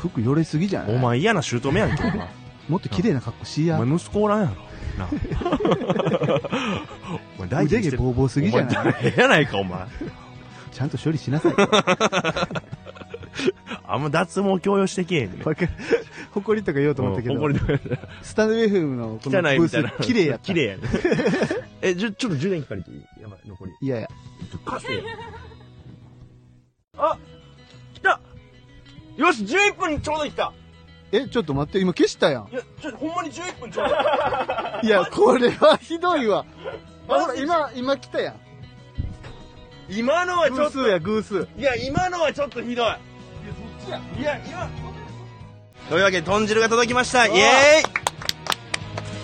S1: 服よれすぎじゃない
S2: ら。お。前嫌な姑や
S1: <laughs>
S2: んけ、お前。
S1: もっと綺麗な格好しや。
S2: お前息子おらんやろ。なあ
S1: <laughs>
S2: お前大事
S1: 腕
S2: にし
S1: 毛
S2: て
S1: ボーボーすぎじゃない
S2: いえやないか、お前。
S1: ちゃんと処理しな
S2: <laughs>
S1: さい。
S2: あんま脱毛強要してけえへんね。
S1: わかる誇りとか言おうと思ったけど、
S2: うん怒りとか
S1: スタンド FM のこのブ
S2: 汚いみたい
S1: ー
S2: な。
S1: ス綺麗やった。
S2: 綺麗
S1: <laughs>
S2: やね。え、じゃ、ちょっと充電器借りていいやばい、残り。
S1: いやいや。
S2: あ来たよし、11分ちょうど来た
S1: え、ちょっと待って、今消したやん。
S2: いや、ちょ、ほんまに11分ちょうど来た。
S1: いや、これはひどいわ。あ、ほ
S2: マ
S1: ら、
S2: ジで
S1: 今、今来たやん。
S2: 今のはちょ
S1: 偶
S2: っと、
S1: 数や、偶数。
S2: いや、今のはちょっとひどい。いや、今。というわけで、豚汁が届きましたイ
S1: わ
S2: エ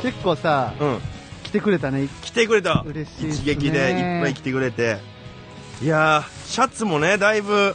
S1: 結構さ、
S2: ーイうん。
S1: 来てくれたね。
S2: 来てくれた。
S1: 嬉しいっす
S2: 一
S1: ね。
S2: 撃でいっぱい来てくれて。いやー、シャツもね、だいぶ、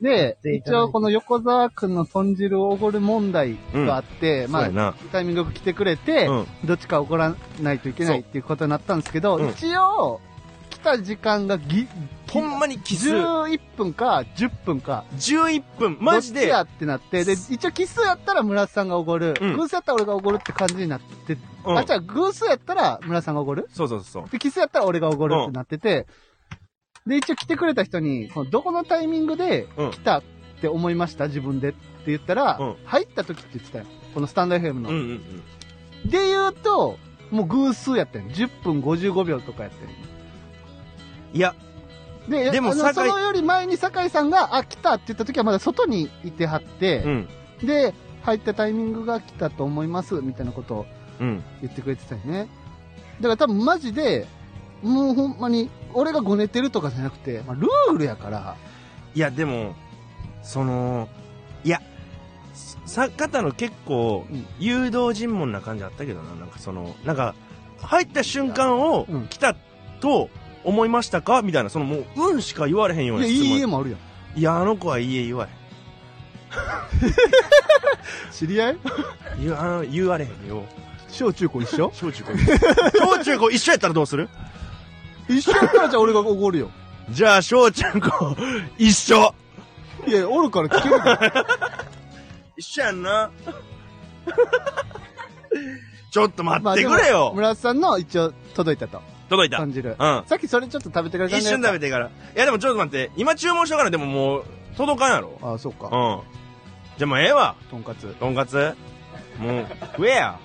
S1: で、
S2: てい
S1: 一
S2: ただいて
S1: 応この横澤くんの豚汁をおごる問題があって、
S2: そう
S1: ま
S2: や
S1: あ、
S2: な。
S1: タイミングよく来てくれて、
S2: うん
S1: どっちかおごらないといけないっていうことになったんですけど、
S2: うん
S1: 一応、来た時間がぎ、
S2: ほんまに奇数。
S1: 11分か10分か。
S2: 11分。マジ
S1: どっち
S2: で
S1: や、ってなって、で、一応奇数やったら村田さんがおごる、
S2: うん
S1: 偶数やったら俺がおごるって感じになって、
S2: うん
S1: あ、じゃあ偶数やったら村田さんがおごる
S2: そうそうそう。
S1: で、奇数やったら俺がおごるってなってて、で、一応来てくれた人に、このどこのタイミングで
S2: うん
S1: 来たって思いました自分でって言ったら、
S2: うん
S1: 入った時って言ってたよ。このスタンド FM の。
S2: うんうんうん。
S1: で言うと、もう偶数やったよ。10分55秒とかやったよ。
S2: いや、
S1: で、
S2: でも
S1: あの
S2: 酒井
S1: そのより前に酒井さんが、あ、来たって言った時はまだ外にいてはって、
S2: うん。
S1: で、入ったタイミングが来たと思います、みたいなことを
S2: うん。
S1: 言ってくれてたよね。だから多分マジで、もうほんまに、俺がごねてるとかじゃなくて、まあ、ルールやから、
S2: いや、でも、その、いや、さ坂田の結構
S1: うん、
S2: 誘導尋問な感じあったけどな、なんかその、なんか、入った瞬間を
S1: うん、
S2: 来たと思いましたかみたいな、そのもう、うんしか言われへんよ
S1: い
S2: う
S1: や、
S2: ない質問。
S1: い家もあるやん。
S2: いや、あの子はいいえ言わ
S1: 知り合い
S2: へん。言わあの言われへんよ。
S1: 小中高一緒
S2: 小中高。小中高一緒やったらどうする
S1: 一緒やったらじゃあ俺がおごるよ。
S2: じゃあ、小中高、一緒
S1: いや、おるから聞けるから。
S2: 一緒やんな。ちょっと待
S1: ま
S2: っ
S1: あ
S2: て
S1: でも
S2: くれよ、
S1: 村田さんの一応届いたと。
S2: 届いた。
S1: 感じる。
S2: うん。
S1: さっきそれちょっと食べてくれた
S2: 一瞬食べ
S1: て。
S2: てから。いや、でもちょっと待って。今注文したからでももう、届かんやろ。
S1: あ、そう
S2: う
S1: か。
S2: ん。じゃあもうええわ。
S1: とんかつ。
S2: とんかつもう、食えや。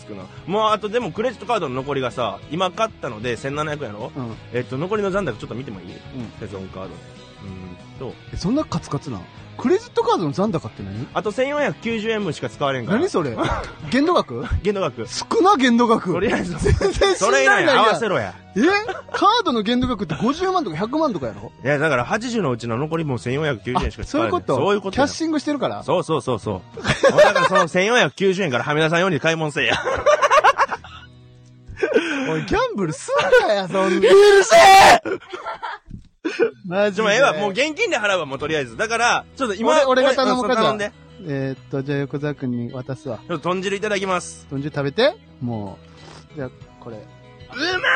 S2: つくな。もうあとでもクレジットカードの残りがさ、今買ったので1700やろ
S1: うん。
S2: えっと、残りの残高ちょっと見てもいい
S1: ん
S2: セゾンカード。うーんと、
S1: えそんなカツカツなんクレジットカードの残高って何
S2: あと1490円分しか使われんから。
S1: 何それ <laughs> 限度額
S2: 限度額。
S1: 少な限度額
S2: とりあえず、
S1: 全然
S2: それ以内に合わせ
S1: ろ
S2: ろや。
S1: えカードの限度額って50万とか100万とかやろ
S2: いや、だから80のうちの残りもう1490円しか使
S1: そう
S2: わ
S1: いう
S2: れん
S1: こ
S2: か
S1: と
S2: らそういうこと
S1: キャ
S2: や
S1: ッシングしてるから
S2: そうそうそうそう。俺だからその1490円からはみ出さんように買い物せ
S1: <laughs>
S2: えや。
S1: おいギャンブルすんなやそ
S2: <laughs>
S1: んなマジ
S2: で
S1: で
S2: もええわ、もう現金で払うわ、もうとりあえず。だから、ちょっと今、
S1: 俺俺が頼む
S2: そう
S1: から
S2: 頼んで。ち
S1: えーっとじゃあ横澤君に渡すわ
S2: ょっと豚汁いただきます。
S1: 豚汁食べてもうじゃあこれ
S2: うま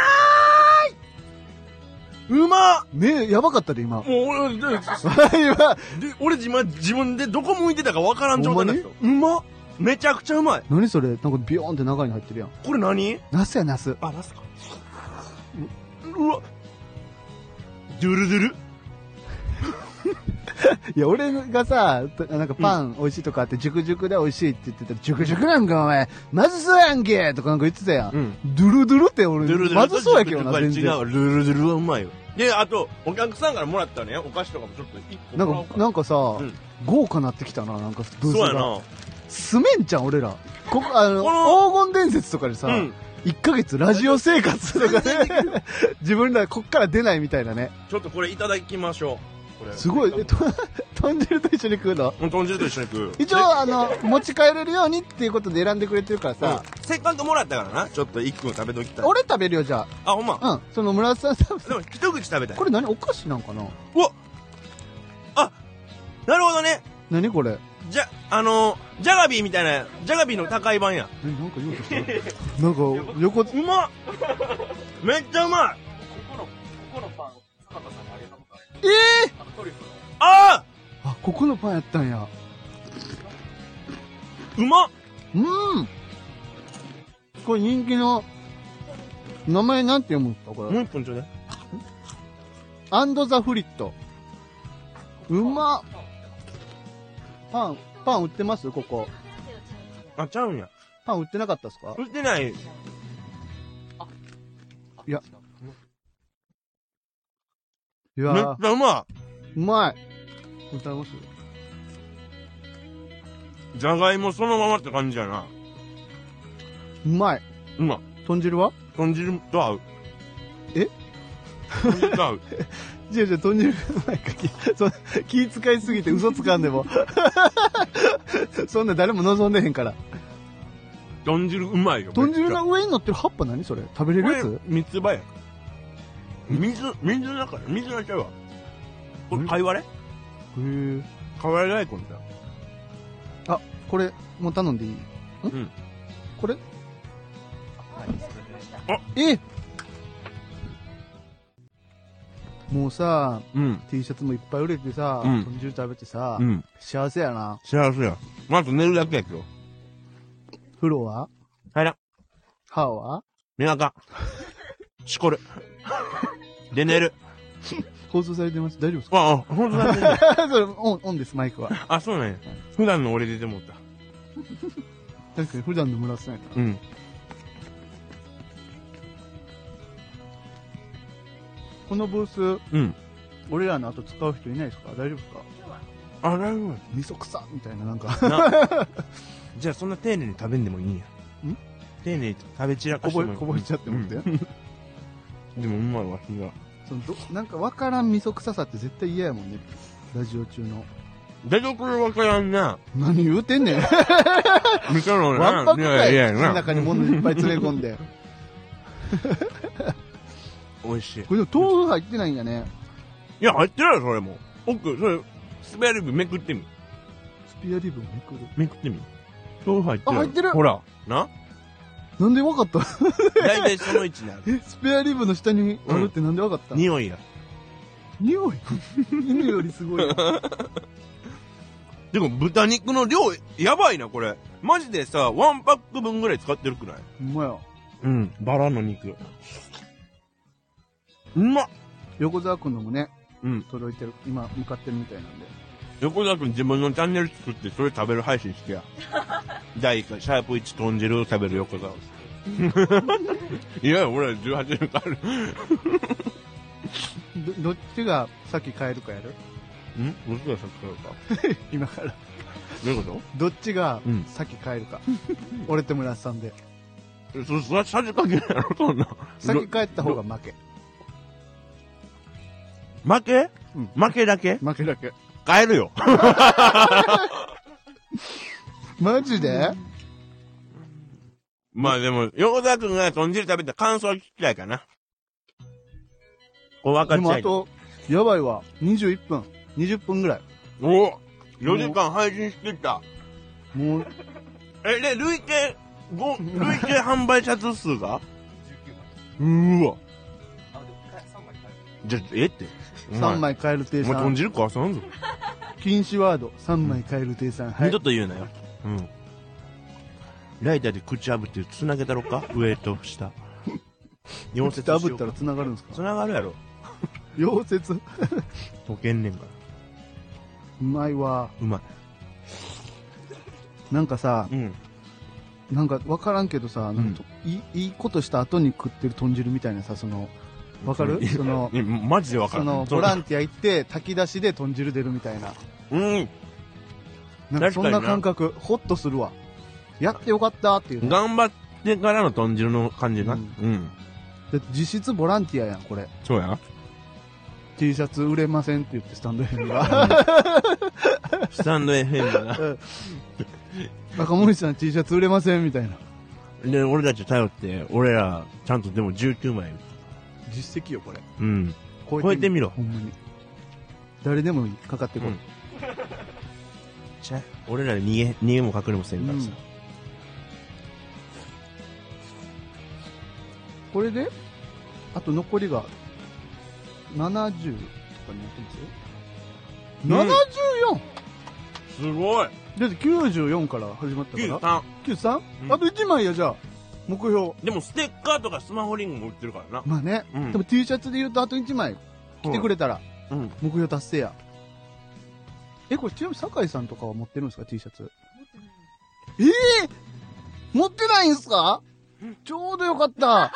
S2: ーいうまっ
S1: ねやばかったで今 <laughs>
S2: もう俺、で
S1: 今
S2: で俺今自分でどこ向いてたかわからん状態だった。
S1: ほ
S2: うまっめちゃくちゃうまい。
S1: 何それなんかビヨーンって中に入ってるやん
S2: これ何
S1: ナスやナス
S2: あ、ラスか。ううわ。ドゥルドゥル。
S1: いや、俺がさ、となんかパン美味しいとかあって、熟熟で美味しいって言ってたら、熟熟なんかお前、まずそうやんけとかなんか言ってたやん。
S2: ん。
S1: ドゥルドゥルって俺、
S2: ルルル
S1: まずそうやけどな、全然。
S2: 違う。ルルルルはうまいよ。で、あと、お客さんからもらったね、お菓子とかもちょっと一個
S1: な
S2: もらおうんか
S1: か、なんかさ、
S2: うん
S1: 豪華なってきたな、なんか、ブース
S2: そうや
S1: が。
S2: な。
S1: すめんちゃん、俺ら。ここ、あの、
S2: この
S1: 黄金伝説とかでさ、
S2: うん。
S1: 1ヶ月ラジオ生活とかね、 <laughs> 自分らこっから出ないみたいなね。
S2: ちょっとこれいただきましょう。これ
S1: すごい、え、と、豚汁と一緒に食うの
S2: うん、豚汁と一緒に食う。
S1: 一応、あの、持ち帰れるようにっていうことで選んでくれてるから
S2: さ
S1: さ、
S2: あ、せっかくもらったからな、ちょっと一個食べときたい。
S1: 俺食べるよ、じゃ
S2: あ、ほんま。
S1: あ。うん、その村田さん食べ
S2: でも、一口食べたい
S1: こ。れ何お菓子なんかな
S2: なるほどね。
S1: 何これ
S2: じゃ、あのー、ジャガビーみたいな、ジャガビーの高い版や。
S1: えなんか言おうとしたなん
S2: <laughs>
S1: か横
S2: うまっめっちゃうまい
S3: この、ここのパンを坂田さんにあげたことある。
S1: ええ
S3: あのトリュフの。
S2: ああ
S1: あここのパンやったんや
S2: うまっ
S1: うんこれ人気の名前なんて読むんですかこれ、
S2: もう一本ちょうだい。
S1: アンドザフリットうまっパンパン売ってますここ
S2: あ、ちゃうんや。
S1: パン売ってなかったですか
S2: 売ってない。
S1: いやい
S2: めっ
S1: やー
S2: ちゃうま
S1: うまい歌います
S2: い。じゃがいもそのままって感じやな。
S1: うまいう
S2: まい。
S1: 豚汁は
S2: 豚汁と合う。
S1: え
S2: 豚汁と
S1: <laughs>
S2: 合う。
S1: じゃあじゃあ豚汁なんか気 <laughs> そ気遣いすぎて嘘つかんでも <laughs> そんな誰も望んでへんから
S2: 豚汁うまいよ。
S1: 豚汁の上に乗ってる葉っぱ何それ食べれ
S2: め
S1: る
S2: っちゃ
S1: や
S2: こ
S1: つ
S2: れ三つ葉や。水、水の中や。水の中やわ。こ
S1: ん
S2: れ、かいわれ
S1: へえ
S2: かいわれ大根だよ。
S1: あこれもう頼んでいいん
S2: うん
S1: これ
S3: はい、それで。
S1: えもうさ
S2: うん。
S1: T シャツもいっぱい売れてさ、
S2: うん
S1: 豚汁食べてさ、
S2: うん。
S1: 幸せやな
S2: 幸せや。あと寝るだけやけど。
S1: 風呂は
S2: 入らん。
S1: 歯は
S2: 目がかん。しこる。で寝
S1: <laughs>
S2: る。
S1: 放送されてます大丈夫
S2: <laughs>
S1: ですか
S2: あ、あ、ほんとだ、ね。
S1: それオン <laughs> オンですマイクは
S2: <laughs> あ、そうなんや。普段の俺出てもった。
S1: 確かに普段の村瀬さんやな
S2: うん。
S1: このブース
S2: うん。
S1: 俺らの後使う人いないですか大丈夫ですか
S2: あ、大丈夫。
S1: 味噌臭っみたいななん <laughs>
S2: <laughs>
S1: か
S2: なじゃあそんな丁寧に食べんでもいいんや
S1: ん
S2: 丁寧に食べ散らか
S1: こぼ
S2: してもいい
S1: こぼしちゃって思って、
S2: うんでもうまいわ火が
S1: そのどなんかわからん味噌臭さって絶対嫌やもんねラジオ中の
S2: 出所わから
S1: <laughs>
S2: んな
S1: 何言うてん
S2: <laughs>
S1: ねん
S2: 見たの
S1: わんぱく
S2: い
S1: か
S2: やいや
S1: い
S2: い
S1: 口の
S2: やな
S1: 中に物いっぱい詰め込んで
S2: 美味しい
S1: これでも豆腐入ってないんやね
S2: いや入ってないよそれも奥それスペアリブめくってみ
S1: スピアリブめくる
S2: めくってみ豆腐入ってる
S1: あ入ってる <laughs>
S2: ほらな
S1: なんでわかった <laughs>
S2: 大体その位置にある
S1: えスペアリブの下にあるってなんでわかった、
S2: 匂いや <laughs>
S1: 匂い犬よりすごいな
S2: でも豚肉の量やばいなこれマジでさワンパック分ぐらい使ってるくない
S1: ほんまや
S2: うん、バラの肉。うまっ
S1: 横澤君のもね、
S2: うん
S1: 届いてる今向かってるみたいなんで
S2: 横田君自分のチャンネル作ってそれ食べる配信して <laughs> や。第1回、シャープ1豚汁を食べる横 <laughs> 澤。いや、俺18年かある。
S1: どどっちが先帰るかやる
S2: んどっちが先帰るか。
S1: 今から
S2: どういうこ
S1: どっちが
S2: うん
S1: 先帰るか、俺と村瀬さん
S2: <laughs>
S1: で
S2: とそ、それはさじかけないやろ、そんな。
S1: 先帰った方が負け
S2: 負け、
S1: うん
S2: 負けだけ
S1: 負けだけ
S2: 帰るよ。
S1: マジで、
S2: まあでも、横田君が豚汁食べた感想は聞きたいかな。こう分か
S1: で
S2: っち
S1: も
S2: ゃ
S1: あ
S2: い。
S1: とやばいわ21分20分ぐらい
S2: お4時間配信してた。
S1: もう
S2: え、で、累計、ご、累計販売者数数が
S3: 19枚。
S2: うーわ。
S3: あ、でも3枚買え
S2: じゃ、えって。
S1: 3枚帰る
S2: お
S1: 亭
S2: 前。お前
S1: さ
S2: 豚
S1: ん
S2: 汁食わさんぞ。
S1: 禁止ワード3枚帰る亭さん、は
S2: 二
S1: い
S2: 度と言うなよ。うん。ライターで口炙って繋げたろか上と下。溶接
S1: ちょっと炙ったら繋がるんですか
S2: 繋がるやろ。
S1: 溶接う
S2: 溶けんねんから。
S1: まいわ
S2: うま
S1: なんかさ
S2: い。うん。
S1: なんか分からんけどさなんかと、いいいいことした後に食ってる豚汁みたいなさその分かる
S2: いや
S1: その
S2: え、マジでわか
S1: そ
S2: る。
S1: のボランティア行って炊き出しで豚汁出るみたいな
S2: うん。
S1: なんかそんな
S2: 確かにな
S1: 感覚ホッとするわやってよかったっていうね
S2: 頑張ってからの豚汁の感じな。
S1: う
S2: うんん。
S1: だって実質ボランティアやんこれ
S2: そうや。
S1: T シャツ売れませんって言ってスタンド FM が
S2: スタンド FM だな。
S1: <laughs>
S2: <laughs>
S1: 中森さん T シャツ売れませんみたいな
S2: で、俺たち頼って、俺ら、ちゃんとでも19枚。
S1: 実績よこれ
S2: うん。
S1: 超
S2: 超えてみろ
S1: ほんまに誰でもいいかかってこい、
S2: うんちゃ、俺らで逃げ、逃げも隠れもせんから
S1: う
S2: さ
S1: ん。これであと残りが70とかになってますよ、74!
S2: すごい
S1: だって94から始まったから
S2: !93!
S1: 93、
S2: うん
S1: あと1枚やじゃあ目標
S2: でもステッカーとかスマホリングも売ってるからな。
S1: まあね、
S2: うん
S1: でも T シャツで言うとあと1枚来てくれたら
S2: うん。
S1: 目標達成や、えこれちなみに酒井さんとかは持ってるんですか T シャツええ持ってないんすかちょうどよかった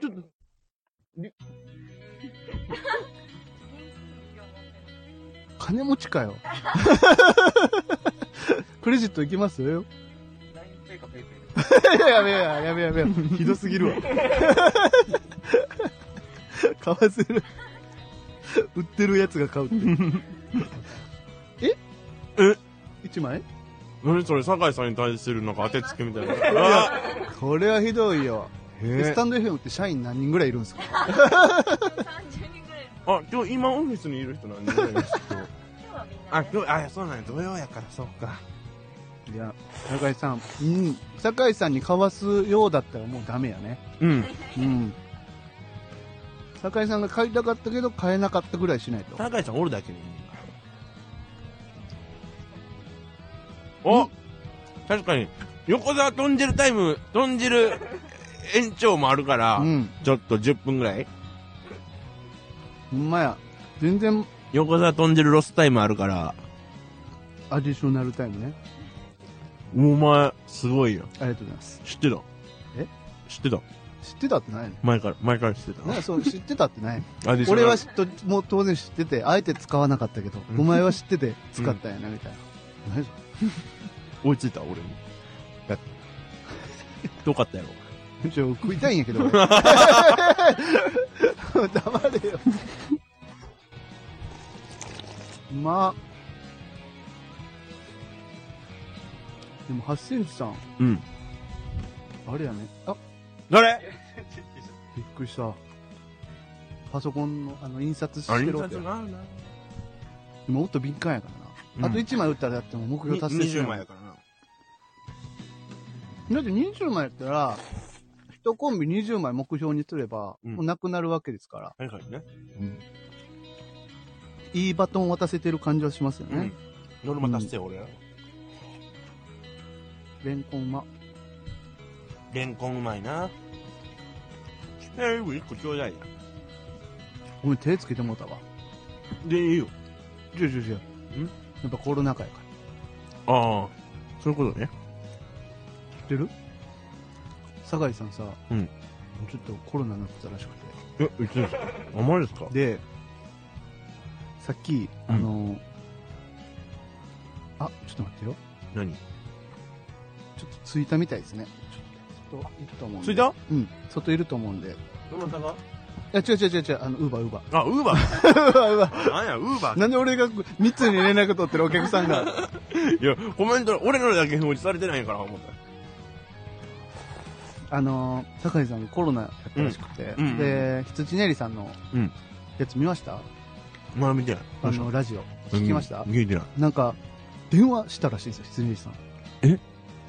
S1: ちょっと金持ちかよ <laughs> クレジットいきますよ
S3: た。LINEPay か PayPay で。
S1: やべえや、やべえやべえ。ひどすぎるわ。買わせる。売ってるやつが買うって。 <laughs> え
S2: え
S1: 一枚
S2: 何それ、酒井さんに対するなんか当てつけ <laughs> みたいな。あ
S1: これはひどいよ。
S2: へえ
S1: スタンド FM って社員何人ぐらいいるんですか
S4: 30人ぐらい
S2: あ、今日今オフィスにいる人なん <laughs> で。
S4: 今日はみんな
S2: あ、今日、あ、そうなんや、土曜やから、そっか。
S1: いや、酒井さん。うん。酒井さんに買わすようだったらもうダメやね。
S2: うん。
S1: うん。酒井さんが買いたかったけど買えなかったぐらいしないと。
S2: 酒井さんおるだけでいいお確かに、横澤豚汁タイム、豚汁延長もあるから、
S1: うん。
S2: ちょっと10分ぐらい。
S1: ほんまや。全然
S2: 横澤豚汁ロスタイムあるから、
S1: アディショナルタイムね。
S2: お前、すごいよ。
S1: ありがとうございます。
S2: 知ってた
S1: え
S2: 知ってた
S1: 知ってたってないの
S2: 前から、前から知ってた。
S1: なんか
S2: <laughs>
S1: そう知ってたってない
S2: あでしょ
S1: 俺は知っともう当然知っててあえて使わなかったけど、
S2: うん
S1: お前は知ってて使ったんやなみたいな、何そ
S2: 追いついた、俺も。
S1: <laughs>
S2: だって。どうかったやろ。
S1: れちょ食いたいんやけ
S2: <laughs>
S1: ど俺黙れよまあでも八センチさん
S2: うん。
S1: あれやねあ
S2: どれ
S1: びっくりしたパソコンのあの印刷してるわけ
S2: があるな。
S1: もっと敏感やからな、
S2: う
S1: あ
S2: ん
S1: と1枚打ったらだってもう目標達成し
S2: 20
S1: ない
S2: 枚やからな。
S1: だって20枚やったら、一コンビ20枚目標にすれば、
S2: うん
S1: もうなくなるわけですから、
S2: はいはいね。
S1: いいバトン渡せてる感じはしますよ
S2: う
S1: ね
S2: ん。。ノルマ達成、俺ら。
S1: レンコンは。
S2: レンコンうまいなスペアリブ1個ちょうだいや
S1: ごめん、手つけてもうたわ。
S2: でいいよ
S1: じゃじゃじゃ。んやっぱコロナ禍やから。
S2: ああそういうことね
S1: 知ってる酒井さんさ、
S2: うん
S1: ちょっとコロナになってたらしくて。
S2: えうち <laughs> ですかあまりですか
S1: で、さっき、
S2: うん
S1: あの、あ、ちょっと待ってよ。
S2: 何
S1: ちょっと着いたみたいですね。ちょっと、いると思うんで。
S2: 着いた
S1: うん。外いると思うんで。い
S2: どなたが
S1: や、違う違う違う違う、あの、ウーバーウー
S2: <laughs>
S1: バ
S2: あウーバー
S1: ー。ウーバーウーバ
S2: <laughs> なんやウーバ
S1: ー。 <laughs> なんで俺が3つに連絡取ってるお客さんが。 <laughs>
S2: ーいやコメント俺のだけ表示されてないから思った
S1: あのー、酒井さんコロナやったらしくて、
S2: うんうん
S1: で、羊ねりさんの
S2: うん
S1: やつ見ました、
S2: まだ見てない
S1: あの、ラジオ。聞きました、
S2: 聞いてない
S1: なんか、電話したらしいんですよ、羊ねりさん。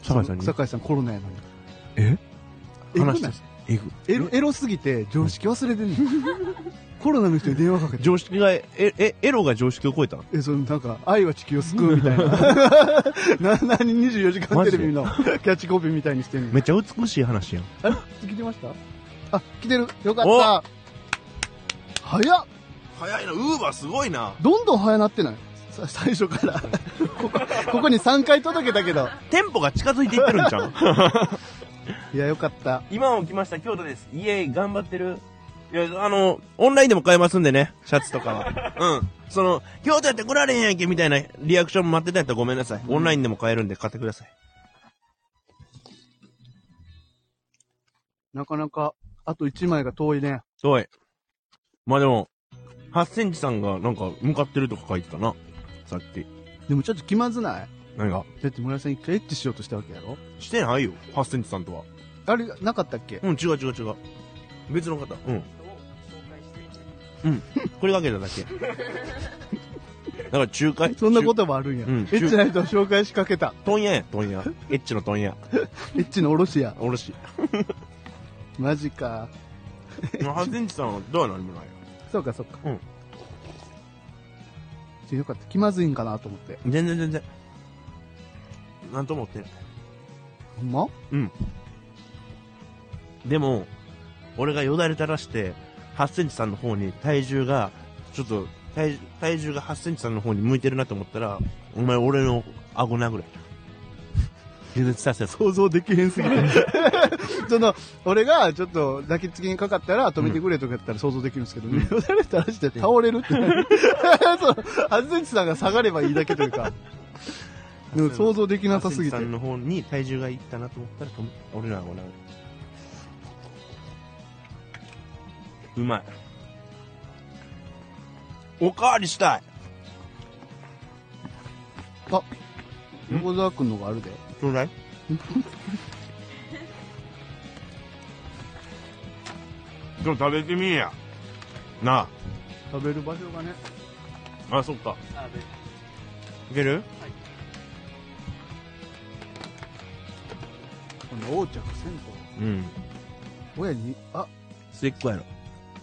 S2: 酒井さんに
S1: 酒井さんコロナやのに。
S2: え
S1: えぐない
S2: 話したえぐ
S1: エロエロすぎて常識忘れてんの <laughs> コロナの人に電話かけて。
S2: 常識がええエロが常識を超えた
S1: え、そのなんか、愛は地球を救うみたいな。な、 <laughs> なに24時間テレビのキャッチコピーみたいにしてんの。
S2: めっちゃ美しい話やん
S1: あれ聞いてましたあ、来てる。よかった。早っ
S2: 早いなウーバーすごいな
S1: どんどん早なってないさ最初から。 <laughs> ここ、ここに3回届けたけど。
S2: テンポが近づいていってるんちゃう
S1: いや、よかった。
S2: 今起きました京都ですイエーイ頑張ってるいやあのオンラインでも買えますんでねシャツとか
S1: <laughs>
S2: はうんその京都やって来られへんやんけみたいなリアクション待ってたんやったらごめんなさいオンラインでも買えるんで買ってください
S1: なかなか、あと1枚が遠いね。
S2: すごいまあでも8センチさんがなんか向かってるとか書いてたなさっき
S1: でもちょっと気まずない
S2: 何が
S1: だって村井さん一回エッチしようとしたわけやろ
S2: してないよ8センチさんとは
S1: あれ、なかったっけ
S2: うん違う違う違う別の方うん
S3: 人を紹介していく
S2: これだけだだ
S1: <laughs>
S2: け。だから仲介。。
S1: そんなことともあるんや。
S2: うん
S1: エッチな人を紹介しかけた。
S2: 問屋や、問屋。エッチの問屋。
S1: エッチのおろしや。
S2: おろし。
S1: マジか。
S2: ハセンチさんはどうや何もないよ。
S1: そうかそうか。
S2: うん
S1: ちょよかった。気まずいんかなと思って。
S2: 全然全然。なんとも思ってない。
S1: ほんま
S2: でも、俺がよだれ垂らして、8センチさんの方に体重が、ちょっと、体体重が8センチさんの方に向いてるなと思ったら、お前俺の顎殴れ。全然伝えてた
S1: 想像できへんすぎて。その、俺がちょっと抱きつきにかかったら止めてくれとかやったら想像できるんですけど、
S2: うん
S1: よだれ垂らして倒れるって <laughs> 何そう、あずんちさんが下がればいいだけというか。でも想像できなさすぎて
S2: ハセンチさん。の方に体重がいったなと思ったら、とも俺の顎殴れ。うまい。おかわりしたい。
S1: 横澤くんのがあるで。
S2: ちょうだい。今日食べてみいや。な
S1: 食べる場所がね。
S2: あ。あ、そっか。
S3: あで
S2: いける
S1: この横着銭
S2: うん。
S1: 湯。親に、あ、
S2: 末っ子やろ。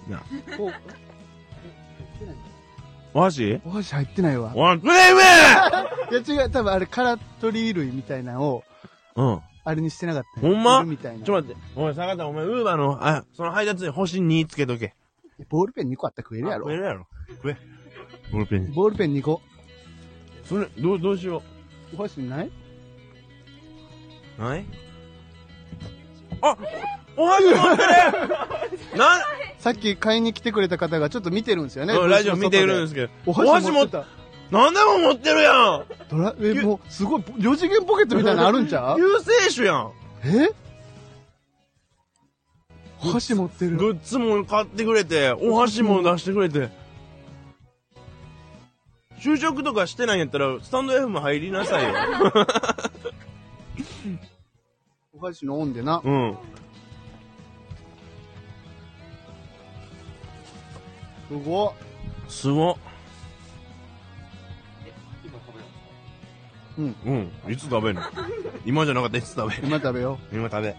S2: なあ。
S1: こう、
S2: お箸
S1: お箸入ってないわ。
S2: ワン、ウェイウェイ
S1: いや違う、多分あれ、カラトリー類みたいなのを、
S2: うん。
S1: あれにしてなかった。
S2: ほんま
S1: いるみたいな
S2: ち。ょっと待って。おい、坂田、お前、ウーバーの、あ、その配達に星2つけとけ。
S1: ボールペン2個あったら食えるや
S2: 食え
S1: ろ。
S2: るやろ。食え。ボールペン。
S1: ボールペン2個。
S2: それ、どう、どうしよ
S1: お箸ない
S2: う。ないあお箸持ってるな
S1: さっき買いに来てくれた方がちょっと見てるんですよね。。
S2: ラジオ見てるんですすけど。
S1: お
S2: お
S1: 箸
S2: 箸
S1: 持っ
S2: 持って
S1: た。
S2: 何でも持ってるやん
S1: ドラ、え、もう、すごい、4次元ポケット <laughs> みたいなのあるんちゃう
S2: <laughs> 救世主やん
S1: えお箸持ってる。
S2: グッズも買ってくれて、お箸も出してくれて。就職とかしてないんやったら、スタンド F も入りなさいよ。
S1: <laughs> お箸のオンでな。
S2: うん。
S1: すご
S2: すごっ。
S3: 今食べます
S2: うん。いつ食べんの今じゃなかった、いつ食べ
S1: い。今食べよ
S2: 今食べ。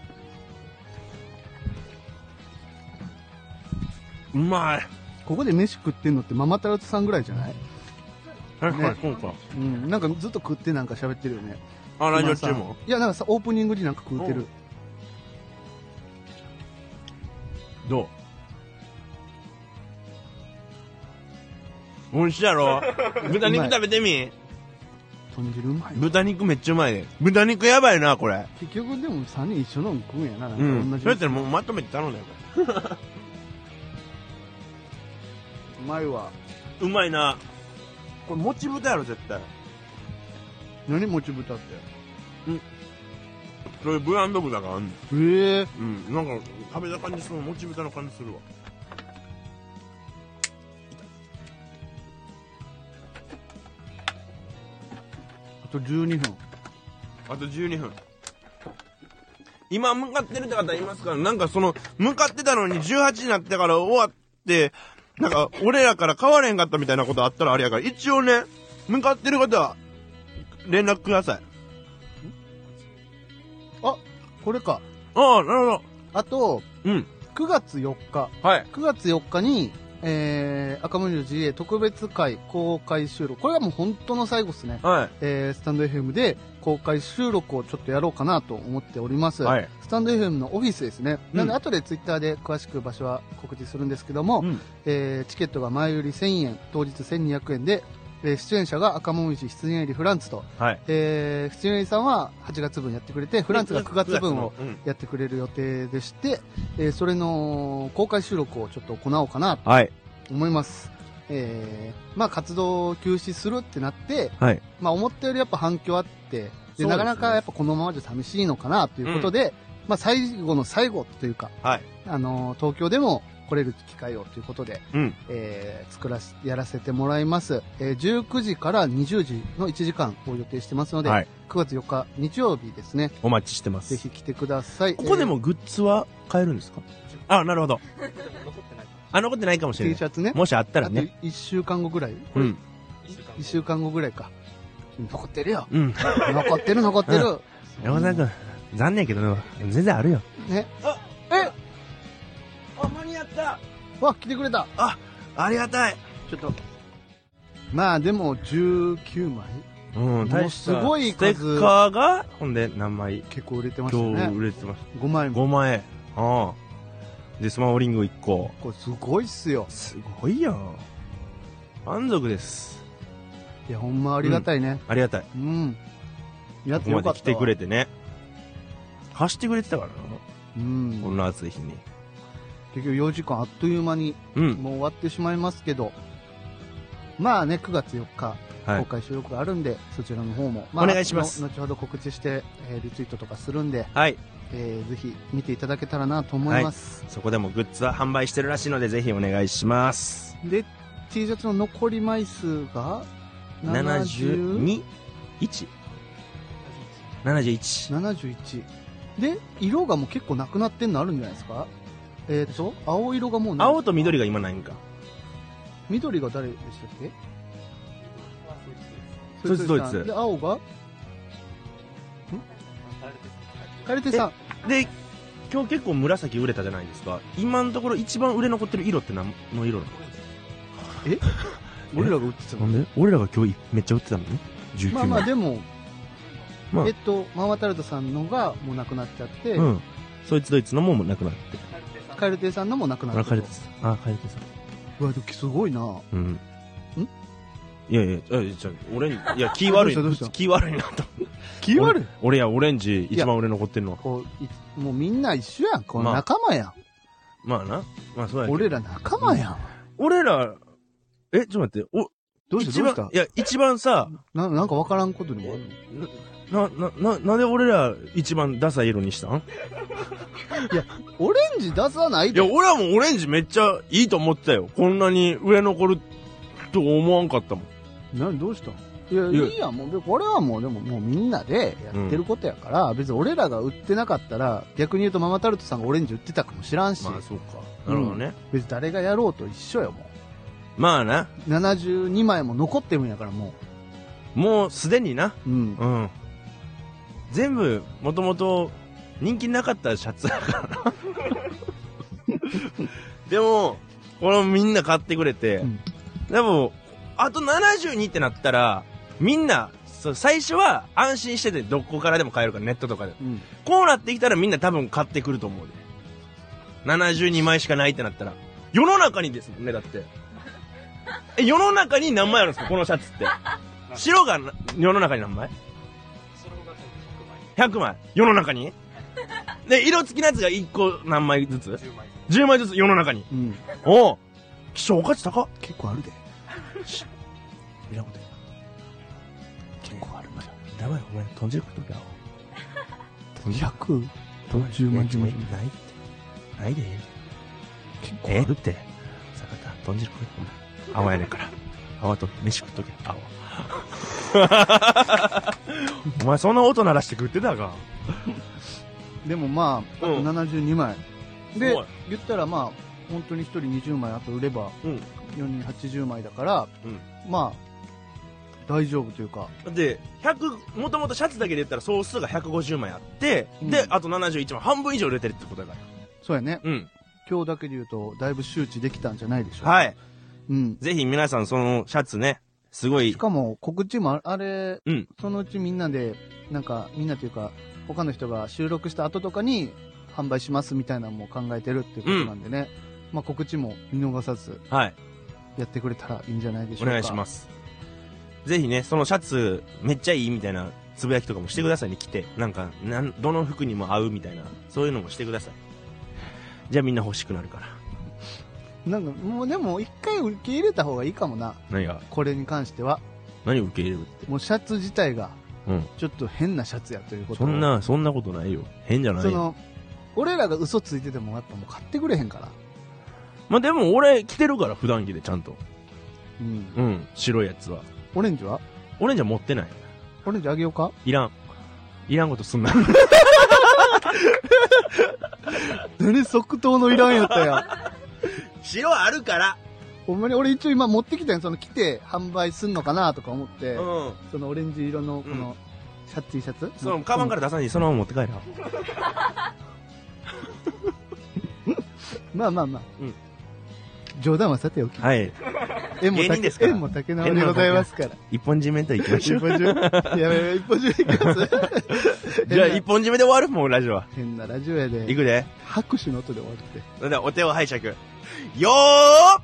S2: うまい。
S1: う。ここで飯食ってんのってママタルトさんぐらいじゃない
S2: 確かにそうか。
S1: うん。なんかずっと食ってなんか喋ってるよね。
S2: あ、ラジオ
S1: 今さ
S2: 中も
S1: いや、なんかさ、オープニングになんか食うてる。
S2: どう美味しい
S1: <laughs>
S2: やろ豚肉食べてみ
S1: 豚汁うまいわ
S2: 豚肉めっちゃうまいね豚肉やばいなこれ
S1: 結局でも3人一緒のん食うんやななん
S2: う
S1: か
S2: ん
S1: 同じ
S2: そうやったらもうまとめて頼んだよこ
S1: うまいわ
S2: れうまいなこれもち豚やろ絶対
S1: 何もち豚って
S2: そういうブランド豚があんの
S1: ええ
S2: うんなんか食べた感じするもち豚の感じするわ
S1: あと12分
S2: あと12分今向かってるって方いますからなんかその向かってたのに18になってから終わってなんか俺らから変われへんかったみたいなことあったらあれやから一応ね向かってる方は連絡ください
S1: これか
S2: ああなるほど
S1: あと
S2: うん
S1: 9月4日
S2: はい
S1: 9月4日にえー、赤文字の GA 特別会公開収録これがもう本当の最後ですね、
S2: は
S1: えー、スタンド FM で公開収録をちょっとやろうかなと思っております、
S2: いはい
S1: スタンド FM のオフィスですね。
S2: うん
S1: なので、後でツイッターで詳しく場所は告知するんですけども、
S2: うん
S1: えーチケットが前売り1000円、当日1200円で、えー出演者が赤もみじ出演入りフランツと、
S2: はい
S1: えー出演入りさんは8月分やってくれて、フランツが9月分を
S2: うん
S1: やってくれる予定でして、えーそれの公開収録をちょっと行おうかなと
S2: はい
S1: 思います。えーまあ活動を休止するってなって、
S2: はい
S1: まあ思ったよりやっぱ反響あって、
S2: す
S1: で
S2: ね
S1: なかなかやっぱこのままじゃ寂しいのかなということで、まあ最後の最後というか、
S2: はい
S1: あのー東京でも来れる機会をということで、
S2: うん
S1: えー作らし、やらせてもらいます。えー19時から20時の1時間を予定してますので、
S2: はい
S1: 9月4日日曜日ですね、
S2: お待ちしてま
S1: ぜ
S2: す
S1: ひ来てください。
S2: ここでもグッズは買えるんですかあなるほど
S3: でも残ってないかも
S2: あ残ってないかも
S1: え
S2: し
S1: ー
S2: れ
S1: T
S2: な
S1: シ
S2: い
S1: ャツね。
S2: もしあった
S1: あ
S2: ら
S1: と
S2: ね
S1: 1週間後ぐらい
S2: うん
S3: 一週間後
S1: 1週間後ぐらいか。残ってるよ。
S2: うん
S1: 残ってる残ってる。
S2: 山田君残念やけどな全然あるよ
S1: ね。
S2: あ間に合った
S1: わ、来てくれた。
S2: ありがたい
S1: ちょっと。まあでも19枚
S2: うん、
S1: もう
S2: 大した
S1: すごい
S2: ステ
S1: 数
S2: ッカーが、ほんで何枚
S1: 結構売れてました
S2: 今日
S1: ね。
S2: 売れてます。
S1: 5枚も。
S2: 5枚。ああ。で、スマホリング1個。
S1: これすごいっすよ。
S2: すごいやん。満足です。
S1: いや、ほんまありがたいね。
S2: ありがたい。
S1: うん。やって
S2: ここ
S1: よかっ
S2: まで
S1: たわ。
S2: 来てくれてね。走ってくれてたからな。
S1: うん。
S2: こんな暑い日に。
S1: 結局4時間あっという間に
S2: うん。
S1: もう終わってしまいますけど。まあね、9月4日、
S2: は
S1: 公
S2: い。
S1: 開収録があるんで、そちらの方も。まあ
S2: お願いします
S1: の後ほど告知して、えーリツイートとかするんで、
S2: はい。
S1: えーぜひ見ていただけたらなと思います。
S2: そこでもグッズは販売してるらしいので、ぜひお願いします。
S1: で、T シャツの残り枚数が、70
S2: 72?1?71? 71。
S1: 71で色がもう結構なくなってんのあるんじゃないですかえっ、と青色がもうない
S2: 青と緑が今ないんか。
S1: 緑が誰でしたっけ
S3: はそいつです
S2: ドイツ
S1: そ
S2: ドイツ
S1: で青が
S3: あれですね
S1: カルテさん
S2: で、今日結構紫売れたじゃないですか。今のところ一番売れ残ってる色って何の色なの
S1: 俺らが売ってたの
S2: んで俺らが今日めっちゃ売ってたのね。19
S1: まあまあでも、
S2: まあ
S1: えっとママタルトさんのがもうなくなっちゃって、
S2: うん。そいつドイツのももうなくなって。
S3: カルテさん
S1: カルテさんのもなくな
S2: あ、
S1: っちゃ
S2: カ
S1: っ
S2: ル
S1: て
S2: テさん。あ、カルテさん。
S1: うわでもすごいな
S2: うん。んいやいや、いやいやちょ俺に、いや、気悪い
S1: どうしたどうした。
S2: 気悪いなと。
S1: 気
S2: い俺や、オレンジ一番売れ残ってるのは。
S1: こういもうみんな一緒やんこの
S2: まあ
S1: 仲間やん、
S2: まあな。まあそうやけど
S1: 俺ら。仲間やん、
S2: 俺ら、え、ちょっと待って、お、
S1: どうした
S2: 一
S1: どう
S2: 番
S1: した、
S2: いや、一番さ、
S1: ななんかわからんことでもあるの
S2: な、な、な、なんで俺ら一番ダサい色にしたん
S1: オレンジ出さない
S2: いや、
S1: で
S2: 俺はもうオレンジめっちゃいいと思ってたよ。こんなに売れ残ると思わんかったもん。
S1: 何どうしたいや
S2: いや
S1: いいやんもうでこれはもうでももうみんなでやってることやから、別に俺らが売ってなかったら逆に言うとママタルトさんがオレンジ売ってたかも知らんし、
S2: まあそうか。なるほどね。
S1: 別に誰がやろうと一緒よも
S2: まあな。
S1: う72枚も残ってるんやからも
S2: もうすでにな。
S1: ううん
S2: うん。全部、もともと人気なかったシャツだからな。
S1: <laughs>
S2: でも、これみんな買ってくれて、
S1: うん
S2: でも、あと72ってなったら、みんな、そう最初は安心してて、どこからでも買えるから、ネットとかで。
S1: うん
S2: こうなってきたらみんな多分買ってくると思うで。 72枚しかないってなったら世の中にですもんねだってえ世の中に何枚あるんですかこのシャツって白がな世の中に何枚
S3: 白が全部100枚、
S2: 100枚世の中 <laughs> にで色付きのやつが1個何枚ずつ
S3: 10枚。
S2: 10枚ずつ世の中に
S1: うん
S2: おお希少価値高っ
S1: 結構あるで
S2: いらんこと言結構あるまだやばいお前豚汁食っとけよ
S1: 200と10万10万
S2: ないってないで結構あるって坂田豚汁食えお前泡やねんから <laughs> 泡と飯食っとけ泡 <laughs> お前そんな音鳴らして食ってたか
S1: でもまああと
S2: うん
S1: 72枚、
S2: す
S1: で
S2: ごい
S1: 言ったらまあ本当に1人20枚あと売れば
S2: うん
S1: 4人80枚だから、
S2: うん
S1: まあ大丈夫というか
S2: で100もともとシャツだけで言ったら総数が150枚あって、
S1: う
S2: で
S1: ん
S2: あと71枚半分以上売れてるってことだから
S1: そうやね
S2: うん
S1: 今日だけで言うとだいぶ周知できたんじゃないでしょうか
S2: はい
S1: うん、
S2: ぜひ皆さんそのシャツねすごい
S1: しかも告知もああれ、
S2: うん
S1: そのうちみんなでなんかみんなというか他の人が収録した後とかに販売しますみたいなのも考えてるっていうことなんでね、まあ、告知も見逃さず
S2: はい
S1: やってくれたらいいんじゃないでしょ
S2: お
S1: うか
S2: 願いしますすぜひねそのシャツめっちゃいいみたいなつぶやきとかもしてくださいね来てなんかなんどの服にも合うみたいなそういうのもしてくださいじゃあみんな欲しくなるから
S1: なんかもうでも一回受け入れた方がいいかもな
S2: 何が
S1: これに関しては
S2: 何を受け入れるって
S1: もうシャツ自体が
S2: うん
S1: ちょっと変なシャツやということ
S2: そ
S1: を
S2: んなそんなことないよ変じゃない
S1: そ
S2: よ
S1: の俺らが嘘ついててもやっぱもう買ってくれへんから
S2: まあでも俺着てるから普段着でちゃんと
S1: うん
S2: うん白いやつは
S1: オレンジは
S2: オレンジは持ってない
S1: オレンジあげようか
S2: いらんいらんことすんな
S1: 何即答のいらんやったやん <laughs>
S2: 白あるから
S1: ほんまに俺一応今持ってきたんよその来て販売すんのかなとか思って、
S2: うん
S1: そのオレンジ色のこのシャツ T シャツ
S2: そのカバンから出さないでそのまま持って帰る
S1: まあまあまあ、
S2: うん
S1: 冗談はさておき
S2: はい
S1: 縁も
S2: 芸人ですから
S1: 縁も竹縄でございますから
S2: 一本締めといきまし
S1: 一
S2: <laughs> ょう
S1: 本中やべやべ一本中いきます
S2: <laughs> じゃあ一本締めで終わるもうラジオは
S1: 変なラジオや
S2: い
S1: で
S2: くで
S1: 拍手の音で終わって
S2: それではお手を拝借よー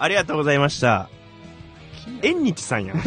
S2: ありがとうございました縁日さんやん